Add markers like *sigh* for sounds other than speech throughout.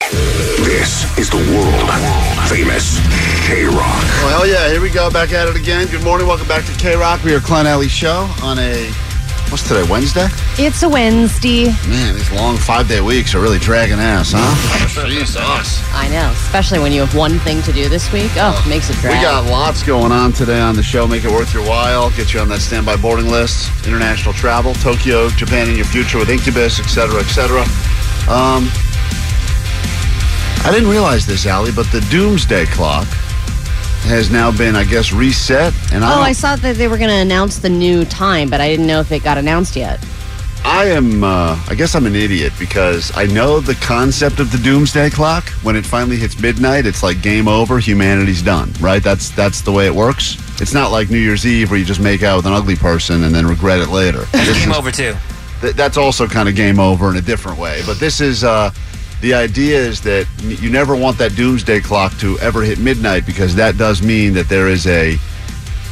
This is the world famous K Rock. Well, hell yeah, here we go, back at it again. Good morning, welcome back to K Rock. We are Klein Alley Show on a, what's today, Wednesday? It's a Wednesday. Man, these long five day weeks are really dragging ass, huh? Jesus. I know, especially when you have one thing to do this week. Oh, it makes it We drag. got lots going on today on the show. Make it worth your while. Get you on that standby boarding list. International travel, Tokyo, Japan in your future with Incubus, etc., etc. Um, I didn't realize this, Allie, but the doomsday clock has now been, I guess, reset. And Oh, I, I don't- saw that they were going to announce the new time, but I didn't know if it got announced yet. I am, uh, I guess, I'm an idiot because I know the concept of the doomsday clock. When it finally hits midnight, it's like game over. Humanity's done, right? That's that's the way it works. It's not like New Year's Eve where you just make out with an ugly person and then regret it later. This Game is- over too. th- that's also kind of *laughs* game over in a different way. But this is uh, the idea is that n- you never want that doomsday clock to ever hit midnight because that does mean that there is a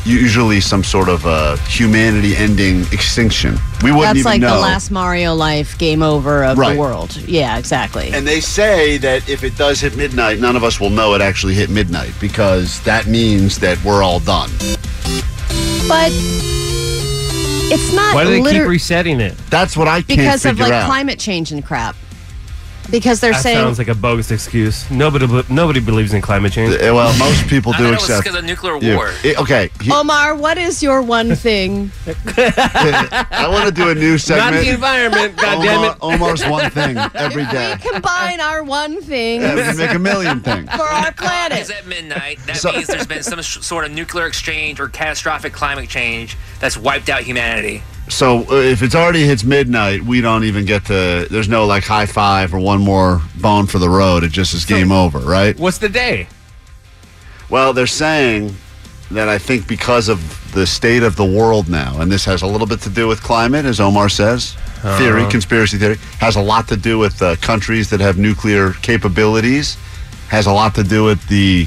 usually some sort of a humanity-ending extinction. We wouldn't That's even like know. the last Mario life game over of Right. the world. Yeah, exactly. And they say that if it does hit midnight, none of us will know it actually hit midnight because that means that we're all done. but it's not Why do they keep liter- resetting it? That's what I can't because of figure like out. climate change and crap. Because they're that saying sounds like a bogus excuse. Nobody bel- nobody believes in climate change. Eh, well, most people I do thought it was accept. because of nuclear you. war. Eh, okay, he- Omar, what is your *laughs* one thing? I want to do a *laughs* new Not segment. the environment, goddammit. Omar's *laughs* one thing every day. Combine our one thing And we make a million things. *laughs* for our planet. Is at midnight. That So- means there's been some sh- sort of nuclear exchange or catastrophic climate change that's wiped out humanity. So uh, if it's already hits midnight, we don't even get to. There's no like high five or one more bone for the road. It just is game over, right? What's the day? Well, they're saying that I think because of the state of the world now, and this has a little bit to do with climate, as Omar says, Uh-huh. theory, conspiracy theory, has a lot to do with uh, countries that have nuclear capabilities, has a lot to do with the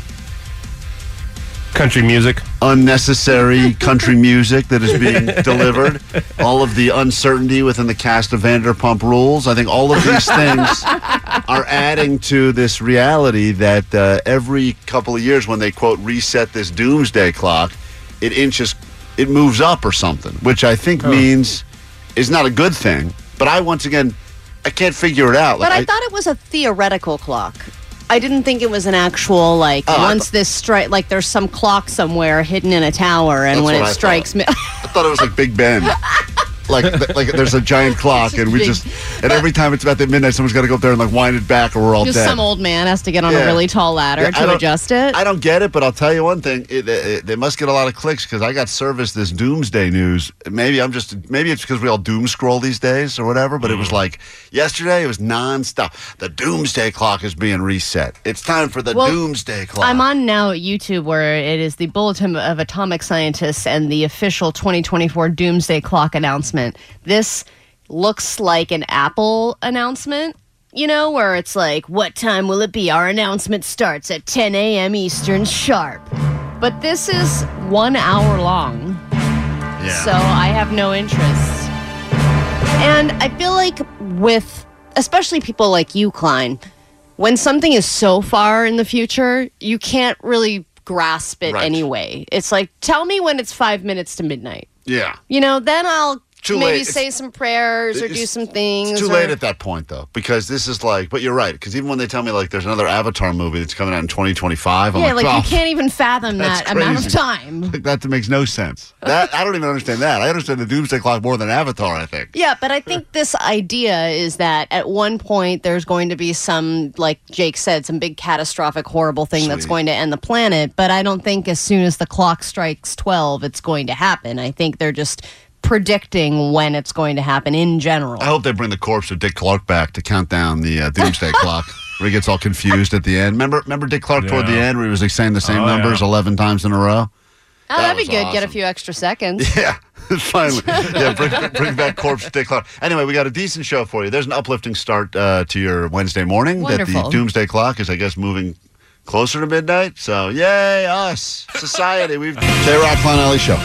Country music. unnecessary country music that is *laughs* being delivered, all of the uncertainty within the cast of Vanderpump Rules. I think all of these things are adding to this reality that uh, every couple of years, when they quote reset this doomsday clock, it inches, it moves up or something, which I think means is not a good thing. But I once again, I can't figure it out. But Like, I thought it was a theoretical clock. I didn't think it was an actual like Oh, I once this strike like there's some clock somewhere hidden in a tower and when That's what it I thought. strikes me I thought it was like Big Ben. Like, like there's a giant clock, and we big- just, and every time it's about the midnight, someone's got to go up there and like wind it back, or we're all *laughs* just dead. some old man has to get on Yeah. a really tall ladder Yeah, I to don't- adjust it. I don't get it, but I'll tell you one thing: it, it, they must get a lot of clicks because I got service this doomsday news. Maybe I'm just, maybe it's because we all doom scroll these days or whatever. But it was like yesterday; it was nonstop. The doomsday clock is being reset. It's time for the Well, doomsday clock. I'm on now at YouTube where it is the Bulletin of Atomic Scientists and the official 2024 Doomsday Clock announcement. This looks like an Apple announcement, you know, where it's like, what time will it be? Our announcement starts at 10 a.m. Eastern sharp. But this is one hour long, Yeah. so I have no interest. And I feel like with especially people like you, Klein, when something is so far in the future, you can't really grasp it Right. anyway. It's like, tell me when it's five minutes to midnight. yeah. You know, then I'll too Maybe late. It's- say some prayers or it's- do some things. It's too or- late at that point, though, because this is like. But you're right, because even when they tell me like there's another Avatar movie that's coming out in 2025, I'm yeah, like, like you "Oh, can't even fathom that's that amount of crazy." time. like, that makes no sense. That I don't even understand that. I understand the Doomsday Clock more than Avatar. I think. Yeah, but I think this idea is that at one point there's going to be some, like Jake said, some big catastrophic, horrible thing that's Sweet. going to end the planet. But I don't think as soon as the clock strikes 12, it's going to happen. I think they're just predicting when it's going to happen in general. I hope they bring the corpse of Dick Clark back to count down the uh, *laughs* Doomsday Clock. Where he gets all confused at the end. Remember, remember Dick Clark toward the Yeah. end, where he was like saying the same Oh, numbers yeah. eleven times in *laughs* a row. *laughs* oh, that'd was be good. Get a awesome. few extra seconds. *laughs* Yeah, finally. Yeah, bring, bring back Corpse Dick Clark. Anyway, we got a decent show for you. There's an uplifting start uh, to your Wednesday morning that the Wonderful. Doomsday Clock is, I guess, moving closer to midnight. So, yay, us, society. We've *laughs* J Rock Klein Alley Show.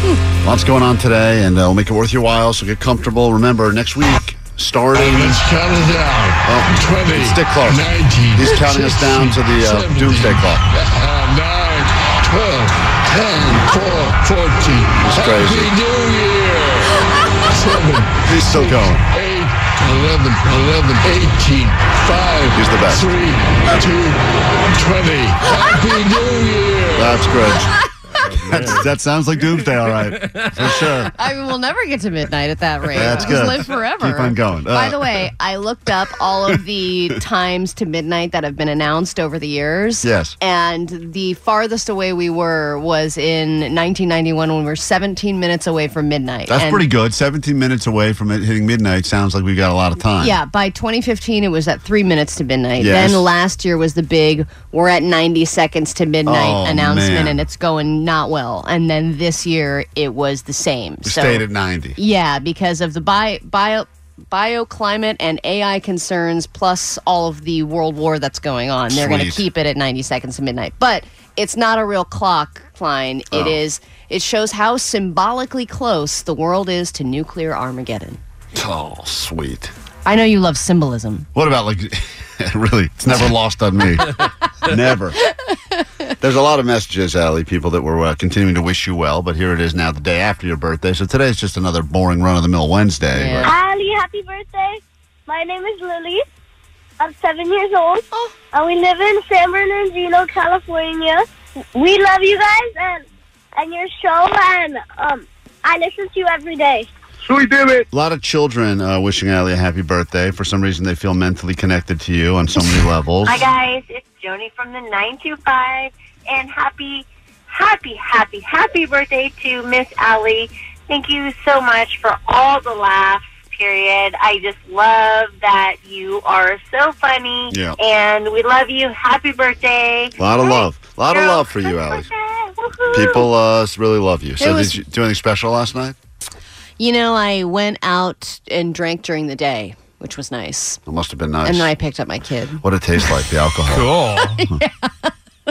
Hmm. Lots going on today, and uh, we'll make it worth your while, so get comfortable. Remember, next week, starting. Let's count it down. Oh, 20. it's Dick Clark. 19. He's counting us down to the uh, 17, Doomsday Clock. uh, 9, 12, 10, 4, 14. It's Happy crazy. New Year. 7, He's still going. 8, 11, 11, 18, 5, He's the best. 3, 2, 20. Happy New Year. That's good. *laughs* That's, that sounds like Doomsday, all right, for sure. I mean, we'll never get to midnight at that rate. That's We'll good. Just live forever. Keep on going. By Uh, the way, I looked up all of *laughs* the times to midnight that have been announced over the years. Yes. And the farthest away we were was in 1991 when we were 17 minutes away from midnight. That's And- pretty good. 17 minutes away from it hitting midnight sounds like we've got a lot of time. Yeah, by 2015, it was at three minutes to midnight. Yes. Then last year was the big, we're at 90 seconds to midnight Oh, announcement, man. and it's going not well. And then this year, it was the same. We so, stayed at 90. Yeah, because of the bio, bio bioclimate and AI concerns, plus all of the world war that's going on. They're going to Sweet. keep it at 90 seconds to midnight. But it's not a real clock, Klein. It Oh. is. It shows how symbolically close the world is to nuclear Armageddon. Oh, sweet. I know you love symbolism. What about like, *laughs* really, it's never lost on me. *laughs* never. There's a lot of messages, Allie, people that were uh, continuing to wish you well, but here it is now, the day after your birthday. So today's just another boring run of the mill Wednesday. Yeah. Ali, happy birthday. My name is Lily. I'm seven years old. And we live in San Bernardino, California. We love you guys and and your show and um I listen to you every day. A lot of children uh, wishing Allie a happy birthday. For some reason, they feel mentally connected to you on so many levels. Hi guys, it's Joni from the 925 and happy, happy, happy, happy birthday to Miss Allie. Thank you so much for all the laughs, period. I just love that you are so funny Yeah. and we love you. Happy birthday. A lot of love. A lot of Girl, love for you, Allie. birthday. Woohoo. People uh, really love you. So It was- did you do anything special last night? You know, I went out and drank during the day, which was nice. It must have been nice. And then I picked up my kid. what it tastes like, the alcohol. Cool. *laughs*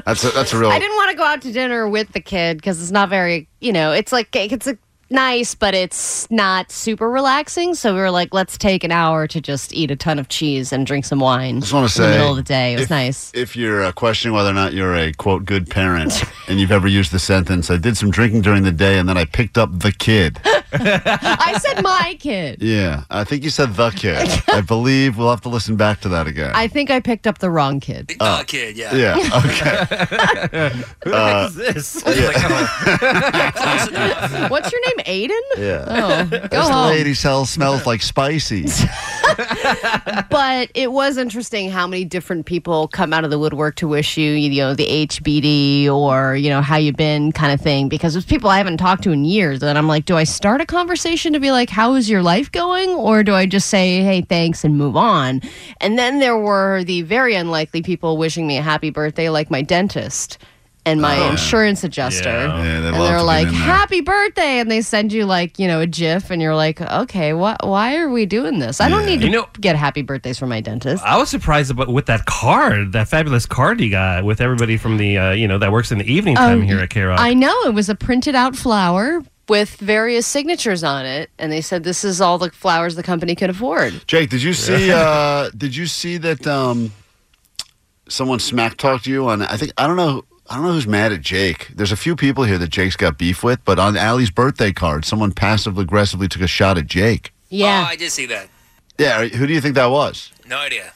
That's a, that's a real. I didn't want to go out to dinner with the kid because it's not very, you know, it's like eh, it's a nice, but it's not super relaxing. So we were like, let's take an hour to just eat a ton of cheese and drink some wine. just want to say, in the middle of the day, it was if, *laughs* nice. If you're uh, questioning whether or not you're a quote good parent, and you've ever used the sentence, "I did some drinking during the day, and then I picked up the kid." I said my kid. yeah, I think you said the kid. I believe we'll have to listen back to that again. I think I picked up *laughs* the wrong kid. *laughs* Uh, kid, yeah. yeah. Okay. Uh, Who the heck is this? Like, come on. Close enough. What's your name, Aiden? *laughs* Yeah. Oh, go This home. lady's hell smells like spicy. but it was interesting how many different people come out of the woodwork to wish you, you know, the HBD or, you know, how you been kind of thing. Because there's people I haven't talked to in years. And I'm like, do I start a conversation to be like, how is your life going? Or do I just say, hey, thanks and move on? And then there were the very unlikely people wishing me a happy birthday, like my dentist and my insurance adjuster. Yeah. Yeah, they And love to they're get like, in there. "Happy birthday!" And they send you like, you know, a GIF, and you're like, "Okay, what? Why are we doing this? I don't need to You know- get happy birthdays from my dentist." I was surprised about with that card, that fabulous card you got with everybody from the uh, you know that works in the evening time here at K Rock. Um, I know it was a printed out flower with various signatures on it, and they said this is all the flowers the company could afford. Jake, did you see? Uh, did you see that um, someone smack talked you on? I think I don't know. I don't know who's mad at Jake. There's a few people here that Jake's got beef with, but on Allie's birthday card, someone passive aggressively took a shot at Jake. Yeah. Oh, I did see that. Yeah, who do you think that was? No idea.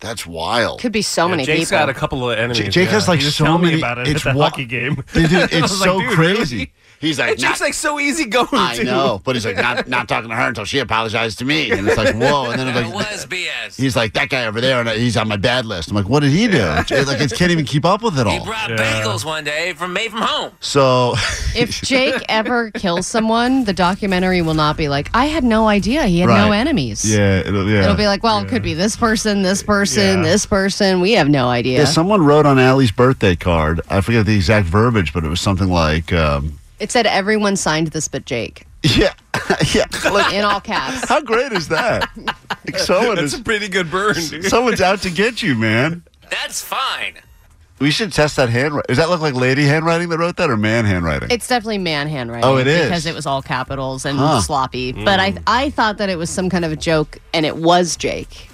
That's wild. Could be so many Jake's people. got a couple of enemies. J- Jake yeah. has like He just so tell many. Me about it it's at the wa- hockey *laughs* game. Dude, I it's was like, so "Dude, crazy. really?" He's like, And Jake's "Not- like so easy going. I too. know, but he's like, not not talking to her until she apologized to me, and *laughs* it's like, whoa, and then That it's like. was BS. He's like that guy over there, and he's on my bad list. I'm like, what did he do? It's Like, it can't even keep up with it He all. brought Yeah. bagels one day from made from home. So, if Jake ever kills someone, the documentary will not be like, I had no idea he had no Right. enemies. yeah, it'll, yeah. It'll be like, well, it could be this person, this person, Yeah. this person. We have no idea. Yeah, someone wrote on Allie's birthday card. I forget the exact verbiage, but it was something like, um, it said everyone signed this but Jake *laughs* yeah, yeah. Like, in all caps. how great is that? *laughs* Like, someone That's is, a pretty good burn. Dude. someone's out to get you, man. That's fine. We should test that handwriting. Does that look like lady handwriting that wrote that or man handwriting? It's definitely man handwriting. Oh, it is. because it was all capitals and Huh. Mm. sloppy. But I I thought that it was some kind of a joke, and it was Jake.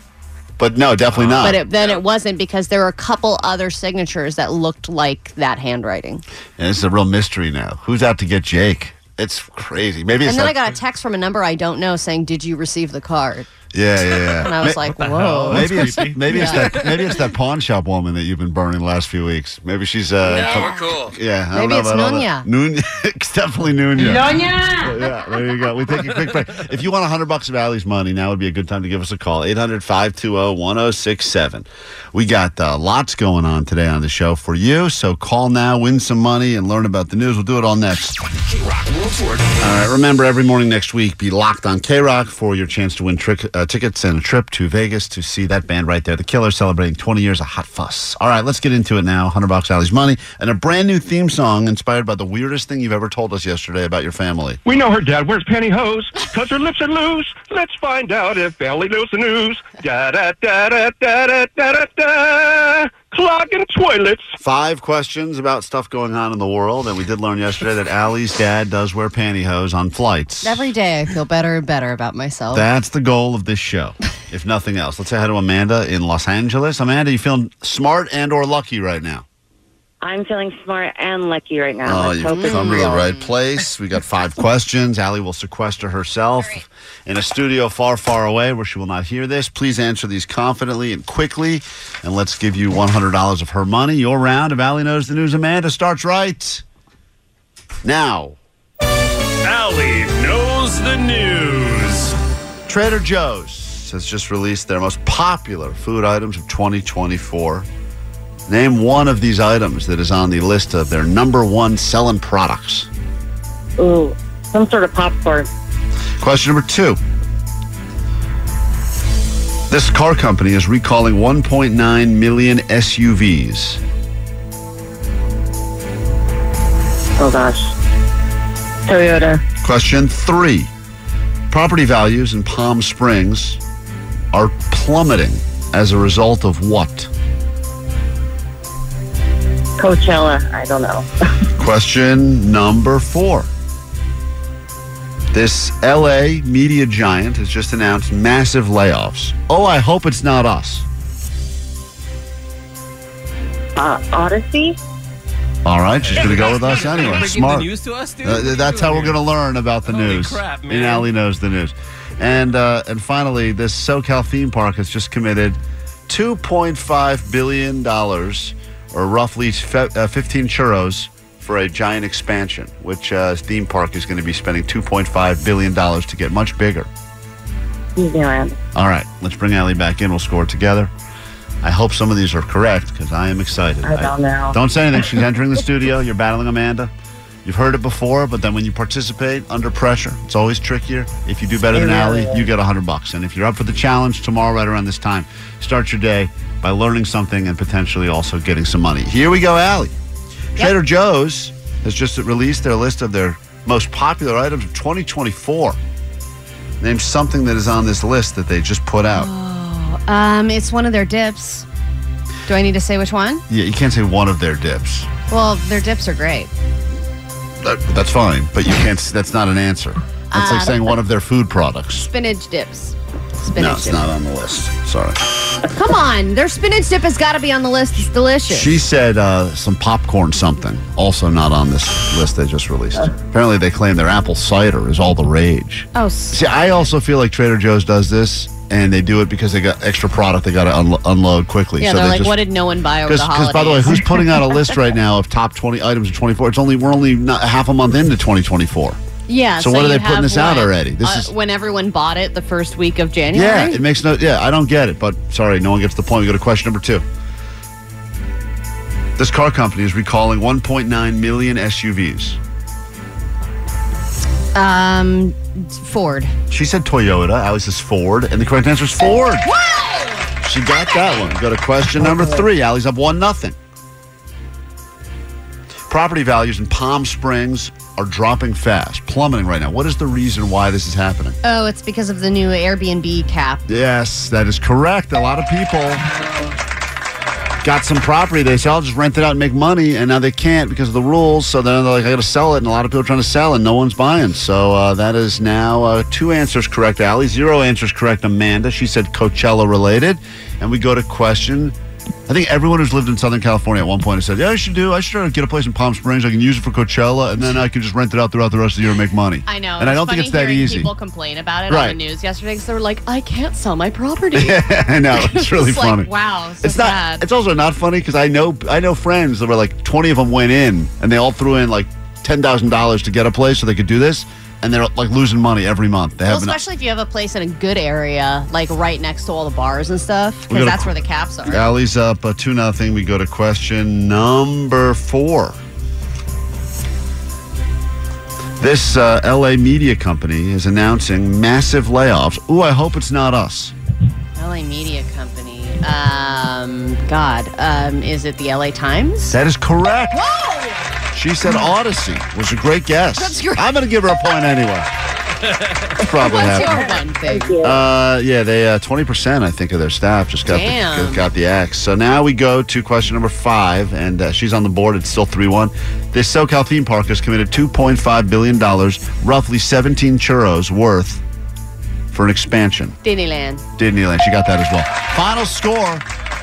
but no, definitely not. But it, then it wasn't because there were a couple other signatures that looked like that handwriting. and it's a real mystery now. Who's out to get Jake? It's crazy. Maybe it's And then I like- got a text from a number I don't know saying, "Did you receive the card?" yeah, yeah, yeah. And I was like, hell? "Whoa." Maybe it's creepy. maybe it's that maybe it's that pawn shop woman that you've been burning the last few weeks. Maybe she's uh No, come- we're cool. yeah. I don't Maybe know it's about all that. Nuna. *laughs* it's definitely Nuna. Doña! yeah, there you go. We take a quick break. If you want 100 bucks of Allie's money, now would be a good time to give us a call. 800 520 1067. We got uh, lots going on today on the show for you. So call now, win some money, and learn about the news. We'll do it all next. K-Rock World Tour. All right, Uh, remember every morning next week, be locked on K Rock for your chance to win trick, uh, tickets and a trip to Vegas to see that band right there, The Killer, celebrating 20 years of Hot Fuss. All right, let's get into it now. 100 bucks, Allie's money, and a brand new theme song inspired by the weirdest thing you've ever told us yesterday about your family. We know her dad wears pantyhose because her lips are loose. Let's find out if Ellie knows the news. Da da da da da da da da. Clog and toilets. five questions about stuff going on in the world, and we did learn yesterday that Allie's dad does wear pantyhose on flights. Every day I feel better and better about myself. That's the goal of this show, if nothing else. Let's say hi to Amanda in Los Angeles. Amanda, you feeling smart and or lucky right now? I'm feeling smart and lucky right now. Oh, Let's you've hope it's come to the real. right place. We got *laughs* five questions. Allie will sequester herself in a studio far, far away where she will not hear this. Please answer these confidently and quickly, and let's give you $100 of her money. Your round of Allie Knows the News Amanda starts right now. Allie knows the news. Trader Joe's has just released their most popular food items of 2024. Name one of these items that is on the list of their number one selling products. Ooh, some sort of popcorn. Question number two. This car company is recalling 1.9 million SUVs. Oh gosh, Toyota. Question three. Property values in Palm Springs are plummeting as a result of what? Coachella. I don't know. Question number four. This LA media giant has just announced massive layoffs. Oh, I hope it's not us. Uh, Odyssey. All right, she's going to go with us anyway. Breaking Smart. the news to us, dude. Uh, What are you that's how doing we're here? going to learn about the Holy news. crap, man. And Allie knows the news. And uh, and finally, this SoCal theme park has just committed two point five billion dollars, or roughly fe- uh, fifteen churros, for a giant expansion. Which uh, theme park is going to be spending two point five billion dollars to get much bigger. Disneyland. All right, let's bring Allie back in. We'll score together. I hope some of these are correct because I am excited. I don't know. Don't say anything. She's entering the studio. You're battling Amanda. You've heard it before, but then when you participate under pressure, it's always trickier. If you do better than Allie, you get 100 bucks. And if you're up for the challenge tomorrow, right around this time, start your day by learning something and potentially also getting some money. Here we go, Allie. Trader Joe's has just released their list of their most popular items of 2024. Name something that is on this list that they just put out. Um, it's one of their dips. Do I need to say which one? Yeah, you can't say one of their dips. Well, their dips are great. That, that's Uh, Um, fine, but you can't. That's not an answer. That's like saying one of their food products. Spinach dips. Spinach no, it's dip. not on the list. Sorry. Come on, their spinach dip has got to be on the list. It's delicious. She said uh, some popcorn something, also not on this list they just released. Apparently, they claim their apple cider is all the rage. oh, s- See, I also feel like Trader Joe's does this, and they do it because they got extra product they got to unlo- unload quickly. yeah. so they're they like, just, what did no one buy over the Because, holidays? by the way, who's *laughs* putting out a list right now of top 20 items in 24? It's only we're only not half a month into 2024. yeah. so what are you they putting have this out what? already? This Uh, is- when everyone bought it the first week of January. Yeah, it makes no. Yeah, I don't get it, but sorry, no one gets the point. We go to question number two. This car company is recalling 1.9 million SUVs. Um, Ford. She said Toyota. I was says Ford, and the correct answer is Ford. She got that one. Go to question number three. Allie's up one nothing. Property values in Palm Springs are dropping fast, plummeting right now. What is the reason why this is happening? Oh, it's because of the new Airbnb cap. Yes, that is correct. A lot of people got some property. They said, I'll just rent it out and make money. And now they can't because of the rules. So then they're like, I got to sell it. And a lot of people are trying to sell and no one's buying. So uh, that is now uh, two answers correct, Allie. Zero answers correct, Amanda. She said Coachella related. And we go to question. I think everyone who's lived in Southern California at one point has said, Yeah, I should do. I should try to get a place in Palm Springs. I can use it for Coachella. And then I can just rent it out throughout the rest of the year and make money. I know. And I don't think funny it's that hearing easy. People complain about it Right. on the news yesterday because they were like, "I can't sell my *laughs* property." *laughs* I know. *laughs* It's really It's like, funny. wow, so it's not. sad. It's also not funny because I know I know friends that were like twenty of them went in and they all threw in like ten thousand dollars to get a place so they could do this, and they're like losing money every month. They Well, haven't. especially if you have a place in a good area, like right next to all the bars and stuff, We because gotta- that's where the caps are. Allie's up uh, two nothing. We go to question number four. This uh, LA media company is announcing massive layoffs. Ooh, I hope it's not us. LA Media Company. Um, God, um, is it the LA Times? That is correct. She said Odyssey was a great guess. That's great. I'm going to give her a *laughs* point anyway. Probably What's happened. your one thing? Uh, yeah, they uh, 20%, I think, of their staff just got the, Damn. got the axe. So now we go to question number five, and uh, she's on the board. It's still 3 1. This SoCal theme park has committed $2.5 billion, roughly 17 churros worth for an expansion. Disneyland. Disneyland. She got that as well. Final score.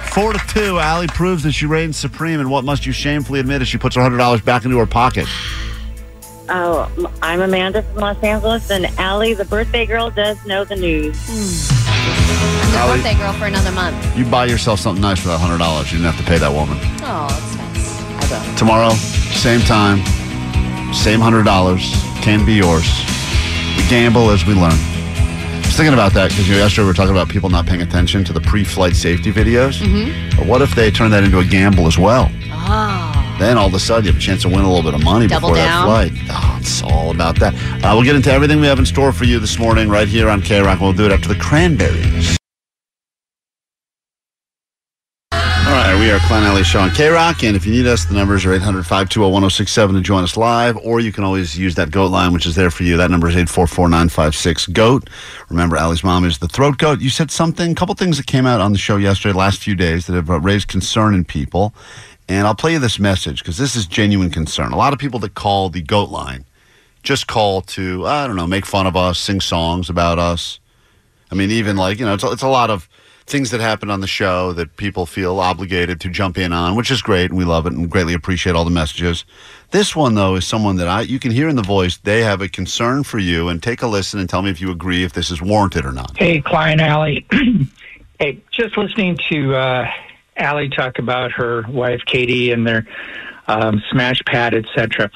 Four to two, Allie proves that she reigns supreme. And what must you shamefully admit as she puts her hundred dollars back into her pocket? Oh, m- I'm Amanda from Los Angeles, and Allie, the birthday girl, does know the news. I'm the Allie. Hmm. birthday girl for another month. You buy yourself something nice for that hundred dollars. You didn't have to pay that woman. Oh, that's nice. I will. Tomorrow, same time, same hundred dollars can be yours. We gamble as we learn. I was thinking about that because yesterday we were talking about people not paying attention to the pre-flight safety videos. But what if they turn that into a gamble as well? Oh, Then all of a sudden, you have a chance to win a little bit of money Double before down. that flight. Oh, it's all about that. Uh, we'll get into everything we have in store for you this morning right here on K Rock. We'll do it after the Cranberries. All right, we are Klein Alley Show on K Rock. And if you need us, the numbers are 800 520 1067 to join us live, or you can always use that GOAT line, which is there for you. That number is 844 956 GOAT. Remember, Allie's mom is the throat goat. You said something, a couple things that came out on the show yesterday, the last few days, that have uh, raised concern in people. And I'll play you this message because this is genuine concern. A lot of people that call the GOAT line just call to, I don't know, make fun of us, sing songs about us. I mean, even like, you know, it's, a- it's a lot of things that happen on the show that people feel obligated to jump in on, which is great. And we love it and greatly appreciate all the messages. This one, though, is someone that I, you can hear in the voice, they have a concern for you. And take a listen and tell me if you agree if this is warranted or not. Hey, Klein Alley. *clears throat* hey, just listening to uh, Allie talk about her wife Katie and their um, smash pad, etc.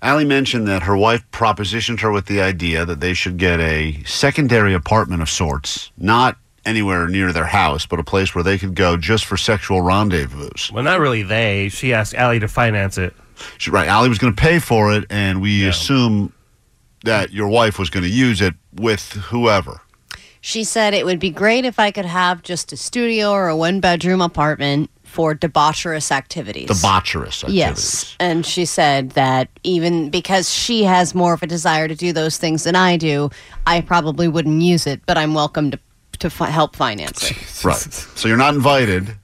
Allie mentioned that her wife propositioned her with the idea that they should get a secondary apartment of sorts, not anywhere near their house, but a place where they could go just for sexual rendezvous. Well, not really they. She asked Allie to finance it. She, right, Allie was going to pay for it, and we assume that your wife was going to use it with whoever. She said it would be great if I could have just a studio or a one bedroom apartment for debaucherous activities. Debaucherous activities. Yes. And she said that even because she has more of a desire to do those things than I do, I probably wouldn't use it, but I'm welcome to to fi- help finance it. Right. So you're *laughs* not invited.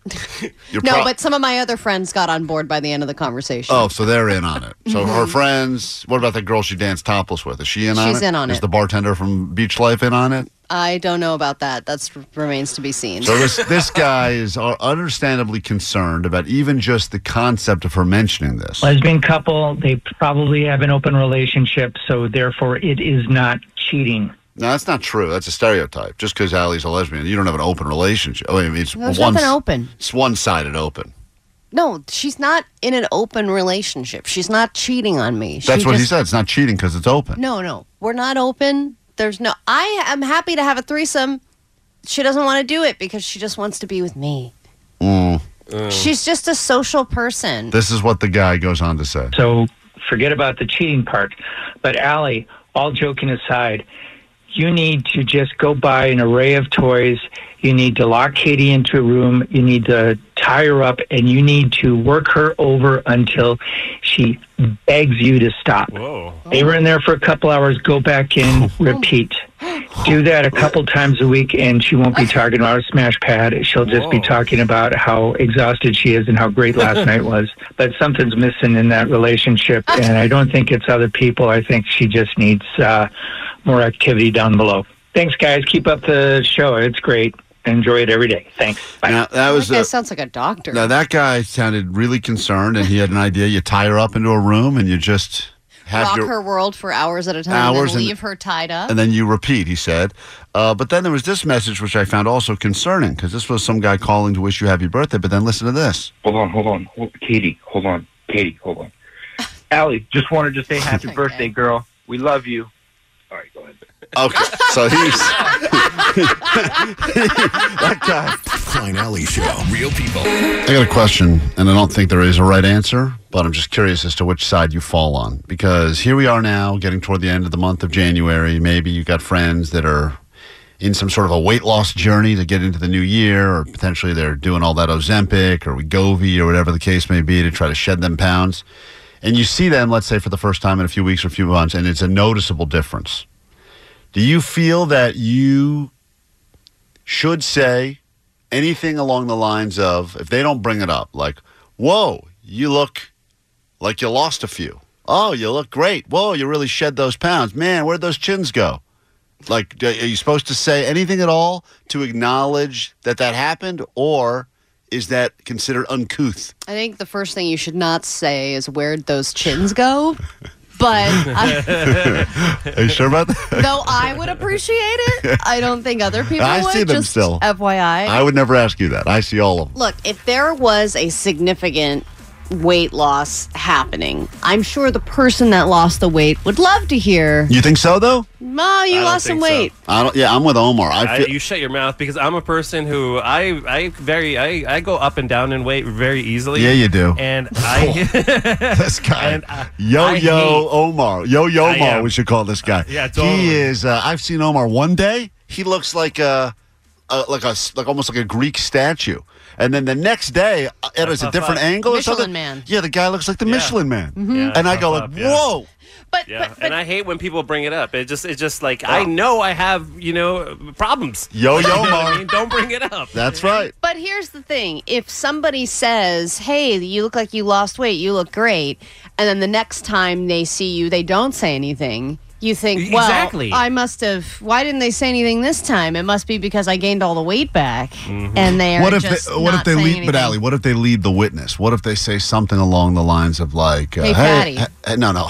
You're No, pro- but some of my other friends got on board by the end of the conversation. Oh, so they're in on it. So her friends. What about that girl she danced topless with? Is she in on it? Mm-hmm. She's in on Is it. the bartender from Beach Life in on it? I don't know about that. That remains to be seen. So this this guy is uh, understandably concerned about even just the concept of her mentioning this. Lesbian couple, they probably have an open relationship, so therefore it is not cheating. No, that's not true. That's a stereotype. Just because Allie's a lesbian, you don't have an open relationship. I mean, it's There's one nothing open. It's one sided open. *laughs* No, she's not in an open relationship. She's not cheating on me. That's She what he just- said. It's not cheating because it's open. No, no, we're not open. There's no. I am happy to have a threesome. She doesn't want to do it because she just wants to be with me. Mm. She's just a social person. This is what the guy goes on to say. So forget about the cheating part. But Allie, all joking aside, you need to just go buy an array of toys. You need to lock Katie into a room. You need to tie her up, and you need to work her over until she begs you to stop. Whoa. They were in there for a couple hours. Go back in, repeat. Do that a couple times a week, and she won't be talking about a smash pad. She'll just be talking about how exhausted she is and how great last night was. But something's missing in that relationship, and I don't think it's other people. I think she just needs uh, more activity down below. Thanks, guys. Keep up the show. It's great. Enjoy it every day. Thanks. Now, that was uh, That guy a, sounds like a doctor. now that guy sounded really concerned, and he had an idea. You tie her up into a room, and you just have Rock your her world for hours at a time, Hours and and- then leave her tied up. and then you repeat, he said. Uh, but then there was this message, which I found also concerning, because this was some guy calling to wish you happy birthday. But then listen to this. Hold on, hold on. Hold, Katie, hold on. Katie, hold on. Allie, just wanted to say happy birthday, girl. We love you. All right, go ahead. Okay, *laughs* so he's. *laughs* that guy. Klein Alley Show. Real people. I got a question, and I don't think there is a right answer, but I'm just curious as to which side you fall on. Because here we are now, getting toward the end of the month of January. Maybe you've got friends that are in some sort of a weight loss journey to get into the new year, or potentially they're doing all that Ozempic or Wegovy or whatever the case may be to try to shed them pounds. And you see them, let's say, for the first time in a few weeks or a few months, and it's a noticeable difference. Do you feel that you should say anything along the lines of if they don't bring it up, like, whoa, you look like you lost a few. Oh, you look great. Whoa, you really shed those pounds. Man, where'd those chins go? Like, d- are you supposed to say anything at all to acknowledge that that happened, or is that considered *laughs* uncouth? I think the first thing you should not say is where'd those chins *laughs* go. But I, Are you sure about that? though I would appreciate it, I don't think other people I would. see them just still. FYI. I would never ask you that. I see all of them. Look, if there was a significant weight loss happening, I'm sure the person that lost the weight would love to hear, You think so, though? Ma, you lost some weight. I don't. Yeah, I'm with Omar. I I- feel, you shut your mouth because I'm a person who I I very I, I go up and down in weight very easily. Yeah, you do. *laughs* And I *laughs* this guy Yo uh, I Yo hate- Omar, Yo Yo I Omar, am. we should call this guy. yeah, totally. He is. Uh, I've seen Omar one day. He looks like a, a like a s- like almost like a Greek statue, and then the next day uh, it is a puff different up. angle or Michelin something. man. Yeah, the guy looks like the Yeah. Michelin man, Yeah, and I puff go up, like, yeah. whoa. But, yeah, and I hate when people bring it up. It just it's just like I know I have you know problems. Oh. Yo, yo, You know what I Mark. mean? don't bring it up. That's right. But here's the thing if somebody says, hey, you look like you lost weight, you look great, and then the next time they see you, they don't say anything. You think, well, Exactly. I must have. Why didn't they say anything this time? It must be because I gained all the weight back, and they are What if just they, what not if they saying lead? But anything. Ali, what if they lead the witness? What if they say something along the lines of like, uh, Hey, fatty. h- h- no, *laughs* no,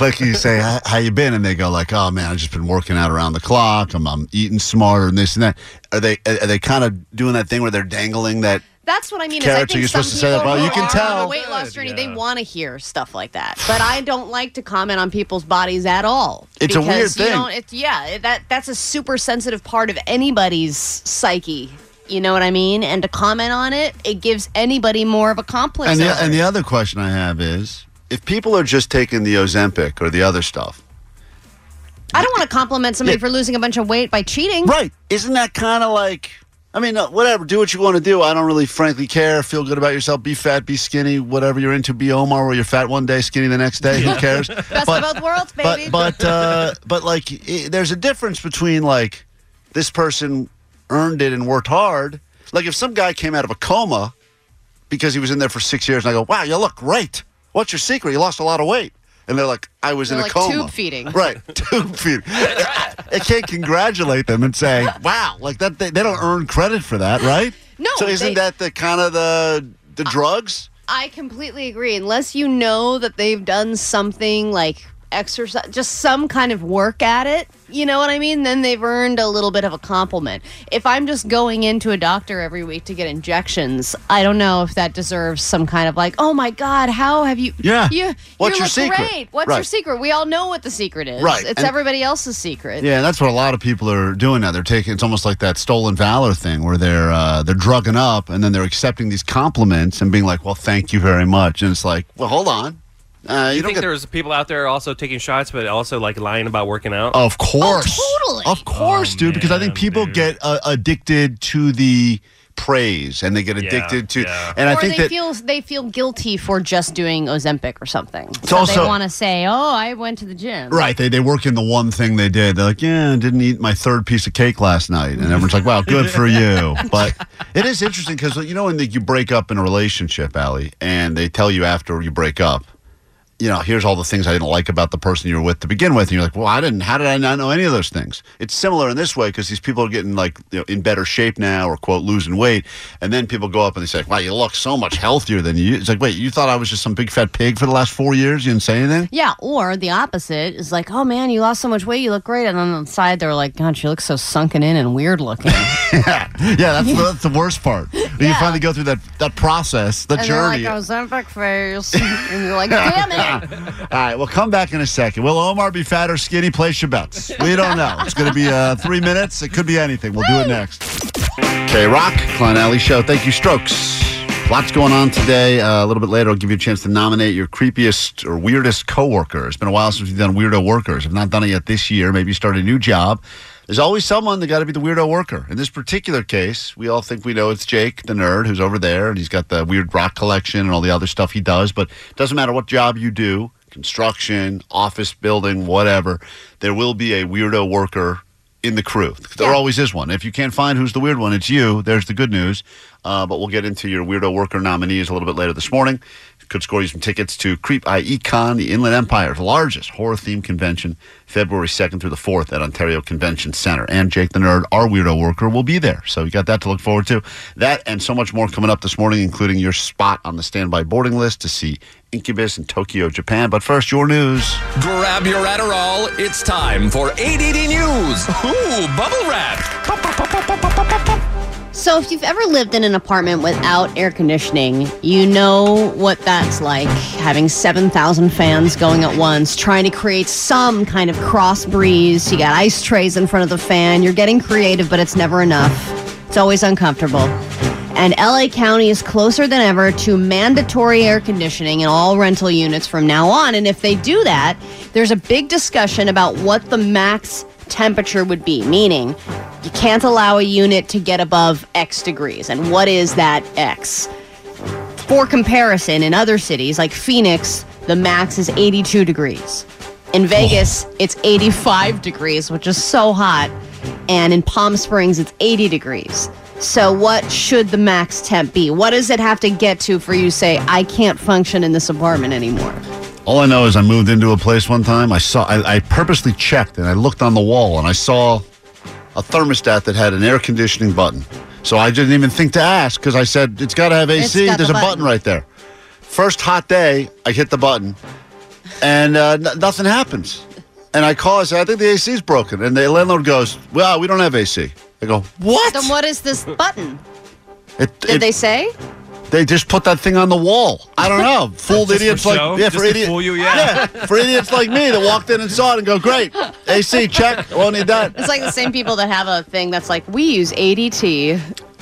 like you say, "H- how you been? And they go like, oh man, I've just been working out around the clock. I'm, I'm eating smarter and this and that. Are they are they kind of doing that thing where they're dangling that? That's what I mean. Character, is I you're think some supposed to say that, people but you who can are on tell. a weight loss journey, they yeah. want to hear stuff like that. But I don't like to comment on people's bodies at all. It's a because weird you thing. Don't, it's yeah, it- that that's a super sensitive part of anybody's psyche. You know what I mean? And to comment on it, it gives anybody more of a complex. And the, over and it. the other question I have is, if people are just taking the Ozempic or the other stuff, I don't want to compliment somebody for losing a bunch of weight by cheating. Right. Isn't that kind of like, I mean, uh, whatever, do what you want to do. I don't really frankly care. Feel good about yourself. Be fat, be skinny, whatever you're into. Be Omar where you're fat one day, skinny the next day. Who *laughs* cares? Best But- of both worlds, baby. but, *laughs* but, uh, but like, i there's a difference between like, this person earned it and worked hard. Like, if some guy came out of a coma because he was in there for six years and I go, wow, you look great. What's your secret? You lost a lot of weight. and they're like, I was They're in a like coma. tube feeding. Right, *laughs* tube feeding. I can't congratulate them and say, wow, like that. They, they don't earn credit for that, right? No, So isn't they- Uh, that the kind of the the drugs? I completely agree. Unless you know that they've done something like exercise, just some kind of work at it, you know what I mean? Then they've earned a little bit of a compliment. If I'm just going into a doctor every week to get injections, I don't know if that deserves some kind of like, oh my God, how have you? Yeah. You, What's you your look secret?" Great. What's your Right. secret? We all know what the secret is. Right. It's And- everybody else's secret. Yeah, and that's what a lot of people are doing now. They're taking it's almost like that stolen valor thing where they're uh, they're drugging up and then they're accepting these compliments and being like, "Well, thank you very much," and it's like, "Well, hold on, uh, you, you, don't think get." there's people out there also taking shots, but also like lying about working out? Oh, Of course, totally, of course, dude. because I think people get uh, addicted to the praise and they get addicted to, and I or think they that feel they feel guilty for just doing Ozempic or something. It's so also- they want to say, "Oh, I went to the gym." Right. They, they work in the one thing they did. They're like, yeah, I didn't eat my third piece of cake last night. And everyone's like, wow, good for you. But it is interesting because, you know, when the, you break up in a relationship, Allie, and they tell you after you break up, you know, here's all the things I didn't like about the person you were with to begin with. And you're like, well, I didn't, how did I not know any of those things? It's similar in this way because these people are getting like you know, in better shape now or quote, losing weight. And then people go up and they say, wow, you look so much healthier than you. It's like, wait, you thought I was just some big fat pig for the last four years? You didn't say anything? Yeah, or the opposite is like, "Oh man, you lost so much weight, you look great," and then on the side they're like, "God, you look so sunken in and weird looking." *laughs* yeah, that's, the- that's the worst part. When You finally go through that that process, the and journey. They're like Ozempic *laughs* face, and you're like, "Damn it!" All right, we'll come back in a second. Will Omar be fat or skinny? Place your bets. We don't know. It's going to be uh, three minutes. It could be anything. We'll do it next. K Rock, Klein Alley Show. Thank you, Strokes. Lots going on today. Uh, a little bit later, I'll give you a chance to nominate your creepiest or weirdest coworker. It's been a while since we've done weirdo workers. If not done it yet this year, maybe you start a new job. There's always someone that got to be the weirdo worker. In this particular case, we all think we know it's Jake, the nerd, who's over there, and he's got the weird rock collection and all the other stuff he does. But it doesn't matter what job you do construction, office building, whatever there will be a weirdo worker in the crew. There always is one. If you can't find who's the weird one, it's you. There's the good news. Uh, but we'll get into your weirdo worker nominees a little bit later this morning. Could score you some tickets to Creep IE Con, the Inland Empire's largest horror themed convention, February 2nd through the 4th at Ontario Convention Center. And Jake the Nerd, our weirdo worker, will be there. So you got that to look forward to. That and so much more coming up this morning, including your spot on the standby boarding list to see Incubus in Tokyo, Japan. But first, your news. Grab your Adderall. It's time for ADD News. Ooh, bubble wrap. So, if you've ever lived in an apartment without air conditioning, you know what that's like having 7,000 fans going at once, trying to create some kind of cross breeze. You got ice trays in front of the fan. You're getting creative, but it's never enough. It's always uncomfortable. And LA County is closer than ever to mandatory air conditioning in all rental units from now on. And if they do that, there's a big discussion about what the max temperature would be, meaning you can't allow a unit to get above X degrees. And what is that X? For comparison, in other cities like Phoenix, the max is 82 degrees. In Vegas, Oh. it's 85 degrees, which is so hot. And in Palm Springs, it's 80 degrees. So, what should the max temp be? What does it have to get to for you to say, I can't function in this apartment anymore? All I know is I moved into a place one time. I saw I, I purposely checked and I looked on the wall and I saw a thermostat that had an air conditioning button. So I didn't even think to ask because I said it's got to have AC. It's got There's the a button. button. right there. First hot day, I hit the button, and uh, n- nothing happens. And I call. I say I think the AC is broken. And the landlord goes, "Well, we don't have AC." I go, "What?" Then, what is this button? It- Did it- they say? They just put that thing on the wall. I *laughs* don't know. Fooled Just for idiots like show? yeah, Just for to idiots. fool you, yeah. for idiots like me that walked in and saw it and *laughs* go, great, *laughs* AC check. Won't need that. It's like the same people that have a thing that's like, we use ADT.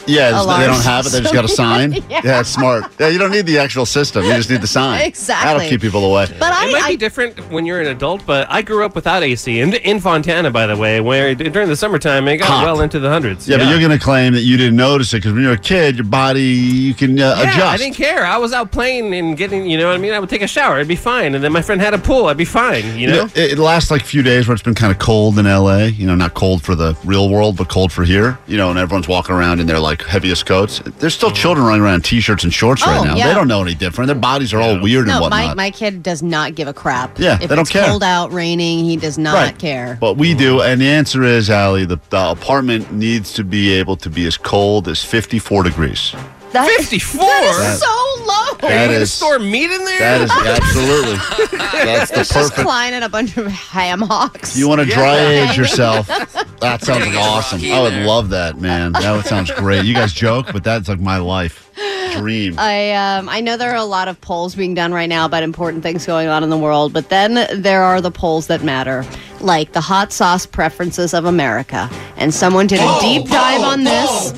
yeah, it's- they alarm don't have it. They just got a system. *laughs* sign. Yeah. yeah. it's smart. Yeah, you don't need the actual system. You just need *laughs* the sign. Exactly. That'll keep people away. Oh, But I, it might I be different when you're an adult, but I grew up without AC in, in Fontana, by the way, where d- during the summertime it got Hot. well into the hundreds. yeah, but you're going to claim that you didn't notice it because when you're a kid, your body you can uh, Yeah, I adjust. didn't care. I was out playing and getting, you know what I mean? I would take a shower. I'd be fine. And then my friend had a pool. I'd be fine, you know? it, it lasts like a few days where it's been kind of cold in LA. You know, not cold for the real world, but cold for here. You know, and everyone's walking around in their like like heaviest coats. There's Mm. still children running around in t-shirts and shorts Oh, right now. yeah. They don't know any different. Their bodies are all weird and No, whatnot. my, my kid does not give a crap. Yeah, if they don't it's care. cold out, raining, he does not Right. care. But we do, Mm. and the answer is, Allie, the, the apartment needs to be able to be as cold as 54 degrees. That, 54? That That- is so low. Are you That gonna is- store meat in there? *laughs* That is absolutely. That's the It's just perfect. Klein and a bunch of ham hocks. You want to dry Okay. *laughs* age yourself. That sounds like awesome. I would love that, man. That would sounds great. You guys joke, but that's like my life dream. *laughs* I um, I know there are a lot of polls being done right now about important things going on in the world, but then there are the polls that matter, like the hot sauce preferences of America. And someone did a deep dive on this.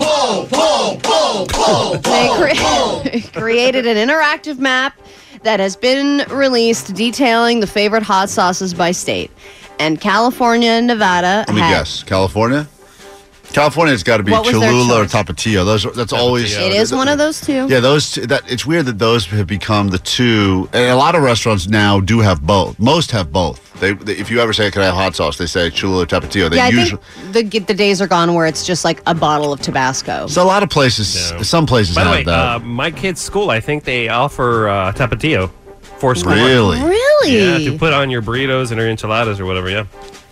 *laughs* They cre- created an interactive map that has been released detailing the favorite hot sauces by state. And California and Nevada Let me had- guess. California? California's got to be What was their Cholula or Tapatio. Those, that's always. It is one of those two. Yeah, those. Two, that it's weird that those have become the two. And a lot of restaurants now do have both. Most have both. They, they if you ever say, "Can I have hot sauce?" They say Cholula Tapatio. They yeah, I usually. think the the days are gone where it's just like a bottle of Tabasco. so a lot of places, some places By the have way, that. uh, my kid's school, I think they offer uh, tapatio for school. Really? Really? Yeah, to put on your burritos and your enchiladas or whatever. Yeah.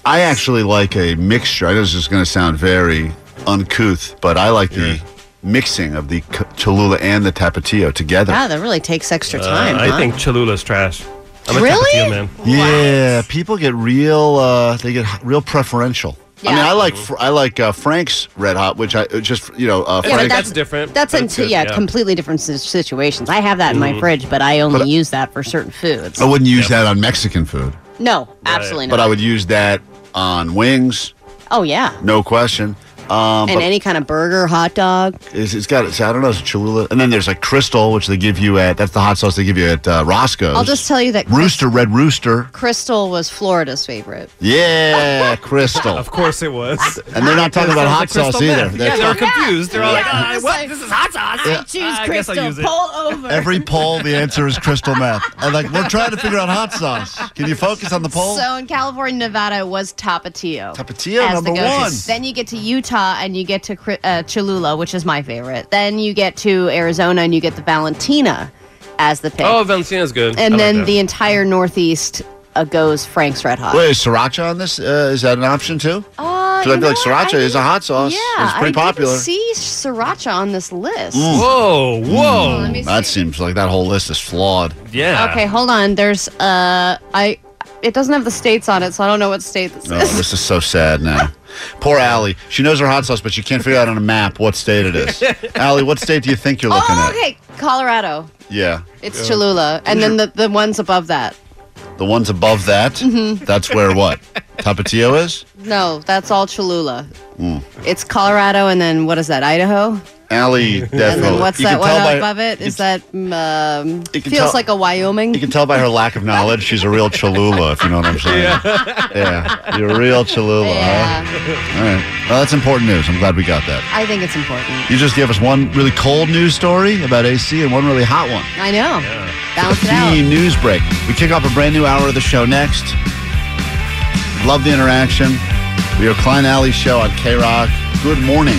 I actually like a mixture. I know this is going to sound very uncouth, but I like the mixing of the c- Cholula and the Tapatio together. Wow, that really takes extra Uh, time. I huh? think Cholula's trash. I'm Really? a tapatio man. Yeah, people get real. Uh, they get h- real preferential. I mean, I like fr- I like uh, Frank's Red Hot, which I it just you know uh, Yeah, but Frank's. that's- That's into yeah, completely different si- situations. I have that in my Mhm. fridge, but I only But- use that for certain foods. I wouldn't use that on Mexican food, No, absolutely not. but I would use that on wings, oh yeah, no question. Um, and but any kind of burger, hot dog. it's, it's got it's, I don't know, it's a Cholula, and then there's like Crystal, which they give you at that's the hot sauce they give you at uh, Roscoe's. I'll just tell you that Rooster, Red Rooster. Crystal was Florida's favorite. Yeah, *laughs* Crystal. Of course it was. And they're not talking about hot Sounds like sauce crystal either. meth. They're Yeah, they're talking- confused. They're all like, Yeah. "Ah, what? This is hot sauce. Yeah. I choose guess I'll use it. over. Every poll, the answer is crystal meth. And like, we're trying to figure out hot sauce. Can you focus on the poll? So in California, Nevada, it was Tapatio. Tapatio, as the number go-to. one. Then you get to Utah and you get to Cri- uh, Cholula, which is my favorite. Then you get to Arizona and you get the Valentina as the pick. Oh, Valentina's good. and I like then that. the entire Northeast uh, goes Frank's Red Hot. Wait, is sriracha on this? Uh, is that an option too? Uh, Because I you feel know like what? sriracha is a hot sauce. Yeah, it's pretty I popular. Didn't see sriracha on this list. Mm. Whoa, whoa. let me that seems like that whole list is flawed. Yeah. Okay, hold on. There's uh, I. It doesn't have the states on it, so I don't know what state this No, is. *laughs* Oh, this is so sad now. Poor Allie. She knows her hot sauce, but she can't figure out on a map what state *laughs* it is. Allie, what state do you think you're looking Oh, at? okay, Colorado. Yeah. Oh, It's Cholula, and then the, the ones above that. The ones above that, Mhm. that's *laughs* where what? Tapatio is? No, that's all Cholula. Mm. It's Colorado, and then what is that? Idaho. Allie, definitely. And then what's You that can one tell by- above it? Is that um, you can feels tell- like a Wyoming? You can tell by her lack of knowledge, she's a real Cholula, if you know what I'm saying. *laughs* Yeah, you're a real Cholula. Huh? All right. Well, that's important news. I'm glad we got that. I think it's important. You just gave us one really cold news story about AC and one really hot one. I know. Balance it out. The news break. We kick off a brand new hour of the show next. Love the interaction. We are Klein Alley Show on K Rock. Good morning.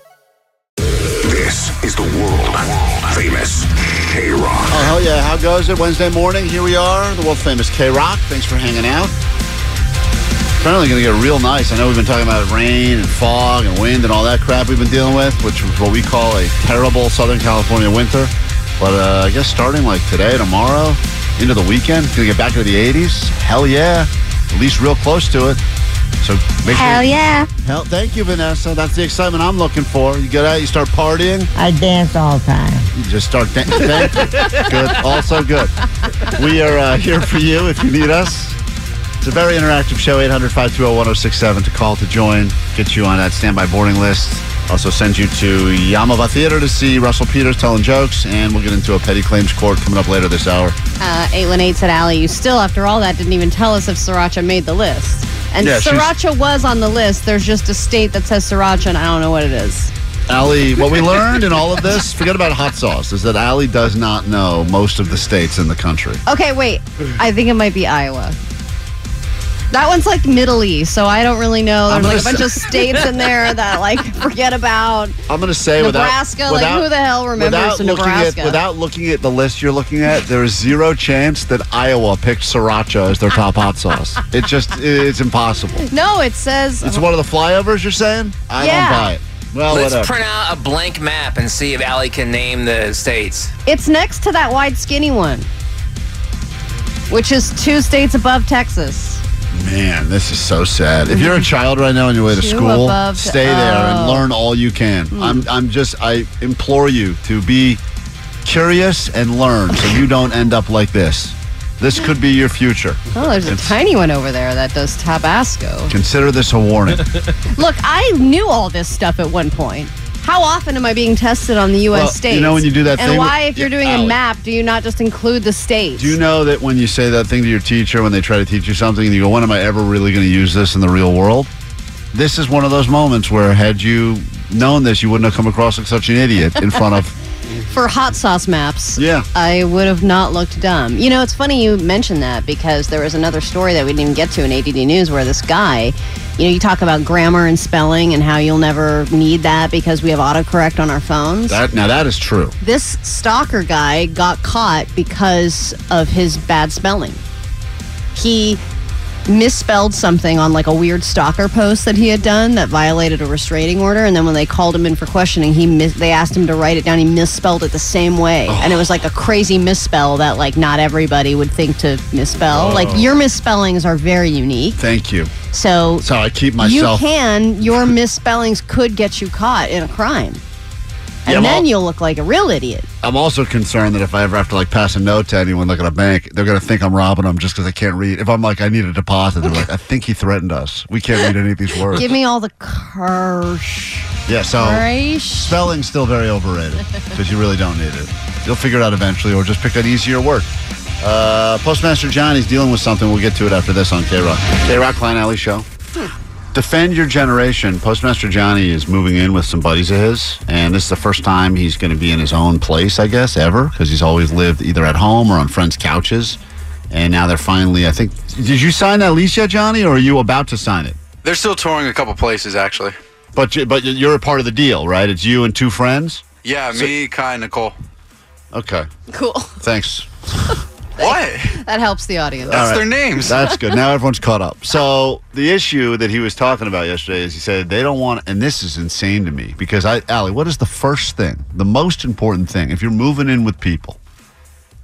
This is the world famous K Rock. Oh, hell yeah. How goes it? Wednesday morning, here we are, the world famous K Rock. Thanks for hanging out. Apparently, going to get real nice. I know we've been talking about rain and fog and wind and all that crap we've been dealing with, which is what we call a terrible Southern California winter. But uh, I guess starting like today, tomorrow, into the weekend, going to get back into the 80s. Hell yeah. At least real close to it. So make Hell sure. yeah. Hell, thank you, Vanessa. That's the excitement I'm looking for. You get out, you start partying. I dance all the time. You just start dancing. good. Also good. We are uh, here for you if you need us. It's a very interactive show, 800-520-1067 to call to join, get you on that standby boarding list. Also send you to Yamava Theater to see Russell Peters telling jokes, and we'll get into a petty claims court coming up later this hour. Uh, 818 said, Allie, you still, after all that, didn't even tell us if Sriracha made the list. And Yeah, she's- Sriracha was on the list. There's just a state that says Sriracha, and I don't know what it is. Allie, what we learned in all of this, forget about hot sauce, is that Allie does not know most of the states in the country. Okay, *sighs* wait. I think it might be Iowa. That one's like Middle East, so I don't really know. I'm There's like a gonna bunch of say- states in *laughs* there that like *laughs* forget about. I'm going to say without- Nebraska, without, like, who the hell remembers looking Nebraska? At, without looking at the list you're looking at, there is zero chance that Iowa picked sriracha as their top *laughs* hot sauce. It just it's impossible. No, it says It's one of the flyovers you're saying? I Yeah. don't buy it. Well, Let's whatever. print out a blank map and see if Allie can name the states. it's next to that wide skinny one, which is two states above Texas. Man, this is so sad. If you're a child right now on your way to Two school, above to- stay there and oh. learn all you can. I'm I'm just I implore you to be curious and learn so you don't end up like this. This could be your future. Oh, there's a tiny one over there that does Tabasco. Consider this a warning. Look, I knew all this stuff at one point. How often am I being tested on the U.S. Well, you states? know when you do that And thing why, if with- you're yeah, doing a Alex. map, do you not just include the states? Do you know that when you say that thing to your teacher when they try to teach you something and you go, when am I ever really going to use this in the real world? This is one of those moments where, had you known this, you wouldn't have come across like such an idiot in front *laughs* of. For hot sauce maps, Yeah. I would have not looked dumb. You know, it's funny you mentioned that because there was another story that we didn't even get to in ADD News where this guy, you know, you talk about grammar and spelling and how you'll never need that because we have autocorrect on our phones. That, now, that is true. this stalker guy got caught because of his bad spelling. He misspelled something on like a weird stalker post that he had done that violated a restraining order and then when they called him in for questioning he mis- they asked him to write it down he misspelled it the same way and it was like a crazy misspell that like not everybody would think to misspell like Oh. your misspellings are very unique Thank you. so So I keep myself. you can your misspellings could get you caught in a crime and Yeah, then well- you'll look like a real idiot I'm also concerned that if I ever have to like pass a note to anyone like at a bank, they're going to think I'm robbing them just because I can't read. If I'm like, I need a deposit, they're like, I think he threatened us. We can't read any *laughs* of these words. Give me all the curse. Yeah, so Right. spelling's still very overrated because you really don't need it. You'll figure it out eventually, or just pick an easier word. Uh, Postmaster Johnny's dealing with something. We'll get to it after this on K Rock. K Rock Klein Alley Show. Defend your generation. Postmaster Johnny is moving in with some buddies of his, and this is the first time he's going to be in his own place, I guess, ever, because he's always lived either at home or on friends' couches. And now they're finally, I think, did you sign that lease yet, Johnny, or are you about to sign it? They're still touring a couple places, actually. But you- but you're a part of the deal, right? It's you and two friends. Yeah, So- me, Kai, and Nicole. Okay, Cool. thanks. What? That helps the audience. All right. That's good. Now everyone's caught *laughs* up. So the issue that he was talking about yesterday is he said they don't want, and this is insane to me because I, Allie, what is the first thing, the most important thing, if you're moving in with people,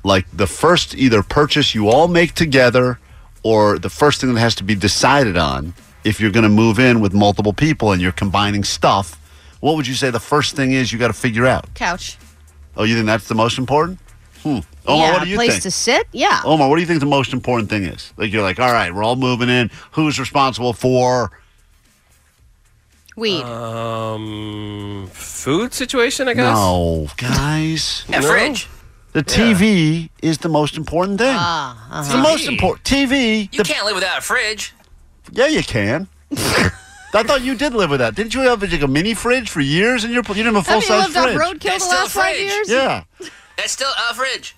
like the first either purchase you all make together or the first thing that has to be decided on if you're going to move in with multiple people and you're combining stuff, what would you say the first thing is you got to figure out? Couch. Oh, you think that's the most important? Hmm. Omar, yeah, what do you place think? to sit. Yeah. Omar, what do you think the most important thing is? Like you're like, all right, we're all moving in. Who's responsible for? Weed. Um, food situation, I guess. No, guys. A No? fridge. The TV is the most important thing. Ah, It's uh-huh. the most TV. important. TV. You the- can't live without a fridge. Yeah, *laughs* you can. I thought you did live with that. Didn't you have like a mini fridge for years in your? pl- You didn't have a full size fridge. That's still a fridge. Yeah. That's still a fridge.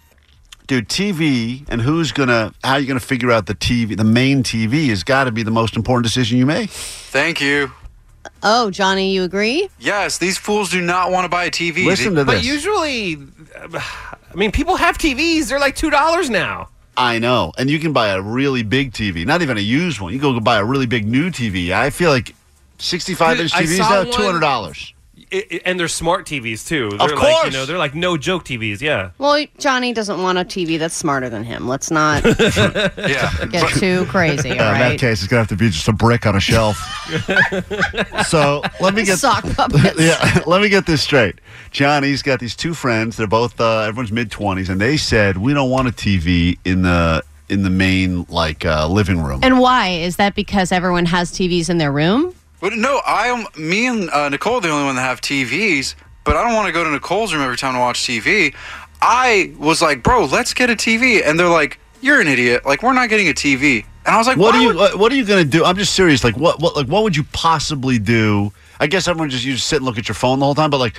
dude tv and who's gonna how you gonna figure out the tv the main tv has got to be the most important decision you make Thank you. Oh, Johnny, you agree? Yes, these fools do not want to buy a TV. Listen to They- this. But usually, I mean, people have TVs. They're like two dollars now. i know and you can buy a really big tv not even a used one you go buy a really big new tv i feel like 65 inch Dude, I tvs saw now one- $200 I- I- and they're smart TVs too. They're Like, Of you course. know, they're like no joke TVs. Yeah. Well, Johnny doesn't want a TV that's smarter than him. Let's *laughs* not get too crazy, all Yeah, in that right? case it's gonna have to be just a brick on a shelf *laughs* so *laughs* let me get sock puppets. yeah, *laughs* let me get this straight. Johnny's got these two friends. They're both uh, everyone's mid twenties, and they said we don't want a TV in the in the main like uh, living room. And why is that? Because everyone has TVs in their room. But no, I'm me and uh, Nicole are the only one that have TVs. But I don't want to go to Nicole's room every time to watch TV. I was like, bro, let's get a TV, and they're like, you're an idiot. Like we're not getting a TV. And I was like, what why are you would- what- what are you gonna do? I'm just serious. Like what what like what would you possibly do? I guess everyone just you just sit and look at your phone the whole time, but like.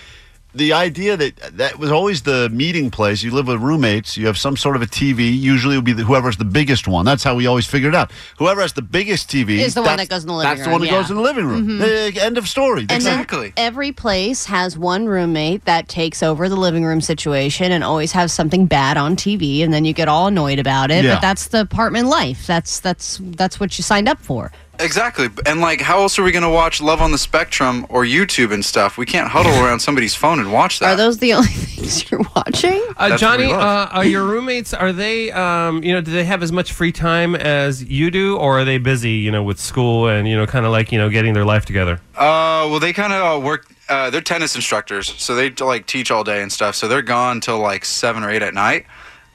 The idea that that was always the meeting place. You live with roommates. You have some sort of a TV. Usually, it would be the, whoever's the biggest one. That's how we always figured it out. Whoever has the biggest TV Is the one that's- that goes in the living That's the room, one that yeah. goes in the living room. Mhm. Eh, end of story. And then every place has one roommate that takes over the living room situation and always has something bad on TV, and then you get all annoyed about it. Yeah. But that's the apartment life. That's that's that's what you signed up for. Exactly. And like, how else are we going to watch Love on the Spectrum or YouTube and stuff? We can't huddle *laughs* around somebody's phone and watch that. Are those the only *laughs* things you're watching? Uh, That's Johnny, what uh, we love. are your roommates? Are they, um, you know, do they have as much free time as you do, or are they busy, you know, with school and you know, kind of like you know, getting their life together? Uh, well, they kind of uh, work. Uh, they're tennis instructors, so they like teach all day and stuff. So they're gone till like seven or eight at night.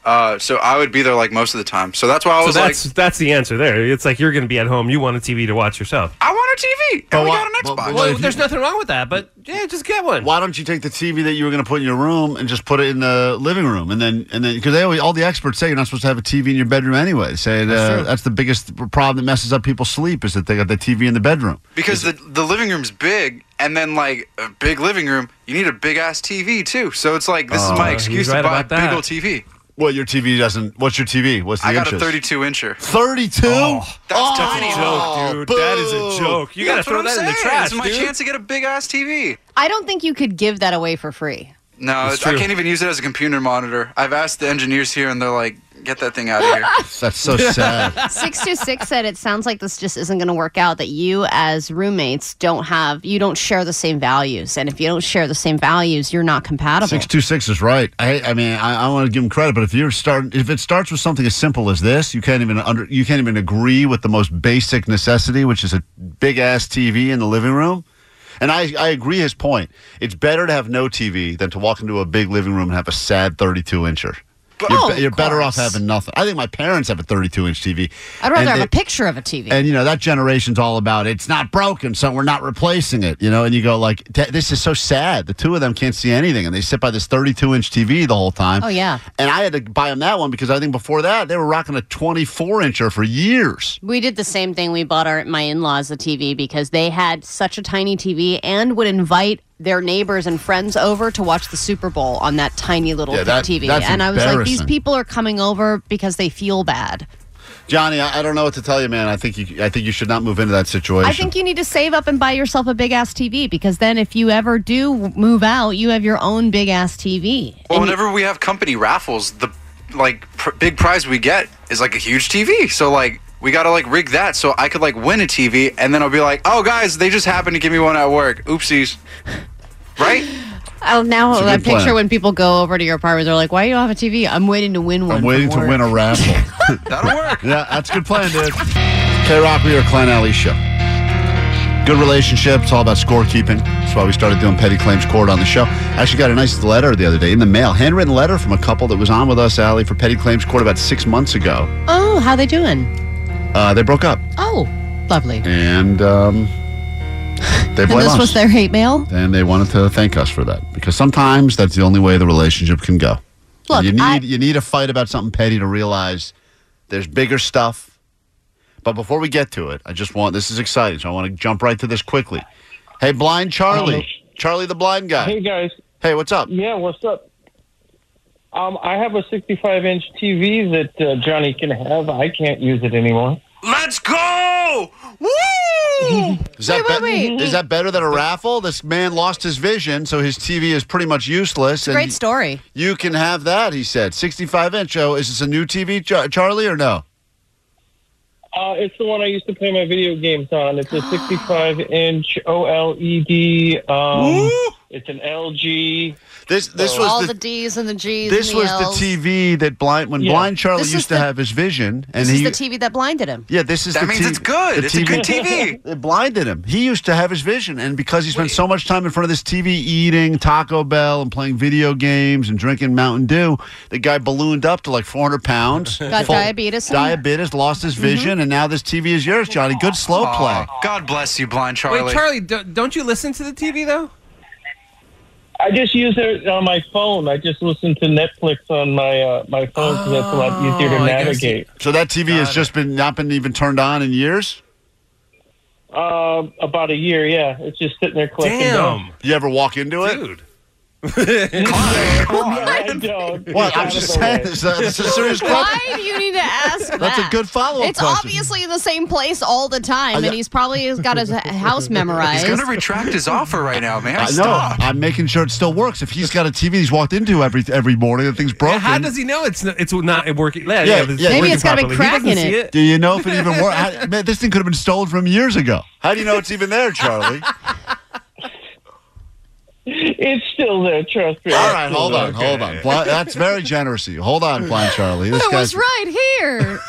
Uh, so I would be there like most of the time. So that's why I so was like, that's that's the answer there. It's like you're going to be at home. You want a TV to watch yourself. I want a TV, and we got an Xbox. Well, there's nothing wrong with that, but yeah, just get one. Why don't you take the TV that you were going to put in your room and just put it in the living room, and then and then because they always all the experts say you're not supposed to have a TV in your bedroom anyway. They Say That's uh, true. that's the biggest problem that messes up people's sleep is that they got the TV in the bedroom. because the the living room's big, and then like a big living room, you need a big ass TV too. So it's like this Oh, is my he's excuse to right buy a about that. big old TV. Well, your TV doesn't. What's your TV? What's the I got inches? a 32 incher. 32? That's Oh, tiny. joke, dude. That is a joke. You gotta That's throw what I'm that in the saying. trash, It's my dude. chance to get a big ass TV. I don't think you could give that away for *laughs* free. No, It's I true. can't even use it as a computer monitor. I've asked the engineers here, and they're like, "Get that thing out of here." *laughs* That's so sad. 626 said it sounds like this just isn't going to work out that you as roommates don't have you don't share the same values and if you don't share the same values you're not compatible Six two six is right. I I mean I, I want to give him credit, but if you're starting, if it starts with something as simple as this, you can't even under you can't even agree with the most basic necessity, which is a big ass TV in the living room. And I I agree his point. It's better to have no TV than to walk into a big living room and have a sad thirty two incher. you're Oh, be- of you're better off course. having nothing. I think my parents have a thirty two inch TV. i'd rather And have they- a picture of a tv and you know that generation's all about it's not broken, so we're not replacing it. You know, and you go like, "Th- this is so sad. The two of them can't see anything, and they sit by this 32 inch TV the whole time. oh yeah And I had to buy them that one because I think before that they were rocking a 24 incher for years. we did the same thing we bought our my in-laws a tv because they had such a tiny tv and would invite their neighbors and friends over to watch the super bowl on that tiny little Yeah, that- tv that's and i was like these embarrassing. people are coming over because they feel bad Johnny, I, I don't know what to tell you, man. I think you, I think you should not move into that situation. I think you need to save up and buy yourself a big ass TV because then if you ever do move out, you have your own big ass TV. Well, whenever we have company raffles, the like pr- big prize we get is like a huge TV. So like we gotta like rig that so I could like win a TV, and then I'll be like, "Oh guys, they just happened to give me one at work. Oopsies." Right? Oh, now It's a I good plan. picture when people go over to your apartment, they're like, "Why do you don't have a TV? I'm waiting to win one. I'm waiting to from win work." a raffle. *laughs* That'll work. Yeah, that's a good plan, dude. K Rock, we are a Klein Alley show. Good relationship. It's all about scorekeeping. That's why we started doing petty claims court on the show. I actually got a nice letter the other day in the mail, handwritten letter from a couple that was on with us, Alley, for petty claims court about six months ago. Oh, how they doing? Uh, they broke up, Oh, lovely. and um, they *laughs* And blame this us. was their hate mail. and they wanted to thank us for that because sometimes that's the only way the relationship can go. Look, you need I- you need a fight about something petty to realize there's bigger stuff. But before we get to it, I just want this is exciting, so I want to jump right to this quickly. Hey, blind Charlie, Charlie the blind guy. Hey Um, guys. Hey, what's up? Yeah, what's up? Um, I have a 65 inch TV that uh, Johnny can have. I can't use it anymore. Let's go! Woo! Is that, Wait, be- wait, wait. is that better than a raffle? This man lost his vision, so his TV is pretty much useless. and Great story. You can have that, he said. 65 inch. Oh, is this a new TV, Char- Charlie, or no? Uh, it's the one I used to play my video games on. It's a 65 inch OLED. Um, it's an LG. This so- all the D's and the G's. This and the was L's. the TV that blind when Yeah. blind Charlie This is used to the- have his vision, and This he is the TV that blinded him. yeah, this is That the means TV it's good. the It's a good TV. *laughs* it blinded him. He used to have his vision, and because he spent so much time in front of this TV, eating Taco Bell and playing video games and drinking Mountain Dew, the guy ballooned up to like 400 pounds. Got diabetes and- Mm-hmm. Diabetes, lost his vision, and now this TV is yours, Johnny. Good slow Aw, play. God bless you, blind Charlie. Wait, Charlie, do, don't you listen to the TV though? I just use it on my phone. I just listen to Netflix on my uh, my phone 'cause that's a Oh, lot easier to navigate. So that TV has just been not been even turned on in years. Um, about a year, yeah. It's just sitting there collecting. dust. *laughs* You ever walk into it, dude? I don't. *laughs* What? I'm just saying, it's a, it's a serious question. Why do you need to ask that? *laughs* That's a good follow-up It's question. obviously in the same place all the time, I- and he's probably got *laughs* his house memorized. He's gonna retract his offer right now, man. I know. Stop. I'm making sure it still works. If he's got a TV he's walked into every every morning, the thing's broken. How does he know it's not, it's not working? Yeah, Do you know if it *laughs* even *laughs* works? Man, this thing could have been stolen from years ago. How do you know it's even there, *laughs* Charlie? It's still there. Trust me. All It's right, still hold there. on, hold on. Bli- that's very generous of you. Hold on, blind Charlie. This it was guy's right *laughs* here.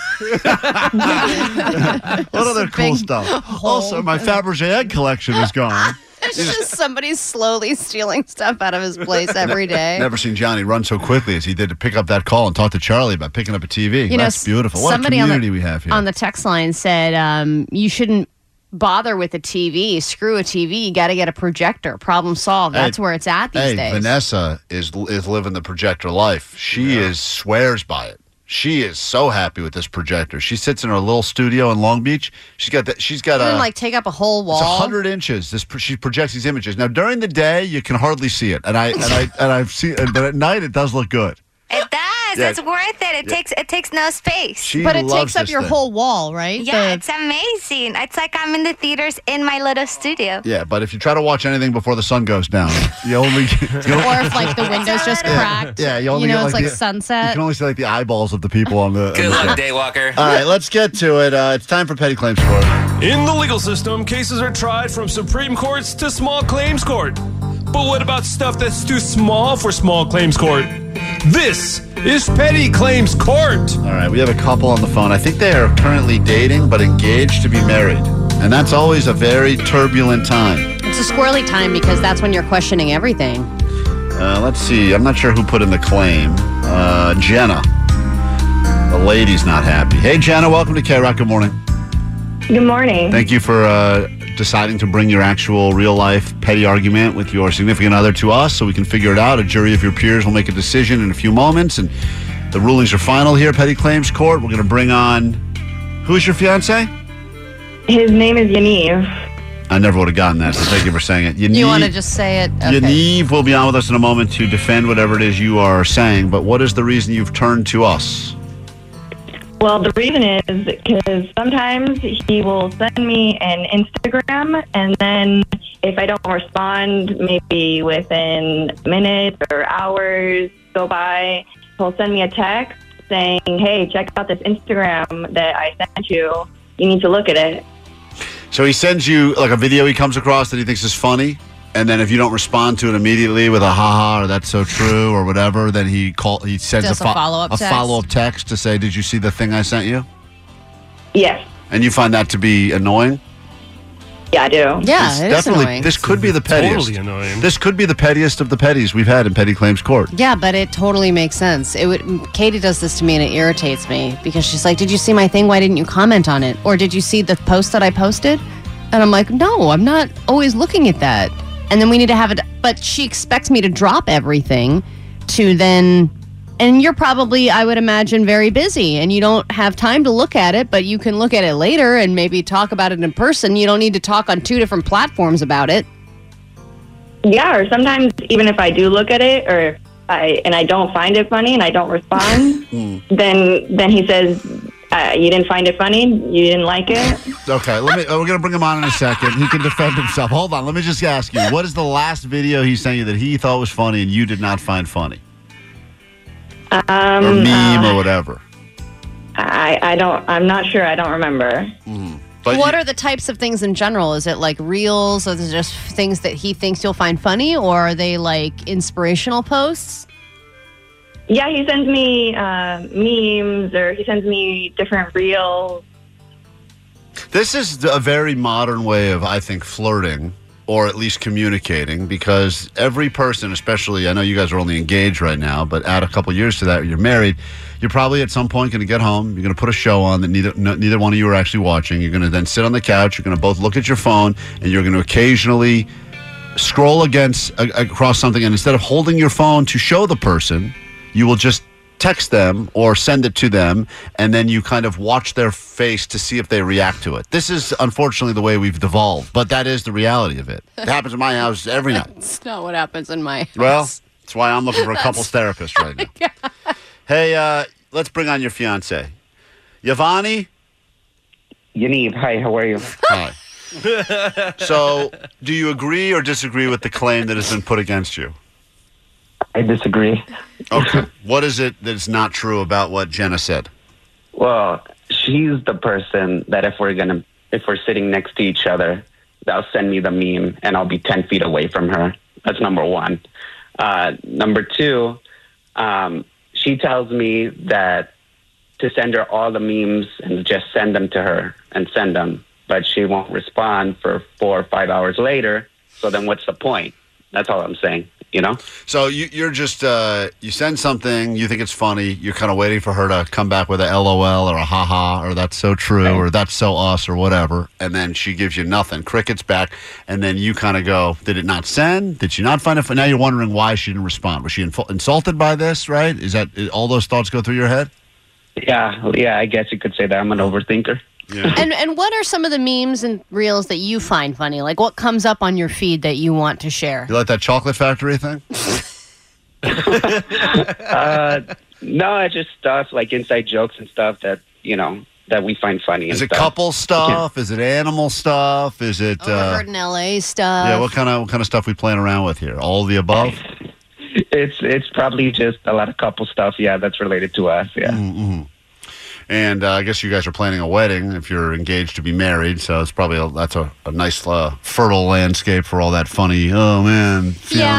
what other cool big stuff? hole. Also, my Fabergé egg collection is gone. It's just somebody slowly stealing stuff out of *laughs* his place every day. Never seen Johnny run so quickly as he did to pick up that call and talk to Charlie about picking up a TV. You know, that's beautiful. What a somebody on the- community we have here. On the text line said, um, "You shouldn't bother with a TV. Screw a TV. You got to get a projector. Problem solved. Hey, That's where it's at these hey, days." Vanessa is is living the projector life. She is swears by it. She is so happy with this projector. She sits in her little studio in Long Beach. She's got that. She's got Doesn't a it, like take up a whole it's wall. hundred inches. This pro- she projects these images. Now during the day you can hardly see it, and I and I and I've seen, but at night it does look good. It does. Yeah. It's worth it. It Yeah. takes it takes no space. She But it loves takes up this your thing. whole wall, right? Yeah, it's amazing. It's like I'm in the theaters in my little studio. Yeah, but if you try to watch anything before the sun goes down, *laughs* you only you only- or if like the windows *laughs* just Yeah. cracked. *laughs* Yeah, you only know get, it's like, like the- You sunset. can only see like the eyeballs of the people on the. Good on the luck, show. Daywalker. All right, let's get to it. Uh, it's time for petty claims court. In the legal system, cases are tried from Supreme Courts to small claims court. But what about stuff that's too small for small claims court? This is petty claims court. All right, we have a couple on the phone. I think they are currently dating but engaged to be married. And that's always a very turbulent time. It's a squirrely time because that's when you're questioning everything. Uh, let's see. I'm not sure who put in the claim. Uh, Jenna. The lady's not happy. Hey, Jenna, welcome to K Rock. Good morning. Good morning. Thank you for uh, deciding to bring your actual real life petty argument with your significant other to us so we can figure it out. A jury of your peers will make a decision in a few moments. And the rulings are final here, Petty Claims Court. We're going to bring on. Who's your fiance? His name is Yaniv. I never would have gotten that, so thank you for saying it. You want to Yaniv- just say it? Okay. Yaniv will be on with us in a moment to defend whatever it is you are saying, but what is the reason you've turned to us? Well, the reason is because sometimes he will send me an Instagram, and then if I don't respond, maybe within minutes or hours go by, he'll send me a text saying, "Hey, check out this Instagram that I sent you. You need to look at it." So he sends you like a video he comes across that he thinks is funny, And then if you don't respond to it immediately with a haha or that's so true or whatever, then he call he sends Does a follow-up a text. follow up text to say, "Did you see the thing I sent you?" Yes. And you find that to be annoying. Yeah, I do. Yeah, This it is definitely. annoying. This could be the pettiest. Totally annoying. This could be the pettiest of the petties we've had in petty claims court. Yeah, but it totally makes sense. It would. Katie does this to me, and it irritates me because she's like, "Did you see my thing? Why didn't you comment on it? Or did you see the post that I posted?" And I'm like, "No, I'm not always looking at that." And then we need to have it. But she expects me to drop everything to then. And you're probably, I would imagine, very busy, and you don't have time to look at it. But you can look at it later and maybe talk about it in person. You don't need to talk on two different platforms about it. Yeah, or sometimes even if I do look at it or if I and I don't find it funny and I don't *laughs* respond, then then he says, uh, "You didn't find it funny. You didn't like it." Okay, let me. oh, We're gonna bring him on in a second. He can defend himself. Hold on. Let me just ask you: What is the last video he sent you that he thought was funny and you did not find funny, Um, or meme, uh, or whatever? I I don't. I'm not sure. I don't remember. But what are the types of things in general? Is it like reels, or is it just things that he thinks you'll find funny, or are they like inspirational posts? Yeah, he sends me uh, memes or he sends me different reels. This is a very modern way of, I think, flirting or at least communicating because every person, especially, I know you guys are only engaged right now, but add a couple years to that, you're married. You're probably at some point going to get home. You're going to put a show on that neither no, neither one of you are actually watching. You're going to then sit on the couch. You're going to both look at your phone, and you're going to occasionally scroll against a, across something. And instead of holding your phone to show the person, you will just text them or send it to them and then you kind of watch their face to see if they react to it this is unfortunately the way we've devolved but that is the reality of it it happens in my house every night It's not what happens in my. well that's why i'm looking for a couples therapist right now hey uh let's bring on your fiance yavani Yaniv, hi how are you hi so do you agree or disagree with the claim that has been put against you I disagree. okay what is it that's not true about what jenna said Well, she's the person that if we're gonna if we're sitting next to each other, they'll send me the meme and I'll be ten feet away from her. That's number one. Uh, number two, um, she tells me that to send her all the memes and just send them to her and send them, but she won't respond for four or five hours later. So then, what's the point? That's all I'm saying. You know. So you, you're just uh, you send something, you think it's funny, you're kind of waiting for her to come back with a LOL or a haha or that's so true or that's so us or whatever, and then she gives you nothing, crickets back, and then you kind of go, did it not send? Did she not find it? Fun? Now you're wondering why she didn't respond. Was she inf- insulted by this? Right? Is that all those thoughts go through your head? Yeah, yeah. I guess you could say that I'm an overthinker. Yeah. And and what are some of the memes and reels that you find funny? Like what comes up on your feed that you want to share? You like that chocolate *laughs* factory thing? uh, no, it's just stuff like inside jokes and stuff that you know that we find funny. Is and it couple stuff? Is it animal stuff? Is it uh, Heard in L.A. stuff. Uh, yeah? What kind of what kind of stuff we playing around with here? All of the above. *laughs* It's it's probably just a lot of couple stuff. Yeah, that's related to us. Yeah. Mm-hmm. And uh, I guess you guys are planning a wedding if you're engaged to be married, so it's probably a, that's a, a nice uh, fertile landscape for all that funny. Oh man, yeah,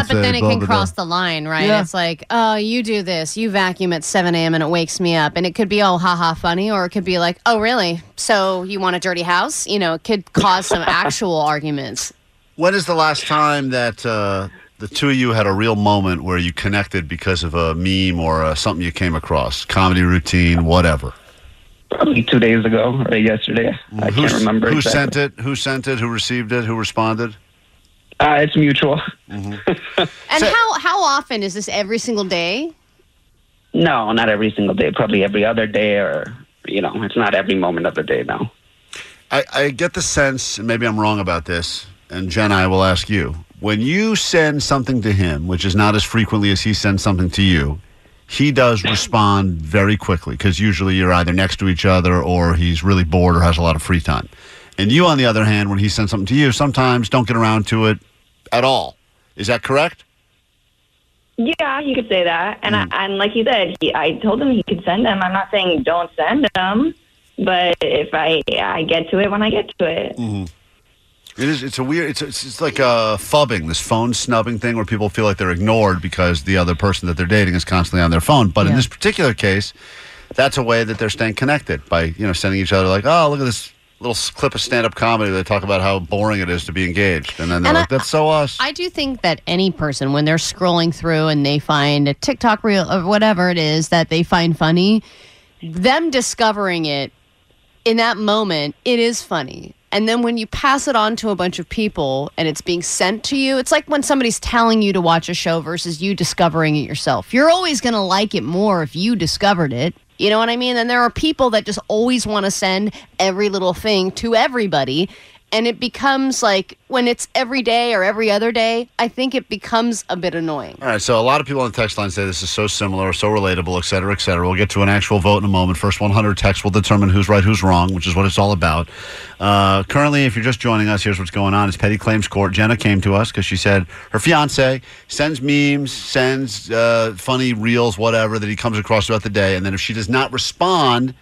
fiancé, but then it blah, can blah, cross blah." the line, right? Yeah. It's like, oh, you do this, you vacuum at 7 a.m. and it wakes me up. And it could be, oh, haha, funny, or it could be like, oh, really? So you want a dirty house? You know, it could cause *laughs* some actual arguments. When is the last time that uh, the two of you had a real moment where you connected because of a meme or uh, something you came across, comedy routine, whatever? Probably two days ago or yesterday. I can't remember. Who exactly. sent it? Who sent it? Who received it? Who responded? Mm-hmm. Uh, it's mutual. And how, how often is this every single day? No, not every single day. Probably every other day, or you know, it's not every moment of the day. No. I, I get the sense, and maybe I'm wrong about this, and Jen, I will ask you. When you send something to him, which is not as frequently as he sends something to you, he does respond very quickly because usually you're either next to each other or he's really bored or has a lot of free time. And you, on the other hand, when he sends something to you, sometimes don't get around to it at all. Is that correct? Yeah, he could say that. And I, and like you said, he, I told him he could send them. I'm not saying don't send them, but if I I get to it when I get to it. Mm-hmm. It is. It's a weird. It's it's, it's like a fubbing, this phone snubbing thing, where people feel like they're ignored because the other person that they're dating is constantly on their phone. But in this particular case, that's a way that they're staying connected by you know sending each other like, oh, look at this little s- clip of stand-up comedy. They talk about how boring it is to be engaged, and then they're And like, I- that's so us. I do think that any person, when they're scrolling through and they find a TikTok reel or whatever it is that they find funny, them discovering it in that moment, it is funny. And then when you pass it on to a bunch of people and it's being sent to you, it's like when somebody's telling you to watch a show versus you discovering it yourself. You're always going to like it more if you discovered it. You know what I mean? And there are people that just always want to send every little thing to everybody. And it becomes like when it's every day or every other day, I think it becomes a bit annoying. All right, so a lot of people on the text line say this is so similar, so relatable, et cetera, et cetera. We'll get to an actual vote in a moment. First 100 texts will determine who's right, who's wrong, which is what it's all about. Uh, currently, if you're just joining us, here's what's going on. It's Petty Claims Court. Jenna came to us because she said her fiance sends memes, sends uh, funny reels, whatever, that he comes across throughout the day. And then if she does not respond,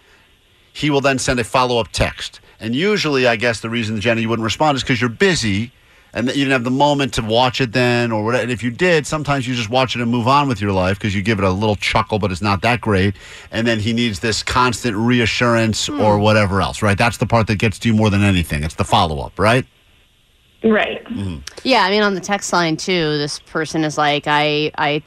he will then send a follow up text. And usually, I guess the reason, Jenna, you wouldn't respond is because you're busy and that you didn't have the moment to watch it then or whatever. And if you did, sometimes you just watch it and move on with your life because you give it a little chuckle, but it's not that great. And then he needs this constant reassurance or whatever else, right? That's the part that gets to you more than anything. It's the follow up, right? Right. Mm-hmm. Yeah, I mean, on the text line too, this person is like, I, I,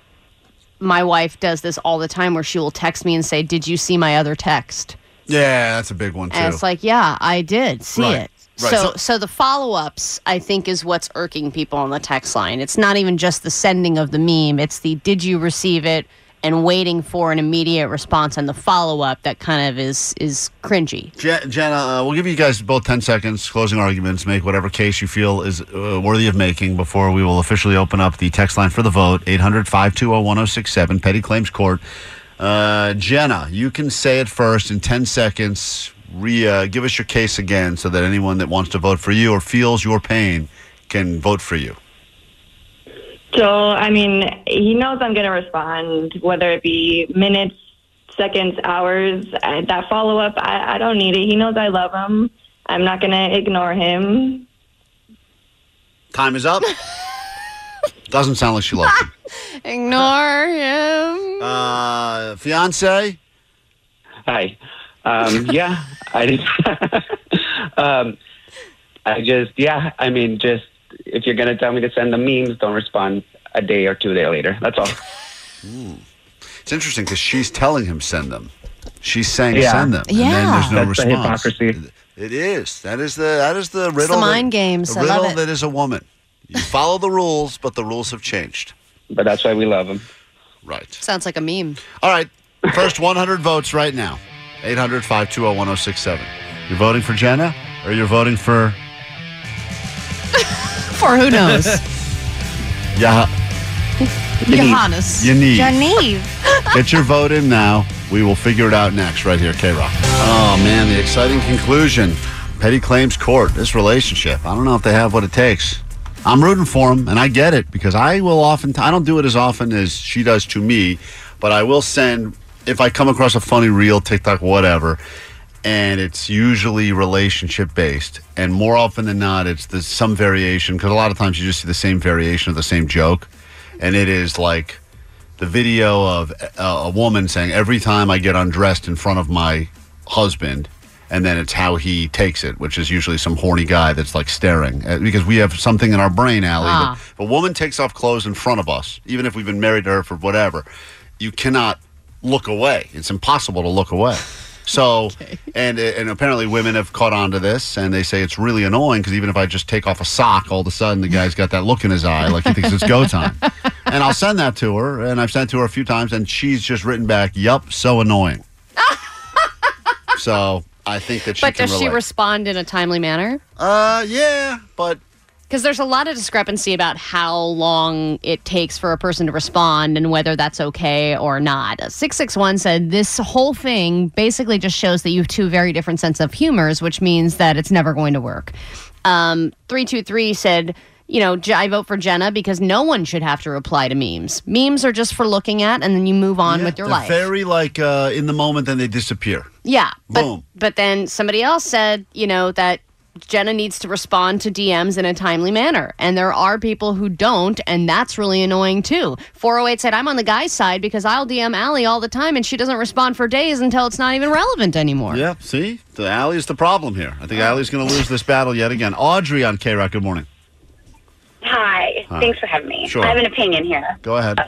my wife does this all the time, where she will text me and say, "Did you see my other text?" Yeah, that's a big one too. And it's like, yeah, I did see Right. it. So, Right. So- so the follow-ups, I think, is what's irking people on the text line. It's not even just the sending of the meme; it's the "Did you receive it?" and waiting for an immediate response and the follow-up that kind of is is cringy. Je- Jenna, uh, we'll give you guys both 10 seconds, closing arguments, make whatever case you feel is uh, worthy of making before we will officially open up the text line for the vote 800 520 1067, Petty Claims Court. Uh, Jenna, you can say it first in 10 seconds. Re- uh, give us your case again so that anyone that wants to vote for you or feels your pain can vote for you. So, I mean, he knows I'm going to respond, whether it be minutes, seconds, hours. I, that follow up, I, I don't need it. He knows I love him. I'm not going to ignore him. Time *laughs* is up. Doesn't sound like she loves you. Ignore him. Uh, fiance? Hi. *laughs* Um, yeah, I *laughs* just, um, I just, yeah, I mean, just if you're gonna tell me to send the memes, don't respond a day or two day later. That's all. It's interesting because she's telling him send them. She's saying Yeah. send them, and then Yeah. there's no That's the response. It is. That is the that is the riddle. that- mind games. The I love riddle it. that is a woman. You follow the rules, but the rules have changed. But that's why we love them. Right. Sounds like a meme. All right. First 100 votes right now. 800 520 1067. You're voting for Jenna, or you're voting for For who knows? *laughs* Yah? Johannes. You need. Geneve. Get your vote in now. We will figure it out next, right here, K Rock. Oh, man, the exciting conclusion. Petty Claims Court, this relationship. I don't know if they have what it takes. I'm rooting for them, and I get it because I will often, I don't do it as often as she does to me, but I will send, if I come across a funny reel, TikTok, whatever, and it's usually relationship based. And more often than not, it's the, some variation because a lot of times you just see the same variation of the same joke, and it is like, the video of a, a woman saying every time I get undressed in front of my husband, and then it's how he takes it, which is usually some horny guy that's like staring Uh, because we have something in our brain, Allie. Ah. That if a woman takes off clothes in front of us, even if we've been married to her for whatever, you cannot look away. It's impossible to look away. *laughs* So, and and apparently women have caught on to this, and they say it's really annoying because even if I just take off a sock, all of a sudden the guy's got that look in his eye, like he thinks it's go time *laughs* and I'll send that to her, and I've sent to her a few times, and she's just written back, "Yup, *laughs* so annoying." so I think that she but can does relate. she respond in a timely manner? Uh, yeah, but because there's a lot of discrepancy about how long it takes for a person to respond and whether that's okay or not. Six six one said this whole thing basically just shows that you have two very different sense of humors, which means that it's never going to work. Um, three two three said. You know, J- I vote for Jenna because no one should have to reply to memes. Memes are just for looking at, and then you move on with your they're life. very like uh, in the moment, then they disappear. Yeah, but Boom. but then somebody else said, you know, that Jenna needs to respond to DMs in a timely manner. And there are people who don't, and that's really annoying too. 408 said, I'm on the guy's side because I'll DM Allie all the time and she doesn't respond for days until it's not even relevant anymore. Yeah, see? The Allie's the problem here. I think Allie's going to lose this battle yet again. Audrey on K Rock, good morning. Hi. Hi. Thanks for having me. Sure. I have an opinion here. Go ahead.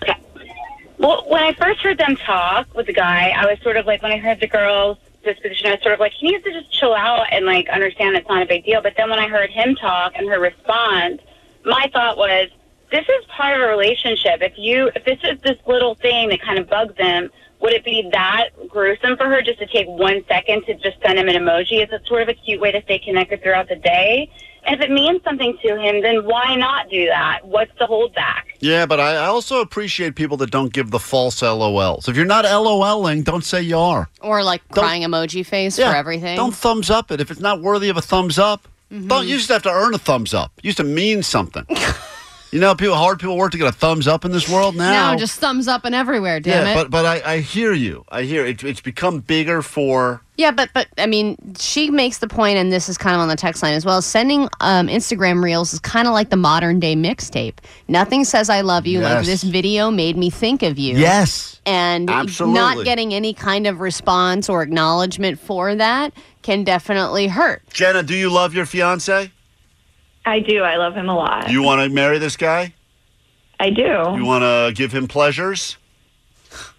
Well, when I first heard them talk with the guy, I was sort of like, when I heard the girl's disposition, I was sort of like, he needs to just chill out and like understand it's not a big deal. But then when I heard him talk and her response, my thought was, this is part of a relationship. If you, if this is this little thing that kind of bugs him, would it be that gruesome for her just to take one second to just send him an emoji? It's a sort of a cute way to stay connected throughout the day. And if it means something to him, then why not do that? What's the holdback? Yeah, but I I also appreciate people that don't give the false LOLs. If you're not LOLing, don't say you are. Or like crying emoji face Yeah, for everything. Don't thumbs up it. If it's not worthy of a thumbs up, Mm-hmm. don't. You used to have to earn a thumbs up. You used to *laughs* mean something. you know, people hard people work to get a thumbs up in this world now. no, just thumbs up and everywhere, damn yeah, it. but but I, I hear you. I hear it. It's become bigger for Yeah, but but I mean, she makes the point, and this is kind of on the text line as well. Sending um, Instagram reels is kind of like the modern day mixtape. Nothing says "I love you" like Yes. this video made me think of you. Yes. and Absolutely. not getting any kind of response or acknowledgement for that can definitely hurt. Jenna. Do you love your fiance? I do. I love him a lot. You want to marry this guy? I do. You want to give him pleasures?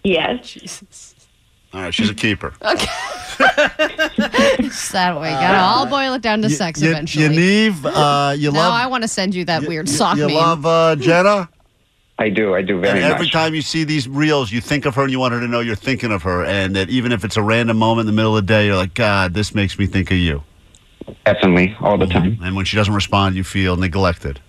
Yes. All right, she's *laughs* a keeper. *laughs* Okay. It's that way. Gotta all boil it down to sex eventually. Yaniv, uh, you now love I want to send you that weird sock you meme. love *laughs* uh, Jenna. I do. I do very and every much. time you see these reels, you think of her and you want her to know you're thinking of her, and that even if it's a random moment in the middle of the day, you're like, God, this makes me think of you. Mm-hmm. Definitely, all the time. And when she doesn't respond, you feel neglected.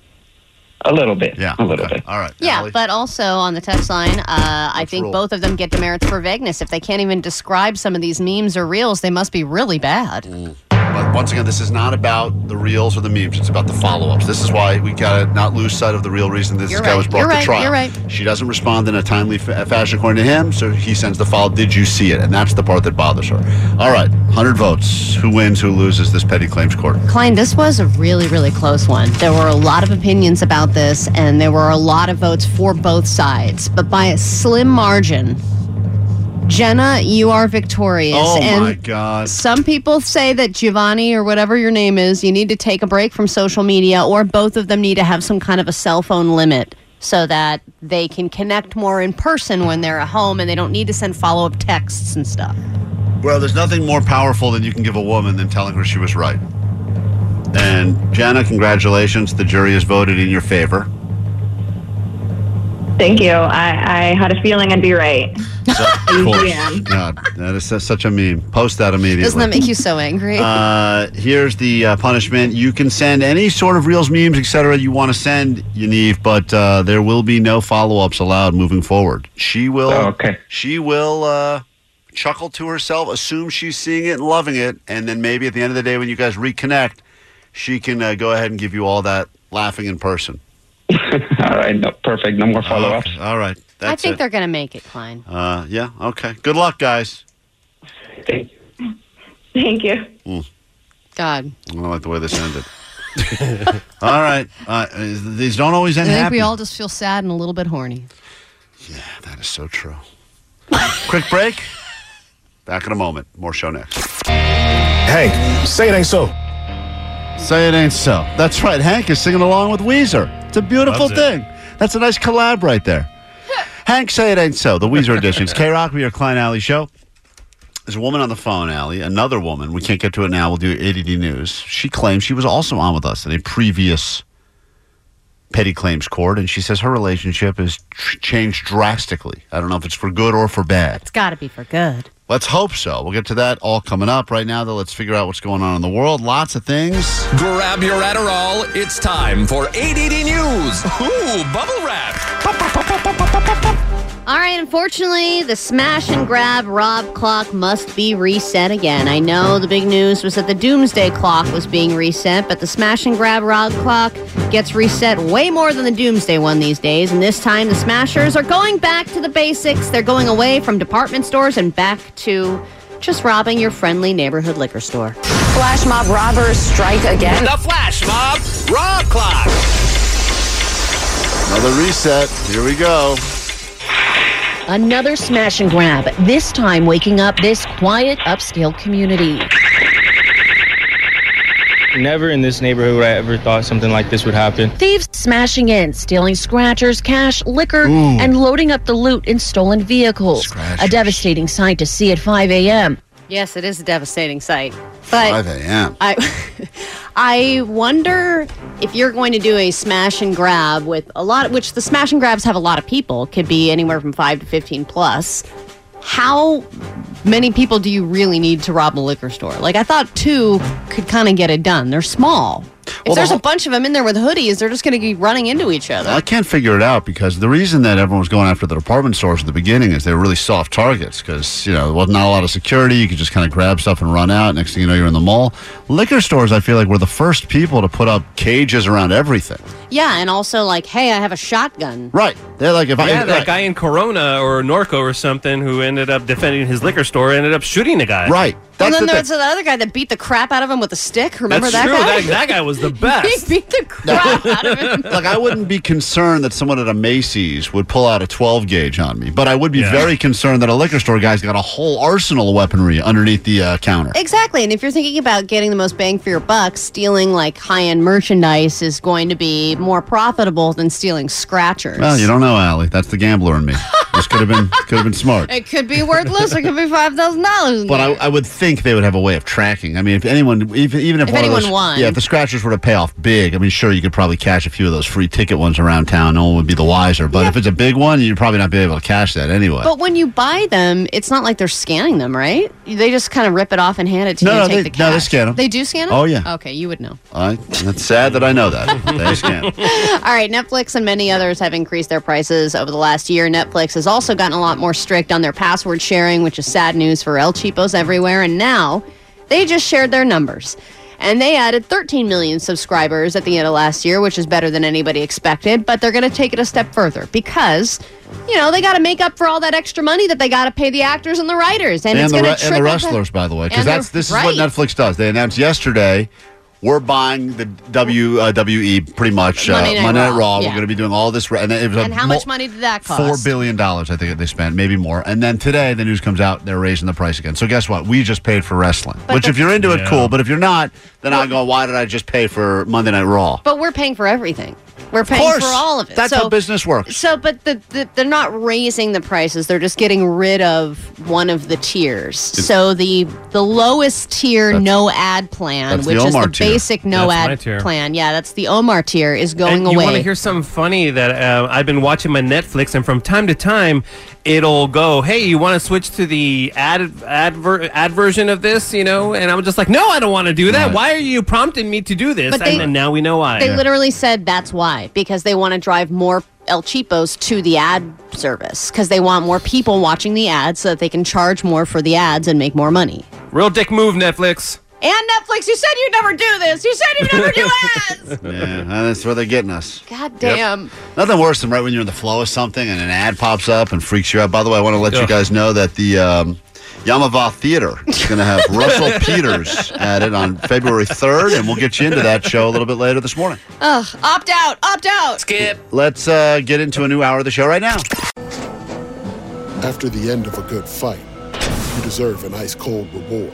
A little bit. Yeah. A little bit. All right. Yeah, but also on the text line, uh, I think roll. both of them get demerits for vagueness. If they can't even describe some of these memes or reels, they must be really bad. But once again, this is not about the reels or the memes. It's about the follow ups. This is why we got to not lose sight of the real reason this You're guy right. was brought You're to right. trial. You're right. She doesn't respond in a timely fa- fashion, according to him, so he sends the file, Did you see it? And that's the part that bothers her. All right, 100 votes. Who wins, who loses this petty claims court? Klein, this was a really, really close one. There were a lot of opinions about this, and there were a lot of votes for both sides, but by a slim margin. Jenna, you are victorious. Oh, and my God. Some people say that Giovanni or whatever your name is, you need to take a break from social media, or both of them need to have some kind of a cell phone limit so that they can connect more in person when they're at home and they don't need to send follow up texts and stuff. Well, there's nothing more powerful than you can give a woman than telling her she was right. And Jana, congratulations. The jury has voted in your favor. Thank you. I, I had a feeling I'd be right. So, *laughs* of course. Yeah. God, that is su- such a meme. Post that immediately. Doesn't that make you so angry? Uh, here's the uh, punishment. You can send any sort of reels, memes, etc. you want to send, Yaniv, but uh, there will be no follow-ups allowed moving forward. She will. okay. She will uh, chuckle to herself, assume she's seeing it and loving it, and then maybe at the end of the day when you guys reconnect, she can uh, go ahead and give you all that laughing in person. *laughs* all right. No, perfect. No more follow-ups. All right. That's I think it. they're going to make it, Klein. Uh, yeah. Okay. Good luck, guys. Thank you. Hmm. God. I don't like the way this ended. *laughs* all right. Uh, these don't always I end think happy. we all just feel sad and a little bit horny. *laughs* That is so true. Quick break. Back in a moment. More show next. Hank, say it ain't so. Say it ain't so. That's right. Hank is singing along with Weezer. It's a beautiful Loves it. thing. That's a nice collab right there. Hank, say it ain't so. The Weezer editions. K Rock, we are Klein Alley Show. There's a woman on the phone, Alley. Another woman. We can't get to it now. We'll do ADD news. She claims she was also on with us in a previous petty claims court, and she says her relationship has tr- changed drastically. I don't know if it's for good or for bad. It's got to be for good. Let's hope so. We'll get to that all coming up right now, though. Let's figure out what's going on in the world. Lots of things. Grab your Adderall. It's time for ADD News. Ooh, bubble wrap. All right, unfortunately, the smash and grab Rob clock must be reset again. I know the big news was that the doomsday clock was being reset, but the smash and grab Rob clock gets reset way more than the doomsday one these days. And this time, the smashers are going back to the basics. They're going away from department stores and back to just robbing your friendly neighborhood liquor store. Flash mob robbers strike again. The Flash Mob Rob Clock. Another reset. Here we go. Another smash and grab, this time waking up this quiet upscale community. Never in this neighborhood would I ever thought something like this would happen. Thieves smashing in, stealing scratchers, cash, liquor, Ooh. and loading up the loot in stolen vehicles. A devastating sight to see at 5 a.m. Yes, it is a devastating sight. But 5 a.m. I *laughs* I wonder if you're going to do a smash and grab with a lot which the smash and grabs have a lot of people, could be anywhere from 5 to 15 plus. How many people do you really need to rob a liquor store? Like I thought two could kind of get it done. They're small. If Well, the there's whole- a bunch of them in there with hoodies, they're just going to be running into each other. I can't figure it out because the reason that everyone was going after the department stores at the beginning is they were really soft targets because, you know, there wasn't not a lot of security. You could just kind of grab stuff and run out. Next thing you know, you're in the mall. Liquor stores, I feel like, were the first people to put up cages around everything. Yeah, and also like, hey, I have a shotgun. Right. They're like, if I. yeah, that right. guy in Corona or Norco or something who ended up defending his liquor store ended up shooting a guy. Right. and then there's the other guy that beat the crap out of him with a stick. Remember That's that true. guy? That, that guy was the *laughs* best. he beat the crap out of him. like I wouldn't be concerned that someone at a Macy's would pull out a 12 gauge on me, but I would be very concerned that a liquor store guy's got a whole arsenal of weaponry underneath the uh, counter. Exactly. And if you're thinking about getting the most bang for your buck, stealing like high end merchandise is going to be more profitable than stealing scratchers. Well, you don't know, Allie. That's the gambler in me. This could have been could have *laughs* been smart. It could be worthless. it could be five thousand dollars. But I, I would think they would have a way of tracking. I mean, if anyone, even, even if, If one of anyone those, won. yeah, if the scratchers were to pay off big, I mean, sure, you could probably cash a few of those free ticket ones around town. No one would be the wiser. But if it's a big one, you'd probably not be able to cash that anyway. But when you buy them, it's not like they're scanning them, right? They just kind of rip it off and hand it to No, you. no, and take they- the no, cash. they scan 'em. They do scan them. Oh, yeah. Okay, you would know. I, that's sad that I know that. They *laughs* scan. All right, Netflix and many others have increased their prices over the last year. Netflix has also gotten a lot more strict on their password sharing, which is sad news for El Cheapos everywhere. And now they just shared their numbers. And they added 13 million subscribers at the end of last year, which is better than anybody expected. But they're going to take it a step further because, you know, they got to make up for all that extra money that they got to pay the actors and the writers. And, it's the, going re- gonna and the trickle down- wrestlers, by the way, And because that's they're- this is what right. Netflix does. They announced yesterday we're buying the WWE E pretty much uh, Monday Night Raw, We're yeah. going to be doing all this, re- and it was a and how mul- much money did that cost? Four billion dollars, I think that they spent, maybe more. And then today, the news comes out they're raising the price again. So guess what? We just paid for wrestling. But Which, the- if you're into it, Yeah. cool. But if you're not, then I go, why did I just pay for Monday Night Raw? But we're paying for everything. We're paying course. for all of it. That's so, how business works. So, but the, the, they're not raising the prices. They're just getting rid of one of the tiers. So the the lowest tier That's- no ad plan, that's the which is Omar the tier. basic no That's my tier. ad plan. Yeah, that's the Omar tier is going and You want away. to hear something funny that uh, I've been watching my Netflix, and from time to time, it'll go, "Hey, you want to switch to the ad adver- ad version of this?" You know, and I'm just like, "No, I don't want to do that. Why are you prompting me to do this?" But they- and then now we know why. they literally said that's why because they want to drive more El Cheapos to the ad service because they want more people watching the ads so that they can charge more for the ads and make more money. Real dick move, Netflix. And Netflix, you said you'd never do this. You said you'd never *laughs* do ads. *laughs* yeah, and that's where they're getting us. God Yep. damn. Nothing worse than right when you're in the flow of something and an ad pops up and freaks you out. By the way, I want to let you Ugh. guys know that the um, Yamava Theater is going to have Russell Peters at it on February 3rd, and we'll get you into that show a little bit later this morning. Ugh, opt out, opt out. Skip. Let's uh, get into a new hour of the show right now. After the end of a good fight, you deserve an ice cold reward.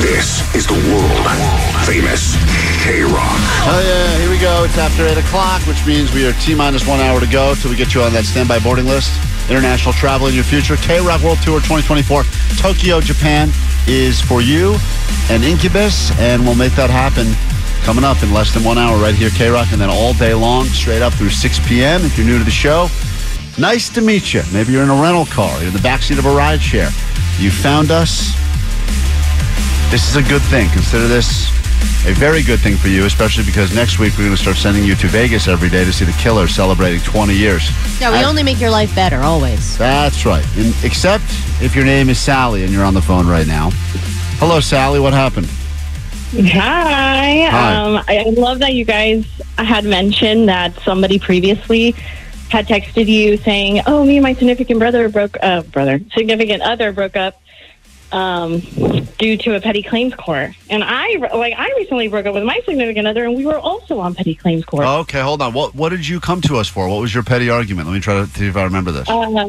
This Oh yeah, here we go. It's after eight o'clock, which means we are T minus one hour to go till we get you on that standby boarding list. International travel in your future. K Rock World Tour 2024, Tokyo, Japan is for you and Incubus, and we'll make that happen coming up in less than one hour right here, K Rock, and then all day long, straight up through 6 p.m. If you're new to the show, nice to meet you. Maybe you're in a rental car, you're in the backseat of a ride share. You found us. This is a good thing. Consider this a very good thing for you, especially because next week we're going to start sending you to Vegas every day to see the killer celebrating 20 years. No, we only make your life better, always. That's right. In, except if your name is Sally and you're on the phone right now. Hello, Sally. What happened? Hi. Hi. Um, I I love that you guys had mentioned that somebody previously had texted you saying, "Oh, me and my significant brother broke uh, brother significant other broke up um, due to a petty claims court." And I like I recently broke up with my significant other, and we were also on petty claims court. Okay, hold on. What what did you come to us for? What was your petty argument? Let me try to see if I remember this. Uh,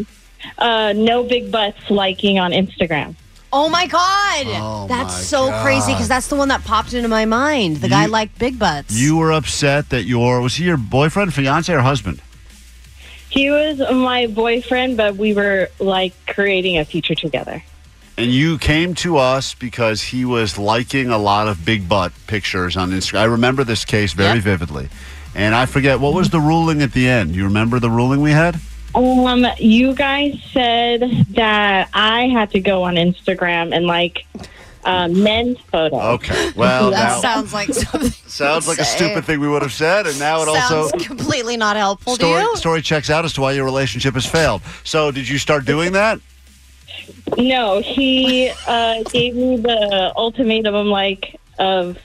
uh, no big butts liking on Instagram. Oh my god, that's Oh my so God. crazy because that's the one that popped into my mind. The guy You- liked big butts. You were upset that your was he your boyfriend, fiance, or husband? He was my boyfriend, but we were like creating a future together. And you came to us because he was liking a lot of big butt pictures on Instagram. I remember this case very vividly. And I forget what was the ruling at the end. You remember the ruling we had? Um, you guys said that I had to go on Instagram and like uh, men's photos. Okay. *laughs* Well, now- like something. sounds like a say. stupid thing we would have said, and now it Sounds also completely not helpful to story you. story checks out as to why your relationship has failed. So, did you start doing that? No, he uh, gave me the ultimatum. like, of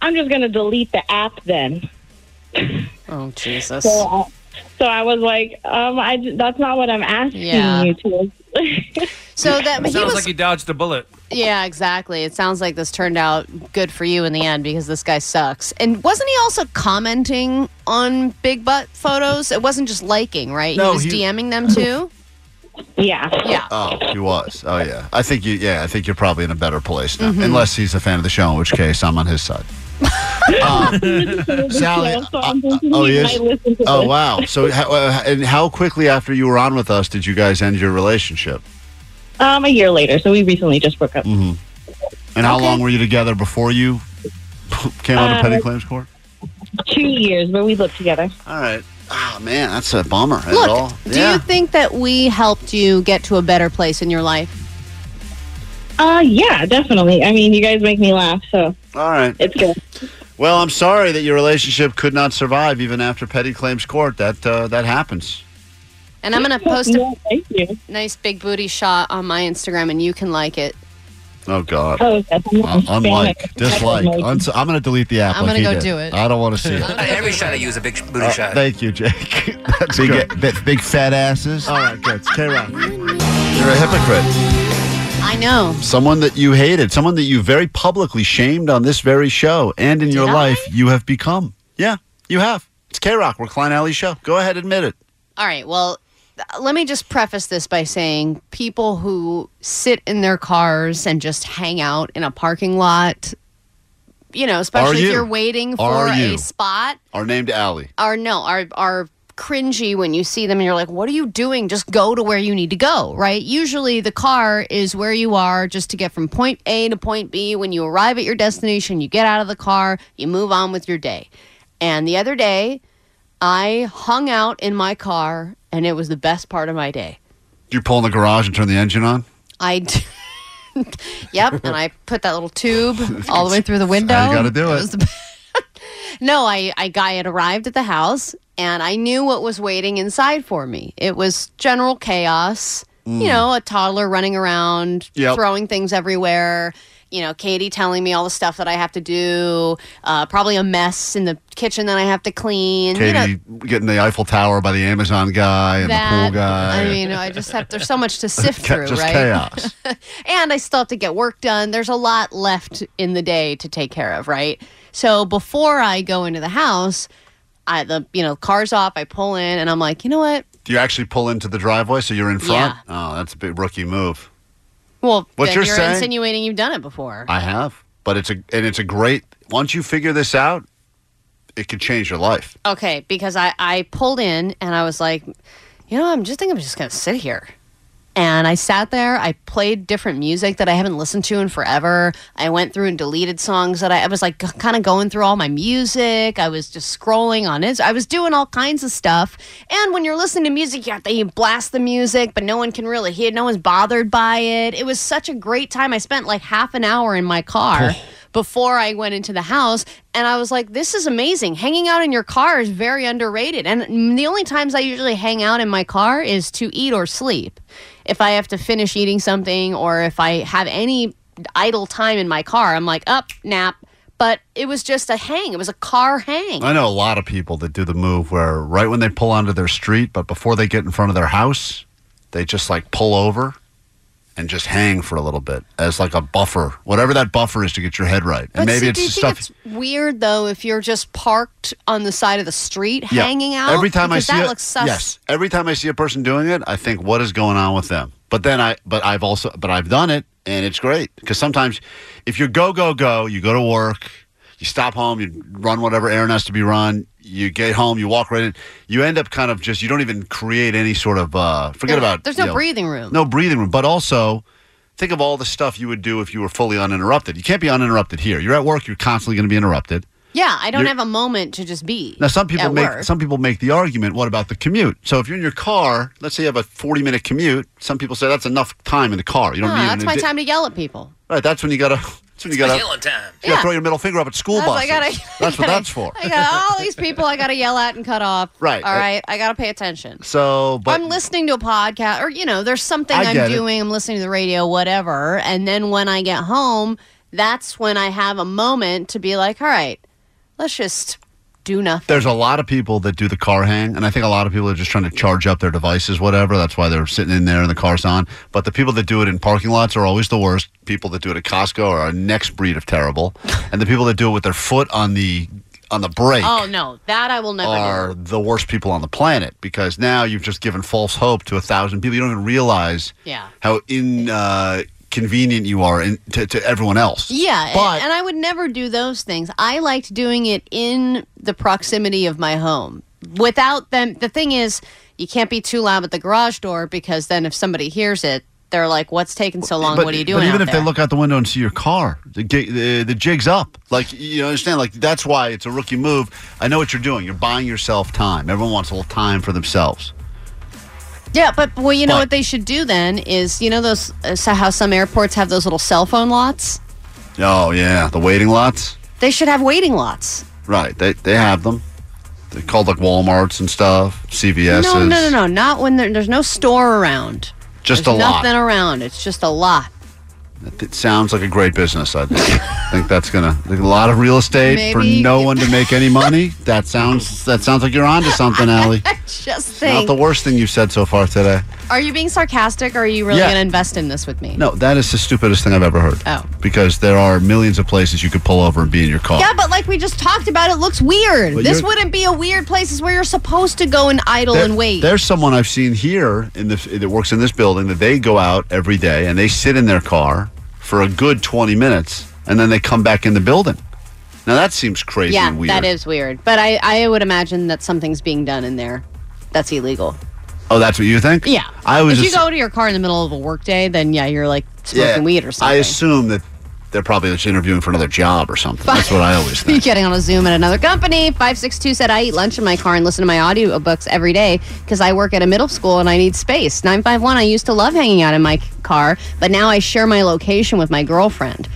I'm just gonna delete the app then. *laughs* Oh Jesus. So, I- so I was like, um, I that's not what I'm asking Yeah. you to. *laughs* So that Sounds he was like you dodged a bullet. Yeah, exactly. It sounds like this turned out good for you in the end because this guy sucks. And wasn't he also commenting on big butt photos? It wasn't just liking, right? No, he was he- DMing them too. Yeah. Yeah. Oh, he was. Oh, yeah. I think you. Yeah, I think you're probably in a better place now, Mhm. unless he's a fan of the show, in which case I'm on his *laughs* side. *laughs* Uh, Sally, *laughs* so I'm thinking *laughs* oh, he yes. might listen to Oh, this. wow. *laughs* So, how, uh, and how quickly after you were on with us did you guys end your relationship? Um, a year later, so we recently just broke up. Mm-hmm. And how long were you together before you *laughs* came on to Uh, petty claims court? Two years, but we lived together. All right. Ah, man, that's a bummer. That's all. Look, do yeah. you think that we helped you get to a better place in your life? Uh, yeah, definitely. I mean, you guys make me laugh, so all right. it's good. Well, I'm sorry that your relationship could not survive even after petty claims court. That uh, that happens. And I'm gonna post No, a thank you. nice big booty shot on my Instagram, and you can like it. Oh God. Oh, that's Un- unlike, dislike. Uns- I'm going to delete the app. I'm like gonna he go did. do it. I don't want *laughs* to see it. Every shot I use a big sh- booty Uh, shot. Thank you, Jake. *laughs* That's big, good. big fat asses. All right, good. K Rock. You're a hypocrite. I know. Someone that you hated, someone that you very publicly shamed on this very show and in your life, you have become. Yeah, you have. It's K Rock. We're Klein Alley Show. Go ahead, admit it. All right. Well, th- let me just preface this by saying people who sit in their cars and just hang out in a parking lot, you know, especially you? if you're waiting Are for you? a spot, Our named Alley. are no, are are cringy when you see them and you're like, what are you doing? Just go to where you need to go, right? Usually the car is where you are just to get from point A to point B. When you arrive at your destination, you get out of the car, you move on with your day. And the other day, I hung out in my car and it was the best part of my day. You pull in the garage and turn the engine on? I *laughs* d- Yep, and I put that little tube all the way through the window. How you gotta do it. was the- no, I I guy had arrived at the house and I knew what was waiting inside for me. It was general chaos. You know, a toddler running around, Yep. throwing things everywhere. You know, Katie telling me all the stuff that I have to do. Uh, probably a mess in the kitchen that I have to clean. you know, Katie getting the Eiffel Tower by the Amazon guy and the pool guy. I mean, I just have there's so much *laughs* to sift Ca- through, just right? chaos. *laughs* and I still have to get work done. There's a lot left in the day to take care of, right? So before I go into the house, I the you know car's off. I pull in and I'm like, you know what? Do you actually pull into the driveway so you're in front? Oh, that's a big rookie move. Well, What then you're you're saying- insinuating you've done it before. I have, but it's a and it's a great. Once you figure this out, it could change your life. Okay, because I, I pulled in and I was like, you know, I'm just think I'm just gonna sit here. And I sat there, I played different music that I haven't listened to in forever. I went through and deleted songs that I, I was like kind of going through all my music. I was just scrolling on it. I was doing all kinds of stuff. And when you're listening to music, you have to you blast the music, but no one can really hear, no one's bothered by it. It was such a great time. I spent like half an hour in my car. before I went into the house. And I was like, this is amazing. Hanging out in your car is very underrated. And the only times I usually hang out in my car is to eat or sleep. If I have to finish eating something or if I have any idle time in my car, I'm like, up, nap. But it was just a hang. It was a car hang. I know a lot of people that do the move where right when they pull onto their street, but before they get in front of their house, they just like pull over and just hang for a little bit as like a buffer, whatever that buffer is to get your head right. But and maybe see, it's do you the think stuff. It's weird though if you're just parked on the side of the street Yeah. hanging out. Every time I because see that it, looks sus. yes. Every time I see a person doing it, I think, what is going on with them? But then I, but I've also, but I've done it, and it's great because sometimes, if you go go go, you go to work, you stop home, you run whatever errand has to be run, you get home, you walk right in, you end up kind of just, you don't even create any sort of, uh, forget about. There's no you know, breathing room. No breathing room, but also. Think of all the stuff you would do if you were fully uninterrupted. You can't be uninterrupted here. You're at work, you're constantly going to be interrupted. Yeah, I don't You're- have a moment to just be. Now, some people at make work. some people make the argument. What about the commute? So, if you're in your car, let's say you have a 40 minute commute. Some people say that's enough time in the car. You don't Nah, need that's an my addi- time to yell at people. Right, that's when you gotta. That's when you gotta. yelling time. You gotta Yeah. throw your middle finger up at school That's- I buses. gotta- *laughs* I *laughs* that's what gotta- that's for. I got all these people I got to yell at and cut off. Right, All uh, right. I got to pay attention. So, but I'm listening to a podcast or, you know, there's something I I'm get it. doing. I'm listening to the radio, whatever. And then when I get home, that's when I have a moment to be like, all right, let's just do nothing. there's a lot of people that do the car hang, and I think a lot of people are just trying to charge up their devices, whatever. That's why they're sitting in there and the car's on. But the people that do it in parking lots are always the worst. People that do it at Costco are our next breed of *laughs* terrible, and the people that do it with their foot on the on the brake. Oh, no. That I will never do. are the worst people on the planet because now you've just given false hope to a thousand people. You don't even realize Yeah. how inconvenient uh, convenient you are in, to, to everyone else. Yeah, and- But- and I would never do those things. I liked doing it in the proximity of my home. Without them, the thing is, you can't be too loud at the garage door because then if somebody hears it, they're like, "What's taking so long? But- what are you doing?" But even out if there? they look out the window and see your car, the, gi- the, the jig's up. Like you understand? Like that's why it's a rookie move. I know what you're doing. You're buying yourself time. Everyone wants a little time for themselves. Yeah, but well, you know But- what they should do then is, you know, those uh, so how some airports have those little cell phone lots. Oh yeah, the waiting lots. They should have waiting lots. Right. They they have them. They're called like WalMarts and stuff, CVS's. No, no, no, no, not when there, there's no store around. Just There's a lot. Nothing around. It's just a lot. *laughs* It sounds like a great business idea. I think that's gonna like a lot of real estate for Maybe- no one to make any money. That sounds that sounds like you're onto something, Allie. I just Not think. the worst thing you've said so far today. Are you being sarcastic or are you really Yeah. going to invest in this with me? No, that is the stupidest thing I've ever heard. Oh. Because there are millions of places you could pull over and be in your car. Yeah, but like we just talked about, it looks weird. But this you're- wouldn't be a weird place. It's where you're supposed to go and idle There- and wait. There's someone I've seen here in this that works in this building that they go out every day and they sit in their car for a good 20 minutes and then they come back in the building. Now that seems crazy yeah, and weird. that is weird. But I, I would imagine that something's being done in there that's illegal. Oh, that's what you think? Yeah. I was if just you go to your car in the middle of a workday, then yeah, you're like smoking weed or *laughs* I something. assume that they're probably just interviewing for another job or something. That's what I always think. You're getting on a Zoom at another company. 562 said, I eat lunch in my car and listen to my audiobooks every day because I work at a middle school and I need space. 951, I used to love hanging out in my c- car, but now I share my location with my girlfriend.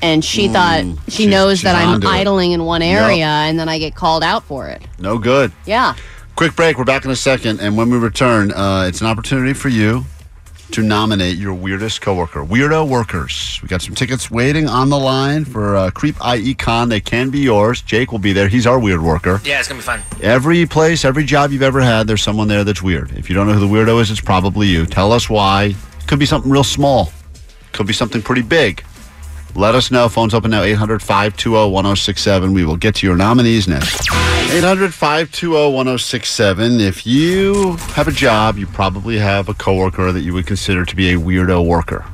And she thought, she knows that she's I'm onto it. idling in one Yep. area and then I get called out for it. No good. Yeah. Quick break. We're back in a second. And when we return, uh, it's an opportunity for you to nominate your weirdest coworker. Weirdo workers. We got some tickets waiting on the line for uh, Creep IE Con. They can be yours. Jake will be there. He's our weird worker. Yeah, it's gonna be fun. Every place, every job you've ever had, there's someone there that's weird. If you don't know who the weirdo is, it's probably you. Tell us why. Could be something real small, could be something pretty big. Let us know. Phone's open now 800 520 1067. We will get to your nominees next. 800 520 1067. If you have a job, you probably have a coworker that you would consider to be a weirdo worker.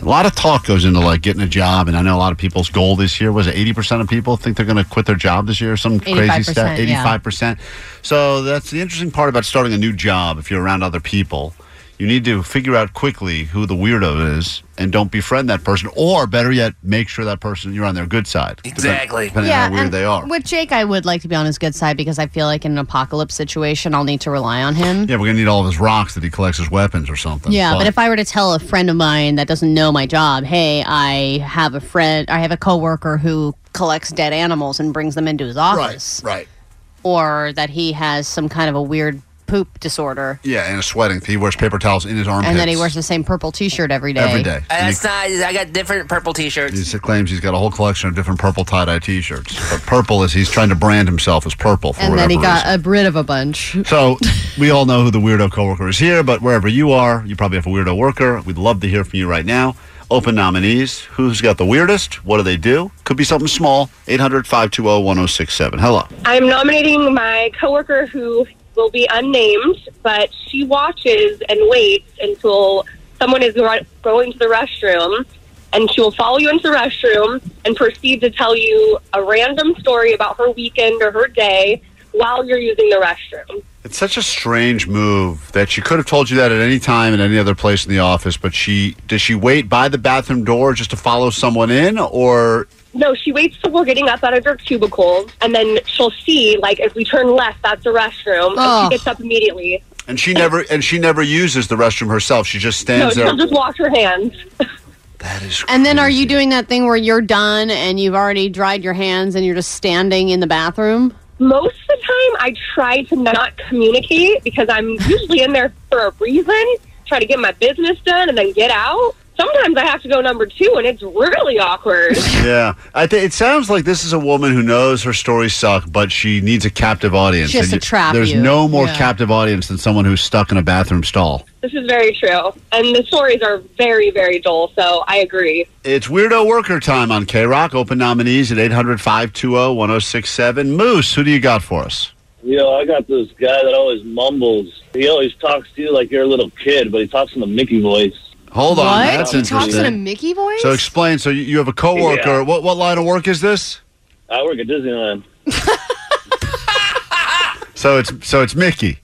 A lot of talk goes into like getting a job, and I know a lot of people's goal this year was eighty percent of people think they're going to quit their job this year. Some crazy stat, 85%, eighty yeah. five percent. So that's the interesting part about starting a new job. If you're around other people, you need to figure out quickly who the weirdo is, and don't befriend that person. Or better yet, make sure that person you're on their good side. Exactly. Depending, on how weird and they are. With Jake, I would like to be on his good side because I feel like in an apocalypse situation, I'll need to rely on him. Yeah, we're gonna need all of his rocks that he collects as weapons or something. Yeah, but if I were to tell a friend of mine that doesn't know my job, hey, I have a friend, I have a coworker who collects dead animals and brings them into his office, right, or that he has some kind of a weird poop disorder, yeah, and is sweating, he wears paper towels in his armpits. Mm-hmm. and that he wears the same purple T-shirt every day. Every day. Uh, That's not. I got different purple T-shirts. He claims he's got a whole collection of different purple tie dye t shirts. But purple is he's trying to brand himself as purple for And whatever then he reason. got a rid of a bunch. So we all know who the weirdo coworker is here, but wherever you are, you probably have a weirdo worker. We'd love to hear from you right now. Open nominees. Who's got the weirdest? What do they do? Could be something small. 800 520 1067. Hello. I'm nominating my coworker who will be unnamed, but she watches and waits until someone is ru- going to the restroom, and she will follow you into the restroom and proceed to tell you a random story about her weekend or her day while you're using the restroom. It's such a strange move that she could have told you that at any time in any other place in the office, but she does she wait by the bathroom door just to follow someone in or No, she waits till we're getting up out of her cubicle, and then she'll see, like, if we turn left, that's the restroom, Oh. and she gets up immediately. and she never and she never uses the restroom herself. She just stands no, she'll there. just wash her hands. And then are you doing that thing where you're done and you've already dried your hands and you're just standing in the bathroom? Most of the time, I try to not communicate because I'm usually in there for a reason, try to get my business done, and then get out. Sometimes I have to go number two, and it's really awkward. *laughs* Yeah. I think it sounds like this is a woman who knows her stories suck, but she needs a captive audience. She has And to trap There's you. no more Yeah. captive audience than someone who's stuck in a bathroom stall. this is very true, and the stories are very, very dull. So I agree. It's Weirdo Worker time on K Rock. Open nominees at 800 520 1067. Moose, who do you got for us? You know, I got this guy that always mumbles. He always talks to you like you're a little kid, but he talks in the Mickey voice. Hold on. What? That's He interesting. talks in a Mickey voice? So explain. So you- you have a Yeah. coworker. What, what line of work *laughs* is this? I work at Disneyland. So it's so it's Mickey.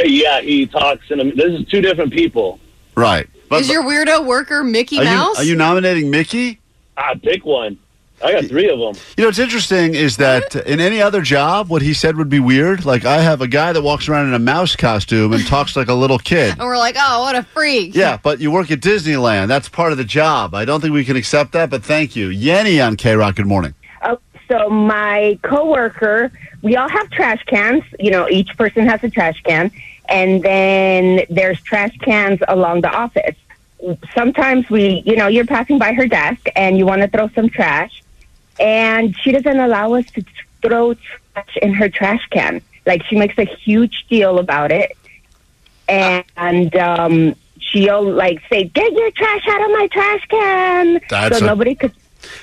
Yeah, he talks in a. This is two different people. Right. But- Is your weirdo worker Mickey are you- Mouse? are you nominating Mickey? I Ah, pick one. I got three of them. You know, what's interesting is that in any other job, what he said would be weird. Like, I have a guy that walks around in a mouse costume and talks like a little *laughs* kid. and we're like, oh, what a freak. Yeah, but you work at Disneyland. That's part of the job. I don't think we can accept that, but thank you. Yenny on K Rock, good morning. Oh, so my coworker, we all have trash cans. You know, each person has a trash can, and then there's trash cans along the office. Sometimes we, you know, you're passing by her desk and you want to throw some trash, and she doesn't allow us to t- throw trash in her trash can. Like she makes a huge deal about it, and um, she'll like say, "Get your trash out of my trash can," That's so a- nobody could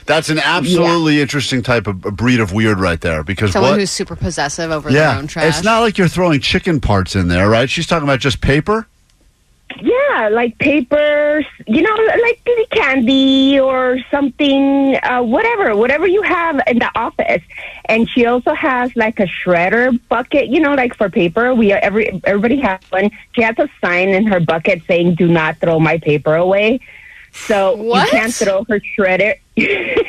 That's an absolutely interesting type of of breed of weird right there because Someone what? who's super possessive over yeah, their own trash. it's not like you're throwing chicken parts in there, right? She's talking about *laughs* just paper. Yeah, like papers, you know, like the candy or something, uh, whatever, whatever you have in the office. And she also has like a shredder bucket, you know, like for paper. We every everybody has one. She has a sign in her bucket saying, "Do not throw my paper away." So What? you can't throw her shredder. there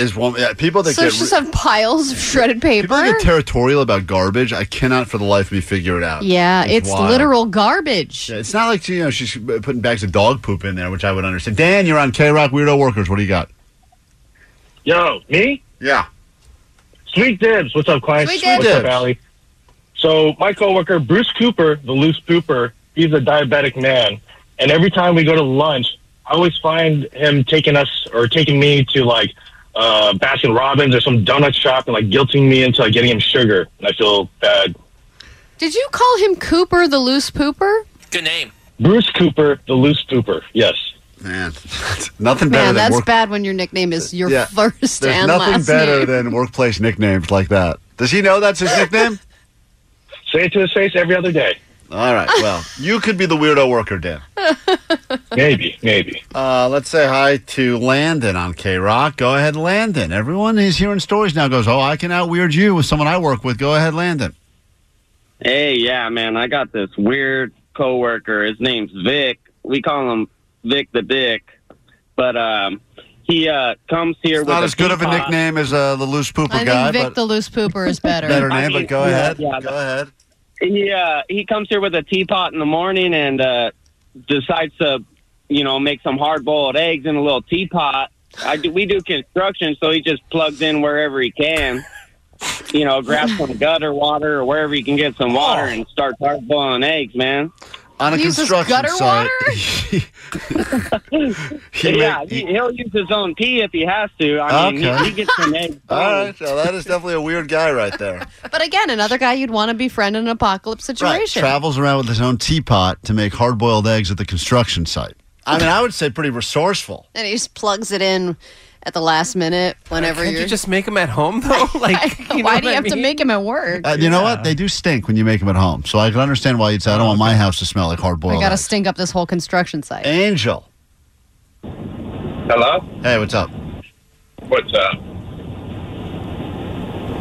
is one yeah, people that so get it's just have piles of shredded paper. people get territorial about garbage. I cannot for the life of me figure it out. yeah, it's, wild. literal garbage. Yeah, it's not like you know she's putting bags of dog poop in there, which I would understand. Dan, you're on K Rock Weirdo Workers. What do you got? *laughs* Yo, me? Yeah. Sweet dibs. What's up, Clay? Sweet dibs. What's up, Allie? So my coworker Bruce Cooper, the loose pooper, he's a diabetic man, and every time we go to lunch, I always find him taking us or taking me to like uh, Baskin Robbins or some donut shop and like guilting me into like getting him sugar, and I feel bad. Did you call him Cooper the loose pooper? Good name. Bruce Cooper, the loose pooper. Yes. Man, Man, nothing better than that's work- bad when your nickname is your Yeah. first There's and nothing last better name. than workplace nicknames like that. Does he know that's his nickname? *laughs* Say it to his face every other day. All right. Well, you could be the weirdo worker, Dan. maybe, maybe. Uh, let's say hi to Landon on K Rock. Go ahead, Landon. Everyone is hearing stories now. Goes, oh, I can out weird you with someone I work with. Go ahead, Landon. Hey, yeah, man, I got this weird coworker. His name's Vic. We call him Vic the Dick, but um, he uh, comes here. with Not as good of a teapot. nickname as uh, the loose pooper I guy, think Vic but the loose pooper is better. *laughs* better name. But go Yeah, *laughs* ahead. yeah, go ahead. He uh, he comes here with a teapot in the morning and uh, decides to, you know, make some hard boiled eggs in a little teapot. I do, we do construction, so he just plugs in wherever he can. You know, grab *laughs* some gutter water or wherever he can get some water and start hard boiling eggs, man. Oh. On a construction site. He yeah, make- he, he'll use his own pee if he has to. I mean, Okay. he, he gets *laughs* some eggs. All right, so that is definitely a weird guy right there. But again, another guy you'd want to befriend in an apocalypse situation. Travels around with his own teapot to make hard boiled eggs at the construction site. I mean, I would say pretty resourceful. and he just plugs it in at the last minute whenever Can't you're you just make them at *laughs* home though? Like, *laughs* you know Why what do you I have to mean? make him at work? Uh, you know what? They do stink when you make them at home. So I can understand why you'd say, I don't want my house to smell like hard Oh, I boiled got to eggs. stink up this whole construction site. Angel. Hello? Hey, what's up? What's up?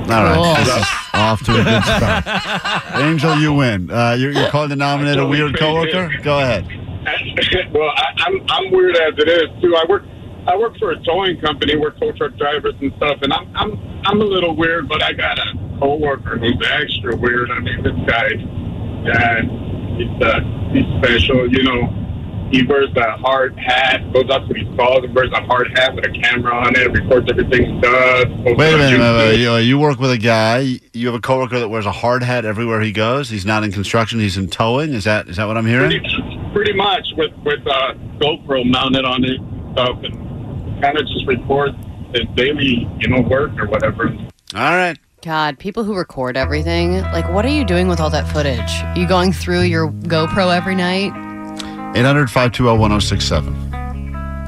All Oh. right. This is off to *laughs* a good start. Angel, you win. Uh, you're, you're calling the nominate a weird coworker? Go ahead. well, I, I'm I'm weird as it is too. I work I work for a towing company. We're tow truck drivers and stuff, and I'm I'm I'm a little weird, but I got a coworker who's extra weird. I mean, this guy, yeah, he's uh, he's special. You know, he wears a hard hat, goes up to these calls and wears a hard hat with a camera on it, records everything he does. posts Wait a on minute. YouTube. wait, wait, You, you work with a guy. You have a coworker that wears a hard hat everywhere he goes. He's not in construction. He's in towing. Is that is that what I'm hearing? Pretty, pretty much with with uh, GoPro mounted on it and stuff, and kind of just record his daily, you know, work or whatever. All right. God, people who record everything, like, what are you doing with all that footage? you going through your GoPro every night? 800 520 1067.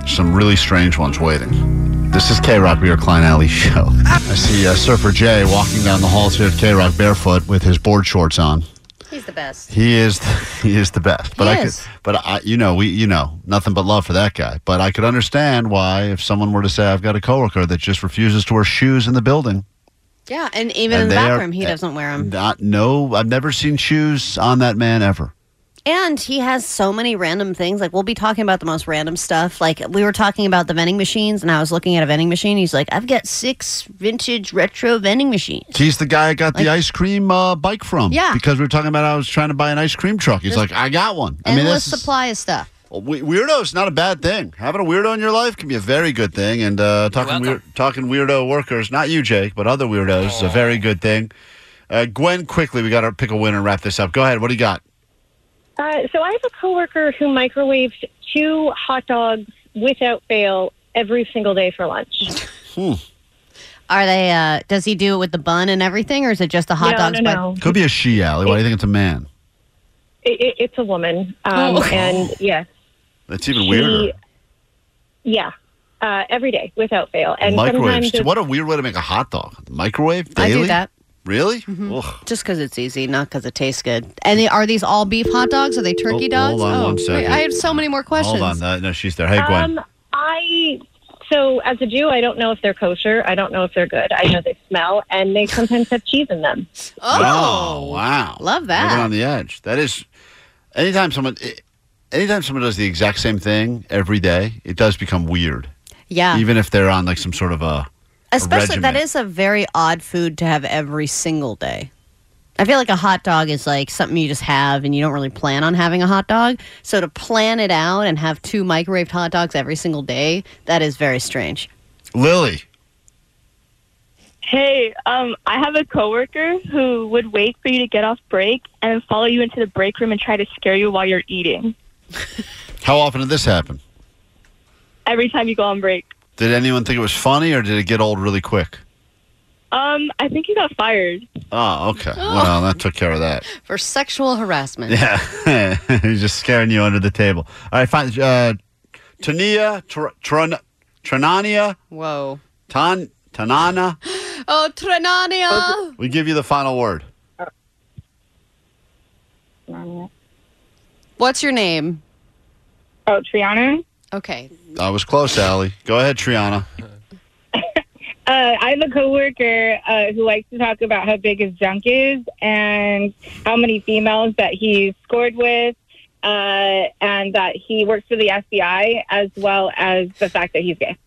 Some really strange ones waiting. This is K Rock, we are Klein Alley Show. I see uh, Surfer Jay walking down the halls here at K Rock barefoot with his board shorts on. He's the best. He is *laughs* he is the best. But He I is. could but I you know, we you know, nothing but love for that guy. But I could understand why if someone were to say I've got a coworker that just refuses to wear shoes in the building. Yeah, and even And in the they are- bathroom, he doesn't wear them. Not no, I've never seen shoes on that man ever. And he has so many random things. Like, we'll be talking about the most random stuff. Like, we were talking about the vending machines, and I was looking at a vending machine. He's like, I've got six vintage retro vending machines. He's the guy I got the ice cream uh, bike from. Yeah. Because we were talking about I was trying to buy an ice cream truck. He's like, I got one. I mean, Endless this is, oh, supply of stuff. we- weirdo is not a bad thing. Having a weirdo in your life can be a very good thing. And uh, talking weird, talking weirdo workers, not you, Jake, but other weirdos, is a very good thing. Uh, Gwen, quickly, we got to pick a winner and wrap this up. Go ahead. What do you got? Uh, so I have a coworker who microwaves two hot dogs without fail every single day for lunch. Hmm. Are they, uh, does he do it with the bun and everything, or is it just the hot No, dogs? no, by- no. Could be a she alley. Why do you think it's a man? It, it, it's a woman, um, Oh. and yes, That's even She- weirder. yeah, uh, every day without fail. And Microwaves. sometimes it's- What a weird way to make a hot dog. Microwave I do daily. that. Mm-hmm. Really? Just because it's easy, not because it tastes good. And they, are these all beef hot dogs? Are they turkey Oh, dogs? hold on oh, one wait, second. I have so many more questions. Hold on. No, no, she's there. Hey, Gwen. Um, I so as a Jew, I don't know if they're kosher. I don't know if they're good. I know they smell, and they sometimes have cheese in them. Oh, wow. Love Living that. on the edge. That is anytime someone eh, anytime someone does the exact same thing every day, it does become weird. Yeah. Even if they're on like some sort of a Especially, a that regimen. is a very odd food to have every single day. I feel like a hot dog is like something you just have and you don't really plan on having a hot dog. So to plan it out and have two microwaved hot dogs every single day, that is very strange. Lily. Hey, um, I have a coworker who would wait for you to get off break and then follow you into the break room and try to scare you while you're eating How often did this happen? every time you go on break. Did anyone think it was funny or did it get old really quick? Um, I think he got fired. Oh, okay. Well, that took care of that. For sexual harassment. Yeah. *laughs* He's just scaring you under the table. All right, fine. Uh, Tania, Tr- Tran- Tranania, Whoa. Tan, Tanana, *laughs* Oh, Oh, Trenania. we give you the final word. What's your name? Oh, Triana. Okay. I was close, Allie. Go ahead, Triana. Uh, I have a coworker uh, who likes to talk about how big his junk is and how many females that he scored with, uh, and that he works for the FBI, as well as the fact that he's gay.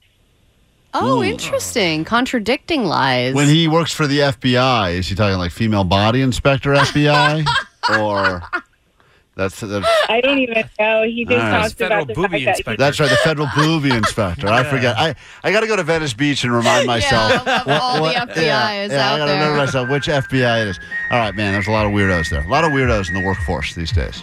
Oh, Hmm. interesting. Contradicting lies. When he works for the FBI, is he talking like female body inspector FBI? or that's, that's I don't even know. He just All right. talks about the fact that he That's right, the *laughs* federal booby inspector. I forget. I, I got to go to Venice Beach *laughs* and remind myself. of all the FBI yeah, is yeah, I out got to there. remember myself which FBI it is. All right, man. There's a lot of weirdos there. A lot of weirdos in the workforce these days.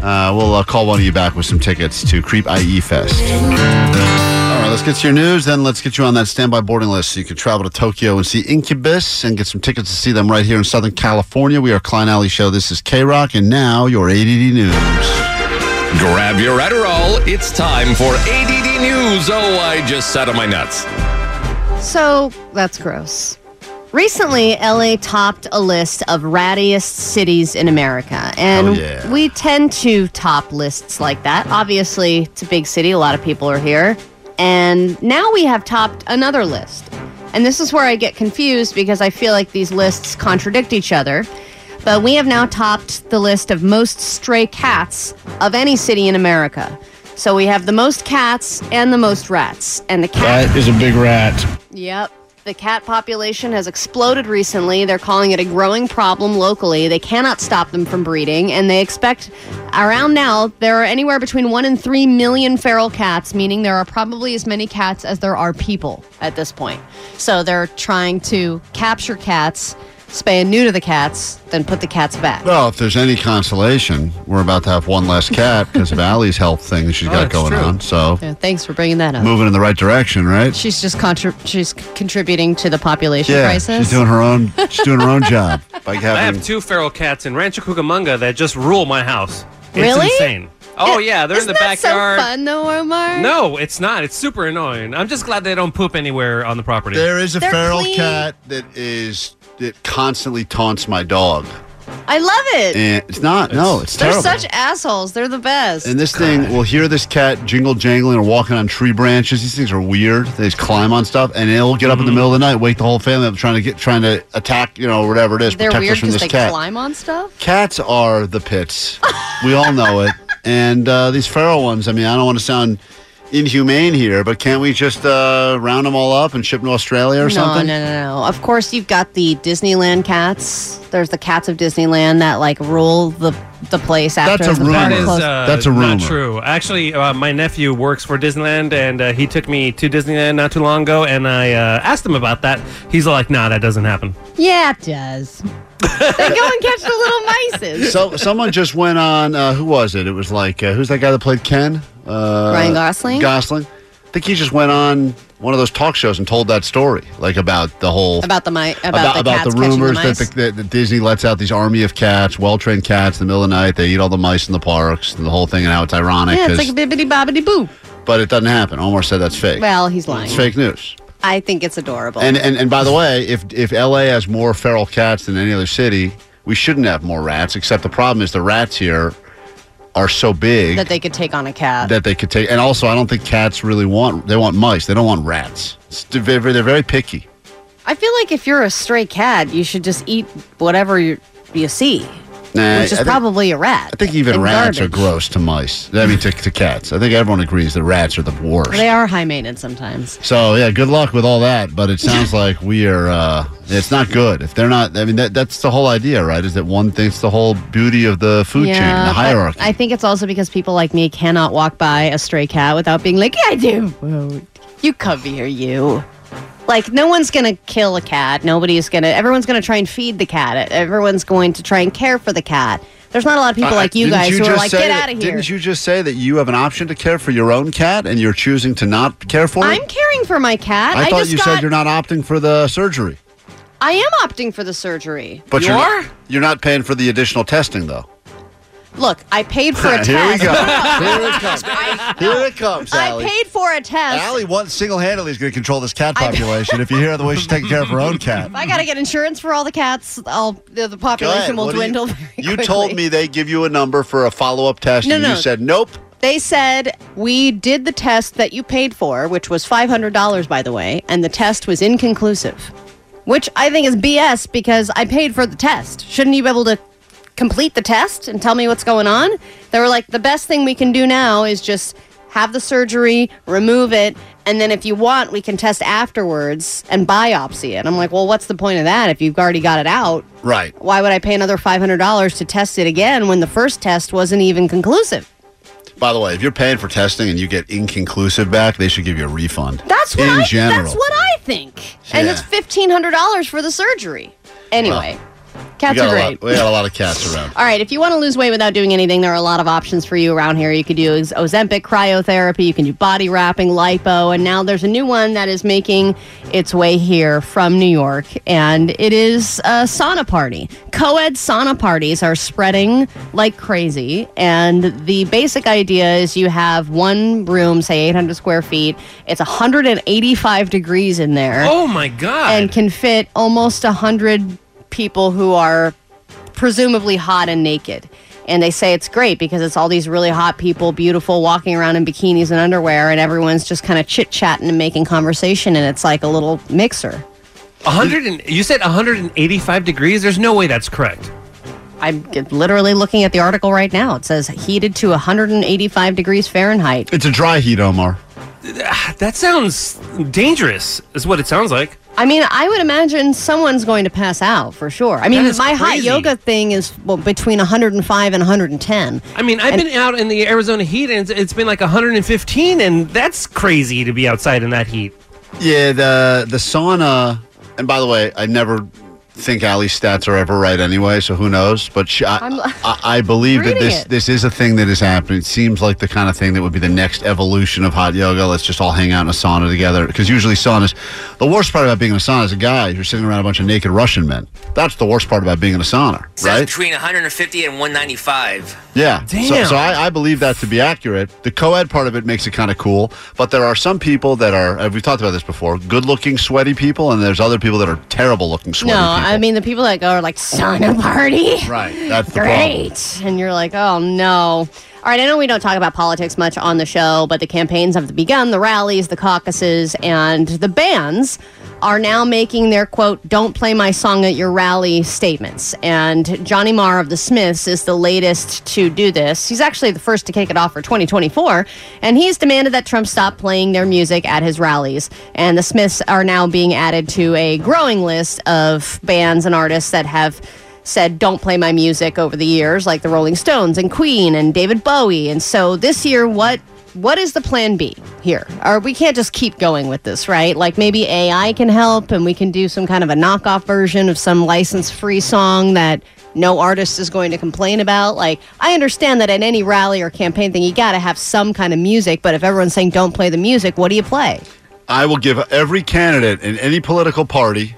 Uh, we'll uh, call one of you back with some tickets to Creep IE Fest. All right, let's get to your news. Then let's get you on that standby boarding list so you can travel to Tokyo and see Incubus and get some tickets to see them right here in Southern California. We are Klein Alley Show. This is K Rock, and now your ADD News. Grab your Adderall. It's time for ADD News. Oh, I just sat on my nuts. So that's gross. Recently, LA topped a list of rattiest cities in America. And Oh, yeah. we tend to top lists like that. Obviously, it's a big city, a lot of people are here. And now we have topped another list. And this is where I get confused because I feel like these lists contradict each other. But we have now topped the list of most stray cats of any city in America. So we have the most cats and the most rats. And the cat That is a big rat. Yep. The cat population has exploded recently. They're calling it a growing problem locally. They cannot stop them from breeding, and they expect around now there are anywhere between one and three million feral cats, meaning there are probably as many cats as there are people at this point. So they're trying to capture cats, spay and neuter the cats, then put the cats back. Well, if there's any consolation, we're about to have one less *laughs* cat because of Allie's health thing that she's got Oh, that's going true. on. So Yeah, thanks for bringing that up. moving in the right direction, right? She's just contri- she's contributing to the population yeah, crisis. she's doing her own. She's doing *laughs* her own job by I have having. two feral cats in Rancho Cucamonga that just rule my house. It's Really? insane. Oh yeah, they're in the That's so backyard. fun though, Omar. No, it's not. It's super annoying. I'm just glad they don't poop anywhere on the property. There is a They're feral clean. cat that is that constantly taunts my dog. I love it. And it's not. no, it's They're terrible. such assholes. They're the best. and this thing will hear this cat jingle jangling or walking on tree branches. These things are weird. They just climb on stuff, and it'll get up Mm-hmm. in the middle of the night, wake the whole family up, trying to get, trying to attack, you know, whatever it is, They're protect weird us from because this they cat. climb on stuff. Cats are the pits. we all know it. And uh, these feral ones, I mean, I don't want to sound inhumane here, but can't we just uh, round them all up and ship them to Australia or no, something? no, no, no. Of course, you've got the Disneyland cats. There's the cats of Disneyland that like rule the the place after. the park That is, closes. uh, That's a Not rumor. true. Actually, uh, my nephew works for Disneyland, and uh, he took me to Disneyland not too long ago, and I uh, asked him about that. He's like, "Nah, that doesn't happen." yeah, it does. they go and catch the little mices. So someone just went on. Uh, who was it? It was like uh, who's that guy that played Ken? Uh, Ryan Gosling? Gosling. I think he just went on one of those talk shows and told that story, like about the whole about the mi- about, about, the about cats the catching rumors the mice. that, the, that, that Disney lets out these army of cats, well trained cats, in the middle of the night. They eat all the mice in the parks and the whole thing, and how it's ironic. yeah, it's 'cause- like bibbity bobbity boo. but it doesn't happen. Omar said that's fake. Well, he's it's lying. fake news. I think it's adorable. And, and and by the way, if if LA has more feral cats than any other city, we shouldn't have more rats. Except the problem is the rats here are so big that they could take on a cat. that they could take. And also, I don't think cats really want they want mice. They don't want rats. It's, they're, very, they're very picky. I feel like if you're a stray cat, you should just eat whatever you, you see, Nah, which is I think- probably a rat. I think even and rats garbage. are gross to mice. I mean, to, to cats. I think everyone agrees that rats are the worst. They are high maintenance sometimes. So yeah, good luck with all that. But it *laughs* sounds like we are. Uh, it's not good if they're not. I mean, that that's the whole idea, right? Is that one thinks the whole beauty of the food chain, the but hierarchy. I think it's also because people like me cannot walk by a stray cat without being like, "Yeah, I do." Well, you come here, you. Like no one's gonna kill a cat. Nobody's gonna. Everyone's gonna try and feed the cat. Everyone's going to try and care for the cat. There's not a lot of people I- like you Uh, didn't guys who are just like, say "Get that- out of here." Didn't you just say that you have an option to care for your own cat and you're choosing to not care for I'm it? caring for my cat. I, I thought just you got. said you're not opting for the surgery. I am opting for the surgery. But are Not, you're not paying for the additional testing *laughs* though. Look, I paid for a *laughs* Here we test. *laughs* go. No, no, Here it comes. Here it comes, I Allie. paid for a test. Allie what single-handedly is going to control this cat population. if you hear the way she's taking care of her *laughs* own cat. If I gotta get insurance for all the cats, I'll the, the population will What do you- dwindle. *laughs* You told me they give you a number for a follow up test, No, and no. you said, nope, They said, We did the test that you paid for, which was $500, by the way, and the test was inconclusive, which I think is BS because I paid for the test. Shouldn't you be able to complete the test and tell me what's going on? They were like, The best thing we can do now is just have the surgery, remove it, and then if you want, we can test afterwards and biopsy it. And I'm like, Well, what's the point of that if you've already got it out? Right. Why would I pay another $500 to test it again when the first test wasn't even conclusive? By the way, if you're paying for testing and you get inconclusive back, they should give you a refund. That's what in I, general. That's what I think. And Yeah. it's fifteen hundred dollars for the surgery. Anyway, We cats are got a great. lot- we got a lot of cats around. All right, if you want to lose weight without doing anything, there are a lot of options for you around here. You could do ex- Ozempic, cryotherapy, you can do body wrapping, lipo, and now there's a new one that is making its way here from New York, and it is a sauna party. Co ed sauna parties are spreading like crazy, and the basic idea is you have one room, say 800 square feet, it's 185 degrees in there. Oh my God. And can fit almost 100 people who are presumably hot and naked. And they say it's great because it's all these really hot people, beautiful, walking around in bikinis and underwear, and everyone's just kind of chit chatting and making conversation, and it's like a little mixer. 100 and, you said 185 degrees. There's no way that's correct. I'm g- literally looking at the article right now. It says heated to 185 degrees Fahrenheit. It's a dry heat, Omar. Ah, That sounds dangerous, is what it sounds like. I mean, I would imagine someone's going to pass out for sure. I mean, That is my hot crazy. yoga thing is well, between 105 and 110. I mean, I've And- been out in the Arizona heat and it's, it's been like 115, and that's crazy to be outside in that heat. Yeah, the the sauna. And by the way, I never think Ali's stats are ever right anyway, so who knows? But she, I, I'm- I, I believe that Reading this it. this is a thing that is happening. It seems like the kind of thing that would be the next evolution of hot yoga. Let's just all hang out in a sauna together. Because usually saunas, the worst part about being in a sauna as a guy is you're sitting around a bunch of naked Russian men. That's the worst part about being in a sauna, Says right? between 150 and 195. Yeah. So, Damn. so I, I believe that to be accurate. The co ed part of it makes it kind of cool, but there are some people that are, uh, we've talked about this before, good looking, sweaty people, and there's other people that are terrible looking, No, sweaty I mean, the people that go are like, sauna party. people. Right. That's the problem. Great. And you're like, oh no. All right, I know we don't talk about politics much on the show, but the campaigns have begun, the rallies, the caucuses, and the bands are now making their quote, don't play my song at your rally statements. And Johnny Marr of the Smiths is the latest to do this. He's actually the first to kick it off for 2024, and he's demanded that Trump stop playing their music at his rallies. And the Smiths are now being added to a growing list of bands and artists that have said don't play my music over the years like the rolling stones and queen and david bowie and so this year what what is the plan b here or we can't just keep going with this right like maybe ai can help and we can do some kind of a knockoff version of some license free song that no artist is going to complain about like i understand that at any rally or campaign thing you gotta have some kind of music but if everyone's saying don't play the music what do you play I will give every candidate in any political party.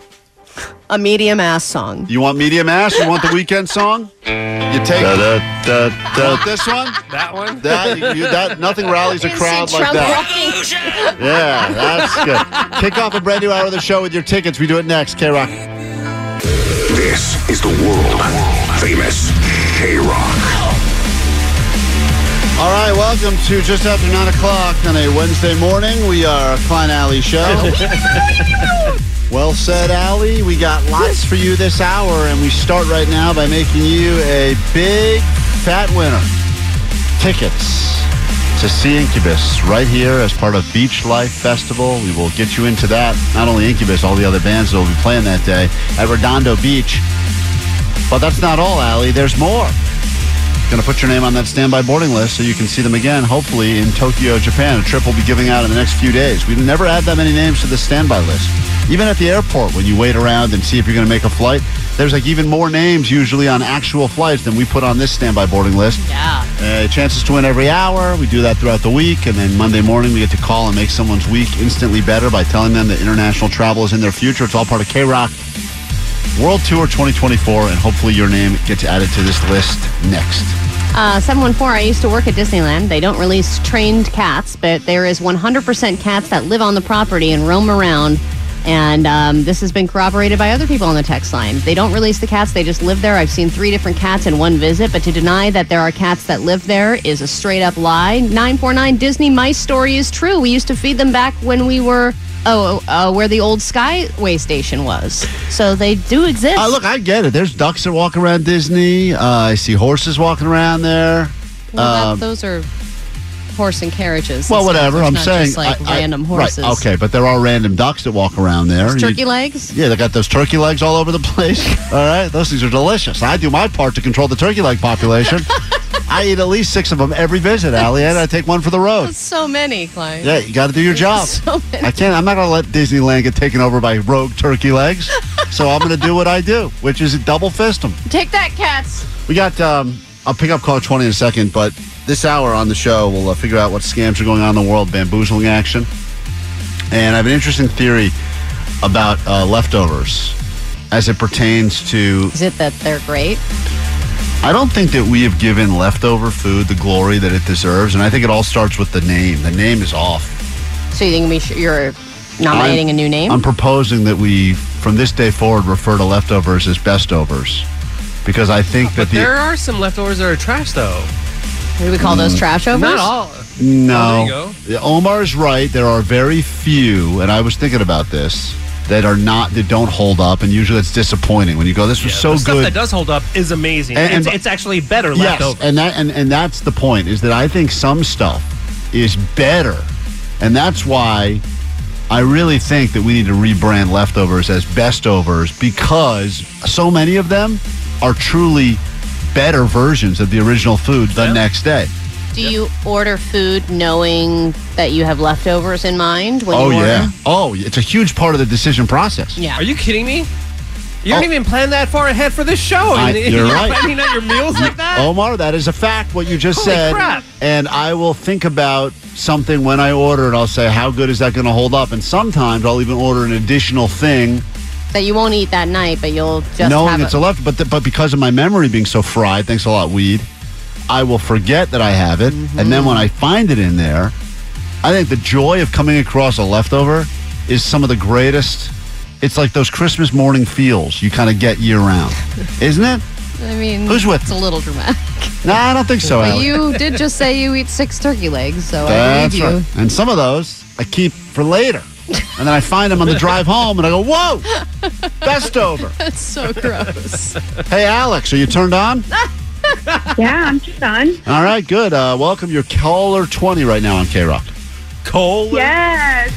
a medium ass song You want medium ass? You want the weekend song? You take Want this one. That one? *laughs* That, you, you- that nothing rallies a crowd like Trump that. walking. Yeah, that's good. Kick off a brand new hour of the show with your tickets. We do it next. K Rock. This is the world famous K Rock. All right, welcome to just after nine o'clock on a Wednesday morning. We are a Klein Alley show. well said, Alley. We got lots for you this hour, and we start right now by making you a big fat winner. Tickets to see Incubus right here as part of Beach Life Festival. We will get you into that. Not only Incubus, all the other bands that will be playing that day at Redondo Beach. But that's not all, Alley. There's more. Going to put your name on that standby boarding list so you can see them again, hopefully in Tokyo, Japan. A trip will be giving out in the next few days. We've never had that many names to the standby list. Even at the airport, when you wait around and see if you're going to make a flight, there's like even more names usually on actual flights than we put on this standby boarding list. Yeah. Uh, chances to win every hour. We do that throughout the week. And then Monday morning, we get to call and make someone's week instantly better by telling them that international travel is in their future. It's all part of K Rock World Tour 2024. And hopefully, your name gets added to this list next. Uh, 714, I used to work at Disneyland. They don't release trained cats, but there is 100% cats that live on the property and roam around And um, this has been corroborated by other people on the text line. They don't release the cats, they just live there. I've seen three different cats in one visit, but to deny that there are cats that live there is a straight up lie. 949 Disney mice story is true. We used to feed them back when we were. Oh, uh, where the old Skyway station was. So they do exist. Uh, look, I get it. There's ducks that walk around Disney. Uh, I see horses walking around there. Well, that- Um, those are horse and carriages. and well, stuff. whatever. There's I'm not saying just, like I- I- random right, horses. okay, but there are random ducks that walk around there. Those You- turkey legs. Yeah, they got those turkey legs all over the *laughs* place. All right, those things are delicious. I do my part to control the turkey *laughs* leg population. I eat at least six of them every visit, Allie, and I take one for the road. That's so many, Clyde. Oh. Yeah, you got to do your job. So many. I can't. I'm not going to let Disneyland get taken over by rogue turkey legs. so I'm going to do what I do, which is double fist them. Take that, cats. We got um, a pickup call 20 in a second, but this hour on the show, we'll uh, figure out what scams are going on in the world, bamboozling action. And I have an interesting theory about uh, leftovers as it pertains to. Is it that they're great? I don't think that we have given leftover food the glory that it deserves. And I think it all starts with the name. The name is off. So you think we should, you're nominating a I'm- new name? I'm proposing that we, from this day forward, refer to leftovers as bestovers. Because I think that the. There are some leftovers that are trash, though. What do we call those Mm. trash overs? Not all. Oh, there No. you go. Yeah, Omar's right. There are very few, and I was thinking about this, that are not, that don't hold up. And usually it's disappointing when you go, this was so the stuff good. that does hold up is amazing. And- it's, and- it's actually better yes, leftover. And, that, and, and that's the point, is that I think some stuff is better. And that's why I really think that we need to rebrand leftovers as bestovers because so many of them are truly better versions of the original food the next day. Do you order food knowing that you have leftovers in mind when oh, you order? yeah. Oh, it's a huge part of the decision process. Yeah. Are you kidding me? You don't even plan that far ahead for this show. Oh. *laughs* I- and you're right. planning out your meals like *laughs* that? *laughs* Omar, that is a fact what you just Holy said. crap. And I will think about something when I order it. I'll say, how good is that going to hold up? And sometimes I'll even order an additional thing That you won't eat that night, but you'll just knowing have it's it. a left. But, th- but because of my memory being so fried, thanks a lot, weed, I will forget that I have it. Mm-hmm. And then when I find it in there, I think the joy of coming across a leftover is some of the greatest. It's like those Christmas morning feels you kind of get year round, isn't it? I mean, Who's with It's a little dramatic. No, I don't think so, but Allie. you did just say you eat six turkey legs, so I That's believe you. right. And some of those I keep for later. And then I find them on *laughs* the drive home and I go, whoa, best over. That's so gross. Hey, Alex, are you *laughs* turned on? yeah, I'm just on. All right, good. Uh, welcome. You're caller 20 right now on K Rock. Cole? Yes.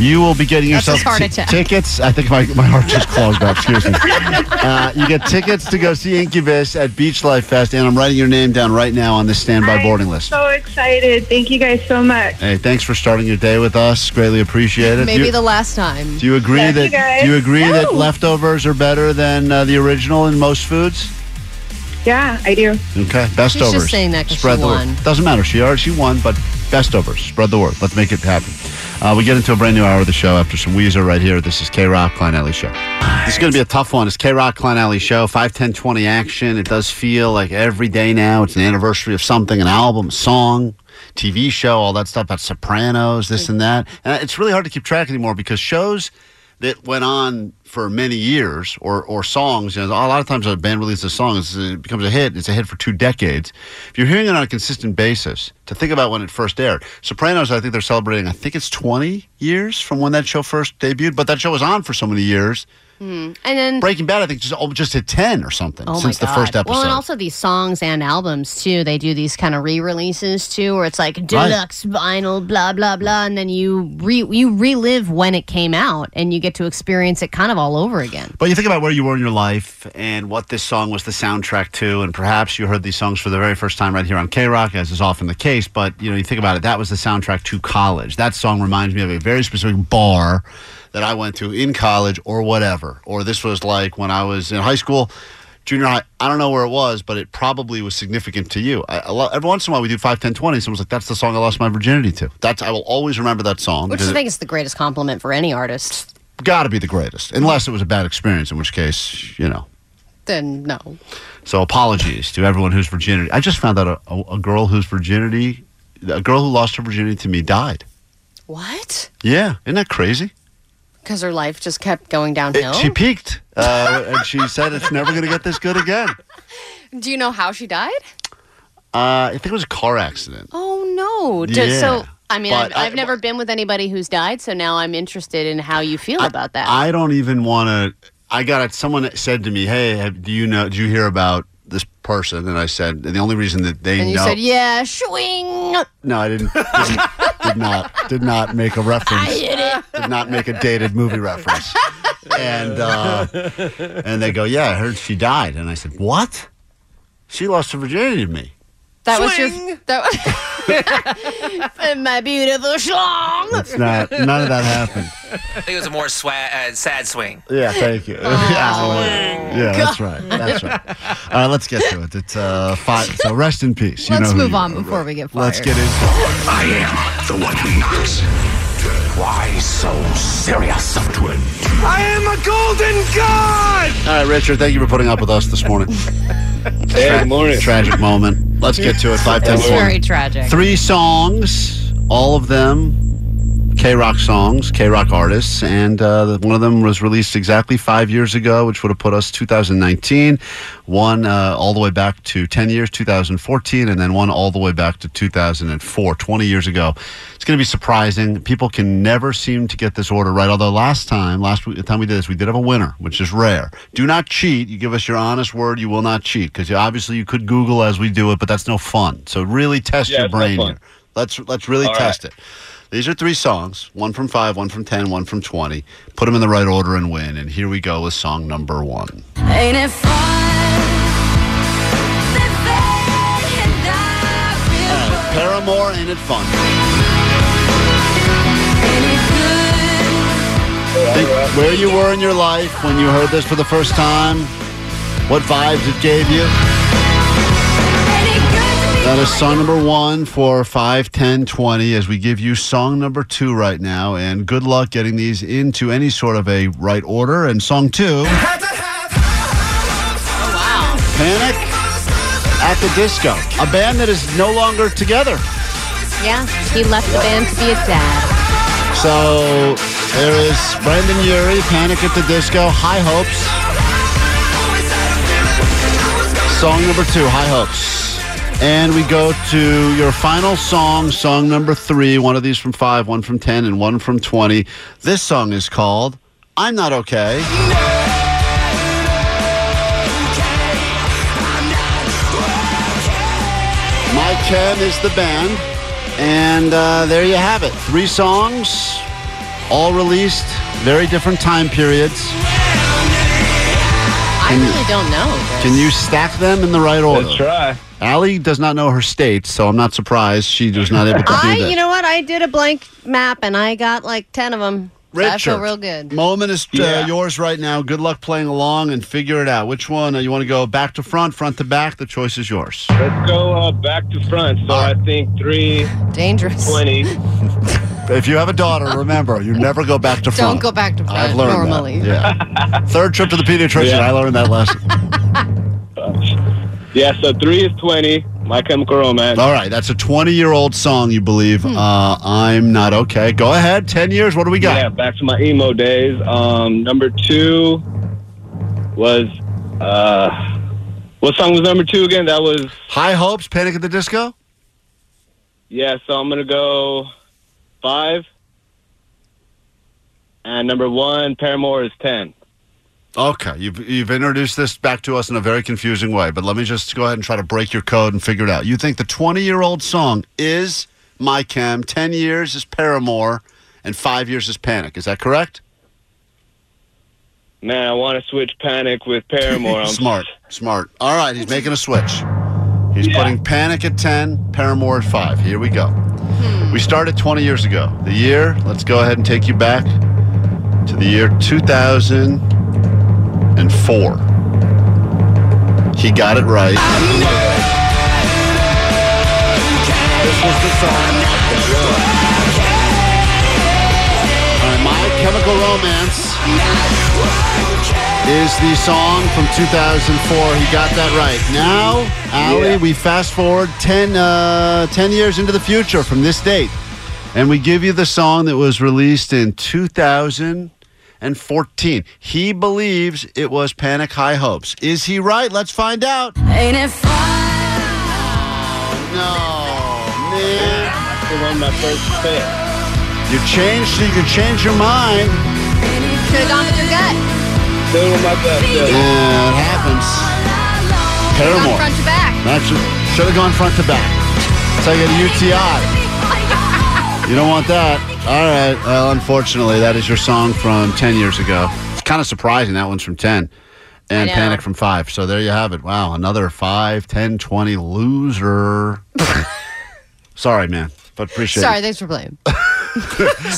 You will be getting That's yourself his heart ti- attack. tickets. I think my, my heart just closed up. Excuse me. Uh, you get tickets to go see Incubus at Beach Life Fest. And I'm writing your name down right now on the standby boarding list. So excited. Thank you guys so much. Hey, thanks for starting your day with us. Greatly appreciate it. Maybe You- the last time. Do you agree Thank you, that guys. do you agree that No. leftovers are better than uh, the original in most foods? Yeah, I do. Okay, best She's just overs. saying that 'cause Spread she the won. word. Doesn't matter. She already she won, but best overs. Spread the word. Let's make it happen. Uh, we get into a brand new hour of the show after some Weezer right here. This is K Rock Klein Alley Show. This is going to be a tough one. It's K Rock Klein Alley Show. 51020 action. It does feel like every day now it's an anniversary of something, an album, a song, TV show, all that stuff about Sopranos, this and that. And it's really hard to keep track anymore because shows that went on for many years or or songs. You know, a lot of times a band releases a song, it's- it becomes a hit. It's a hit for two decades. If you're hearing it on a consistent basis, to think about when it first aired, Sopranos. I think they're celebrating. I think it's 20 years from when that show first debuted. But that show was on for so many years. Hmm. And then Breaking Bad, I think, just oh, just hit 10 or something Oh since my the God. first episode. Well, and also these songs and albums too. They do these kind of re-releases too, where it's like deluxe vinyl, blah blah blah, and then you re you relive when it came out, and you get to experience it kind of all over again. But you think about where you were in your life and what this song was the soundtrack to, and perhaps you heard these songs for the very first time right here on K Rock, as is often the case. But you know, you think about it, that was the soundtrack to college. That song reminds me of a very specific bar that I went to in college or whatever. Or this was like when I was in high school. Junior high, I don't know where it was, but it probably was significant to you. I, a lot, every once in a while, we do 5, 10, 20. Someone's like, that's the song I lost my virginity to. That's I will always remember that song. Which because I it- think is the greatest compliment for any artist. got to be the greatest, unless it was a bad experience, in which case, you know. Then no, So apologies to everyone whose virginity. I just found out a, a, a girl whose virginity, a girl who lost her virginity to me died. what? Yeah, isn't that crazy? Because her life just kept going downhill. It- she peaked, uh, and she said it's never going to get this good again. Do you know how she died? Uh, I think it was a car accident. Oh no! Did- Yeah, so I mean, I've, but I- I've never been with anybody who's died, so now I'm interested in how you feel about that. I don't even want to. I got it. Someone said to me, "Hey, have, do you know? Did you hear about this person?" And I said, "The only reason that they and you know." said, "Yeah, swing." no, I didn't. Didn't, did not. Did not make a reference. *laughs* I hit it. Did not make a dated movie reference. And uh, and they go, "Yeah, I heard she died." And I said, "What? She lost her virginity to me." That was your. That was *laughs* my beautiful schlong. It's not. None of that happened. I think it was a more swa- uh, sad swing. Yeah, thank you. *laughs* Oh, yeah, yeah, that's right. That's right. Uh, let's get to it. It's uh, five. So rest in peace. You Let's know who move you on are. before we get fired. Let's get into it. I am the one who knocks. Why so serious? Twin. I am a golden god. All right, Richard. Thank you for putting up with us this morning. Tra- Tragic moment. Let's get to it. Five ten It's four. very tragic. Three songs, all of them K Rock songs, K Rock artists, and uh, the- one of them was released exactly five years ago, which would have put us 2019. One uh, all the way back to 10 years, 2014, and then one all the way back to 2004, 20 years ago. It's going to be surprising. People can never seem to get this order right. Although last time, last week, the time we did this, we did have a winner, which is rare. Do not cheat. You give us your honest word. You will not cheat because obviously you could Google as we do it, but that's no fun. So really test Yeah, your it's no brain fun. here. Let's let's really All test it. These are three songs: one from five, one from ten, one from twenty. Put them in the right order and win. And here we go with song number one. Ain't it Paramore, ain't it fun? Think where you were in your life when you heard this for the first time. What vibes it gave you. That is song number one for 5, 10, 20 as we give you song number two right now. And good luck getting these into any sort of a right order. And song two. Panic at the Disco, a band that is no longer together. Yeah, he left the band to be a dad. So there is Brendan Urie, Panic at the Disco, High Hopes. Song number two, High Hopes. And we go to your final song, song number three, one of these from five, one from 10, and one from 20. This song is called I'm Not Okay. My Chem is the band. And uh, there you have it. Three songs, all released, very different time periods. I really don't know. Can you stack them in the right order? Let's try. Allie does not know her states, so I'm not surprised she was not able to do I, this. you know what? I did a blank map and I got like ten of them. I feel Richard. real good. Moment is uh, Yeah. yours right now. Good luck playing along and figure it out. Which one uh, you want to go back to front, front to back? The choice is yours. Let's go uh, back to front. So Uh, I think three. Dangerous. Twenty. If you have a daughter, remember you never go back to Don't front. go back to front I've learned normally. That. Yeah. Third trip to the pediatrician, I learned that lesson. Yeah. So three is twenty. My Chemical Romance. *laughs* All right, that's a 20 year old song, you believe. Hmm. Uh, I'm not okay. Go ahead. 10 years. What do we got? Yeah, back to my emo days. Um, number two was uh, what song was number two again? That was High Hopes, Panic at the Disco. yeah. So I'm gonna go five, and number one, Paramore is ten. Okay, you've, you've introduced this back to us in a very confusing way, but let me just go ahead and try to break your code and figure it out. You think the 20 year old song is My Chem, 10 years is Paramore, and five years is Panic. Is that correct? Man, I want to switch Panic with Paramore. um. I'm smart, smart. All right, he's making a switch. He's putting Panic at 10, Paramore at 5. Here we go. We started 20 years ago. The year, let's go ahead and take you back to the year 2004. He got it right. This was the song. All right, My Chemical Romance is the song from 2004. He got that right. Now, Allie, we fast forward 10, uh, 10 years into the future from this date, and we give you the song that was released in 2000. and 14. He believes it was Panic High Hopes. Is he right? Let's find out. Ain't it fun? No, man. They won my first pick. You changed, so you could change your mind. Could have gone with your gut. Doing with my best. Yeah, it happens. Paramore. Front to back. Should have gone front to back. Take it to UTI. You don't want that. All right. Well, unfortunately, that is your song from 10 years ago. It's kind of surprising. That one's from 10. And I know. Panic from 5. So there you have it. Wow. Another 5, 10, 20 loser. *laughs* Sorry, man. But appreciate Sorry, it. thanks for *laughs* playing.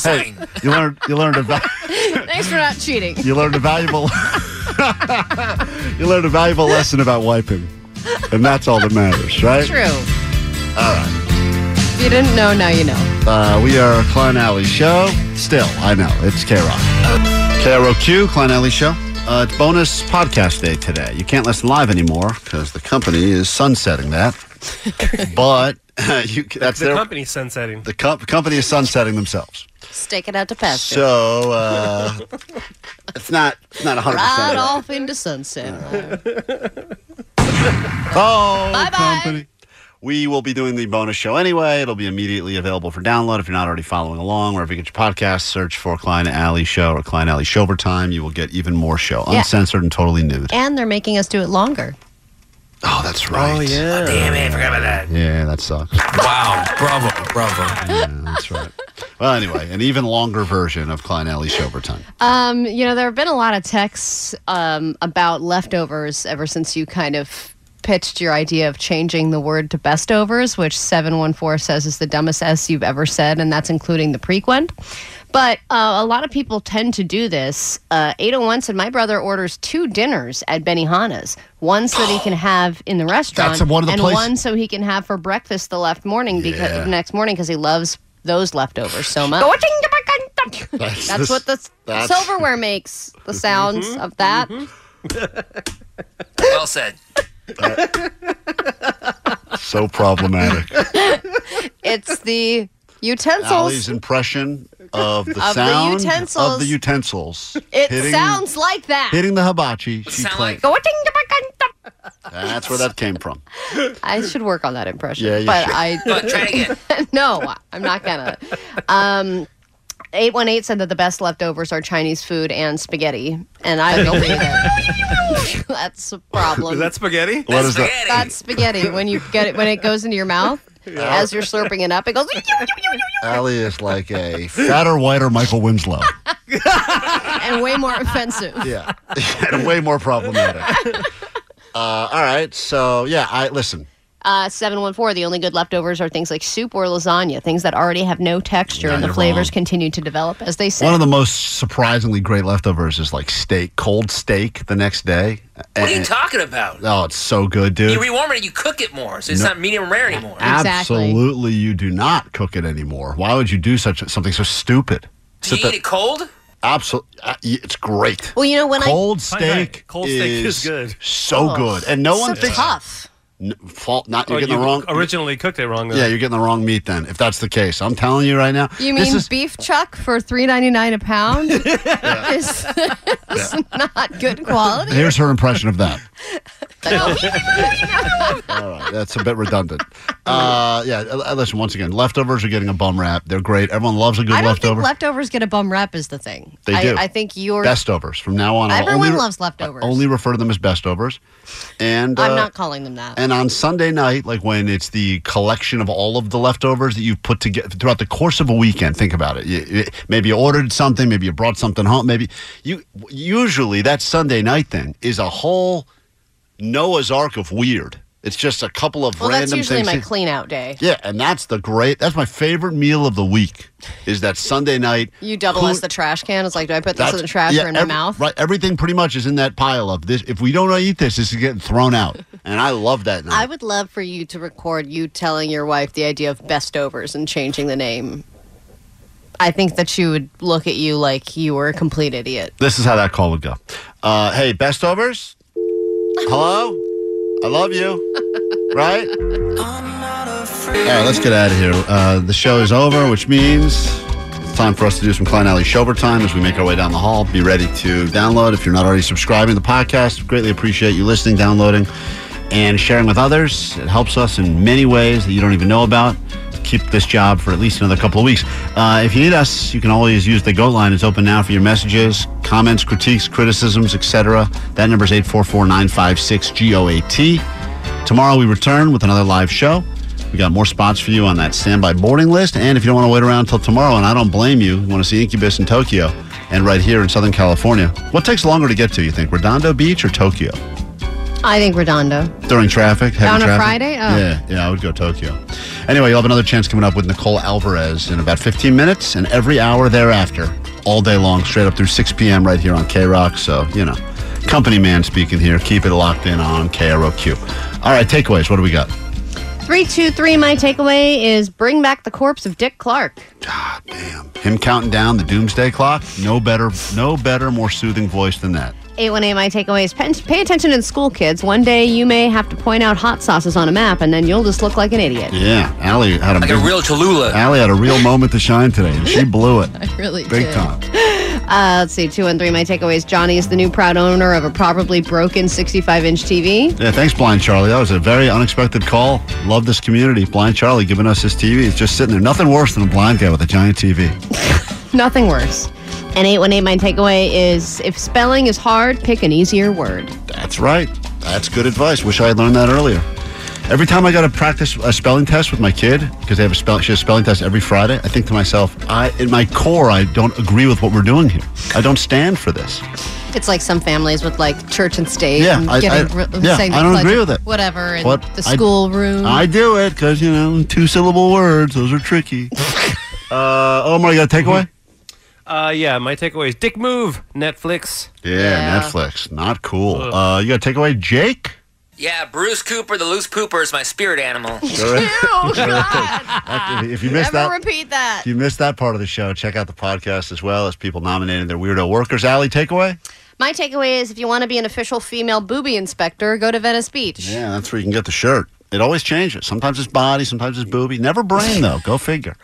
hey, you learned you learned a va- thanks for not cheating. you learned a valuable *laughs* you learned a valuable lesson about wiping. And that's all that matters, right? True. All right. If you didn't know, now you know. Uh, we are a Klein Alley Show. Still, I know, it's K Rock. KROQ, Klein Alley Show. Uh, it's bonus podcast day today. You can't listen live anymore because the company is sunsetting that. but *laughs* you, that's the their. company sunsetting. the co- company is sunsetting themselves. Stake it out to pasture. So uh, it's not it's not 100%. right off into sunset. Oh, Bye-bye. company. We will be doing the bonus show anyway. It'll be immediately available for download if you're not already following along. Wherever you get your podcast, search for Klein Alley Show or Klein Alley Showvertime. You will get even more show, Yeah. uncensored and totally nude. And they're making us do it longer. Oh, that's right. Oh, yeah. Damn it, I forgot about that. Yeah, that sucks. Wow, bravo, bravo. That's right. well, anyway, an even longer version of Klein Alley Showvertime. Um, you know, there have been a lot of texts um, about leftovers ever since you kind of pitched your idea of changing the word to bestovers, which 714 says is the dumbest S you've ever said, and that's including the prequent. But uh, a lot of people tend to do this. Uh, 801 said, My brother orders two dinners at Benihana's one so that he can have in the restaurant, one of the and places- one so he can have for breakfast the left morning because Yeah. next morning because he loves those leftovers so much. That's, That's what the that's- Mm-hmm. silverware makes. The sounds of that. Well said. So problematic. *laughs* It's the utensils. Alley's impression of the Of the sound utensils. of the utensils. it hitting, sounds like that. hitting the hibachi. She Sound claimed. That's where that came *laughs* from. I should work on that impression. Yeah, you but should. I Look, try again. *laughs* no, I'm not gonna. Um, 818 said that the best leftovers are Chinese food and spaghetti, and I don't believe it. *laughs* That's a problem. Is that spaghetti? What is that? That's spaghetti when you get it when it goes into your mouth Yeah. as you're slurping it up. It goes *laughs* Allie is like a *laughs* fatter, whiter Michael Winslow. *laughs* and way more offensive. *laughs* Yeah, *laughs* and way more *laughs* problematic. Uh, all right, so yeah, I listen. Uh, 714, the only good leftovers are things like soup or lasagna, things that already have no texture No, and the you're flavors wrong. continue to develop as they say. One of the most surprisingly great leftovers is like steak, cold steak the next day. What are you And- talking about? Oh, it's so good, dude. You rewarm it and you cook it more, so it's No. not medium rare anymore. Absolutely, you do not cook it anymore. Why would you do such something so stupid? Do you eat it cold? Absolutely, uh, it's great. Well, you know, when I- cold Fine, fine. steak, Cold steak is good. so Oh, good, and no so one thinks *laughs* tough. N- fault. Not Oh, you're getting you the wrong. Originally cooked it wrong. Though. Yeah, you're getting the wrong meat then. If that's the case, I'm telling you right now. You this mean is- beef chuck for three ninety nine a *laughs* pound *laughs* is, is not good *laughs* quality? Oh, Here's her impression of that. *laughs* No. All right, that's a bit redundant. Uh, yeah, uh, listen. Once again, leftovers are getting a bum rap. They're great. Everyone loves a good I don't leftover. think leftovers get a bum rap is the thing. They I, do. I think you're bestovers from now on. I'll everyone only- loves leftovers. only refer to them as bestovers. And I'm uh, not calling them that. And on Sunday night, like when it's the collection of all of the leftovers that you've put together throughout the course of a weekend, think about it. You, you- maybe you ordered something, maybe you brought something home, maybe you. Usually, that Sunday night thing is a whole Noah's Ark of weird. It's just a couple of well, random that's usually things. my clean out day. yeah, and that's the great. That's my favorite meal of the week. Is that Sunday night? You double Who- as the trash can. It's like, do I put this in the trash yeah, or in my every- mouth? Right, everything pretty much is in that pile of this. If we don't eat this, this is getting thrown out. And I love that night. I would love for you to record you telling your wife the idea of bestovers and changing the name. I think that she would look at you like you were a complete idiot. This is how that call would go. Uh, hey, bestovers. Hello. I love *laughs* you. Right. All right, let's get out of here. Uh, the show is over, which means Time for us to do some Klein Alley Shover time as we make our way down the hall. Be ready to download if you're not already subscribing to the podcast. Greatly appreciate you listening, downloading, and sharing with others. It helps us in many ways that you don't even know about. Keep this job for at least another couple of weeks. Uh, if you need us, you can always use the Go line. It's open now for your messages, comments, critiques, criticisms, etc. That number is 844-956-GOAT. Tomorrow we return with another live show. We got more spots for you on that standby boarding list. And if you don't want to wait around till tomorrow, and I don't blame you, you want to see Incubus in Tokyo and right here in Southern California. What takes longer to get to, you think? Redondo Beach or Tokyo? I think Redondo. During traffic? Heavy On a traffic? Friday? Oh. Yeah, yeah, I would go Tokyo. Anyway, you'll have another chance coming up with Nicole Alvarez in about 15 minutes and every hour thereafter, all day long, straight up through 6 p.m. right here on K Rock. So, you know, company man speaking here. Keep it locked in on KROQ. All right, takeaways. What do we got? 323, my takeaway is bring back the corpse of Dick Clark. Him counting down the doomsday clock. No better, no better, more soothing voice than that. 818, my takeaway is pay, pay attention in school, kids. One day you may have to point out hot sauces on a map, and then you'll just look like an idiot. *laughs* Yeah, Allie had a Like a big- real Tallulah. Allie had *laughs* a real moment to shine today, and she blew it I really big did. time. Uh, let's see, 213, my takeaway is Johnny is the new proud owner of a probably broken 65 inch TV. Yeah, thanks, Blind Charlie. That was a very unexpected call. Love this community. Blind Charlie giving us his TV. He's just sitting there. Nothing worse than a blind guy with a giant TV. Nothing worse. And 818, my takeaway is if spelling is hard, pick an easier word. That's right. That's good advice. Wish I had learned that earlier. Every time I got to practice a spelling test with my kid, because they have a spell, she has a spelling test every Friday, I think to myself, I, in my core, I don't agree with what we're doing here. I don't stand for this. It's like some families with like church and state. Yeah, and I- getting, I- re- yeah, saying I the don't pledge agree of with it. Whatever, and What? the I- schoolroom. I do it because, you know, two syllable words, those are *laughs* tricky. uh, Omar, you got a takeaway? Uh, yeah, my takeaway is Dick Move, Netflix. *laughs* Yeah, Netflix. Not cool. Uh, you got a takeaway, Jake? Yeah, Bruce Cooper, the loose pooper, is my spirit animal. Sure. *laughs* *laughs* Ew, God. If you missed that, repeat that. If you missed that part of the show, check out the podcast as well as people nominating their weirdo workers. Alley, takeaway? My takeaway is if you want to be an official female booby inspector, go to Venice Beach. Yeah, that's where you can get the shirt. It always changes. Sometimes it's body, sometimes it's booby. Never brain, though. Go figure.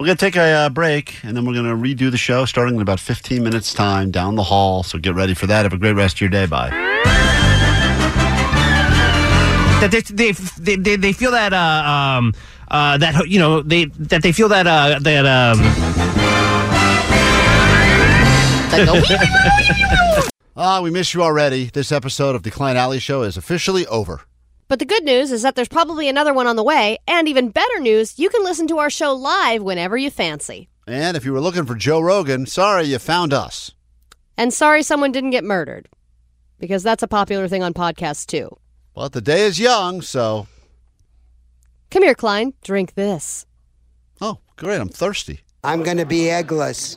We're going to take a uh, break, and then we're going to redo the show starting in about 15 minutes' time down the hall. So get ready for that. Have a great rest of your day. Bye. that they they they, they, they feel that uh, um uh that you know they that they feel that uh that um *laughs* Ah, we miss you already. This episode of the Klein Alley Show is officially over. But the good news is that there's probably another one on the way, and even better news, you can listen to our show live whenever you fancy. And if you were looking for Joe Rogan, sorry you found us. And sorry someone didn't get murdered, because that's a popular thing on podcasts too. But the day is young, so. Come here, Klein, drink this. Oh, great, I'm thirsty. I'm going to be eggless.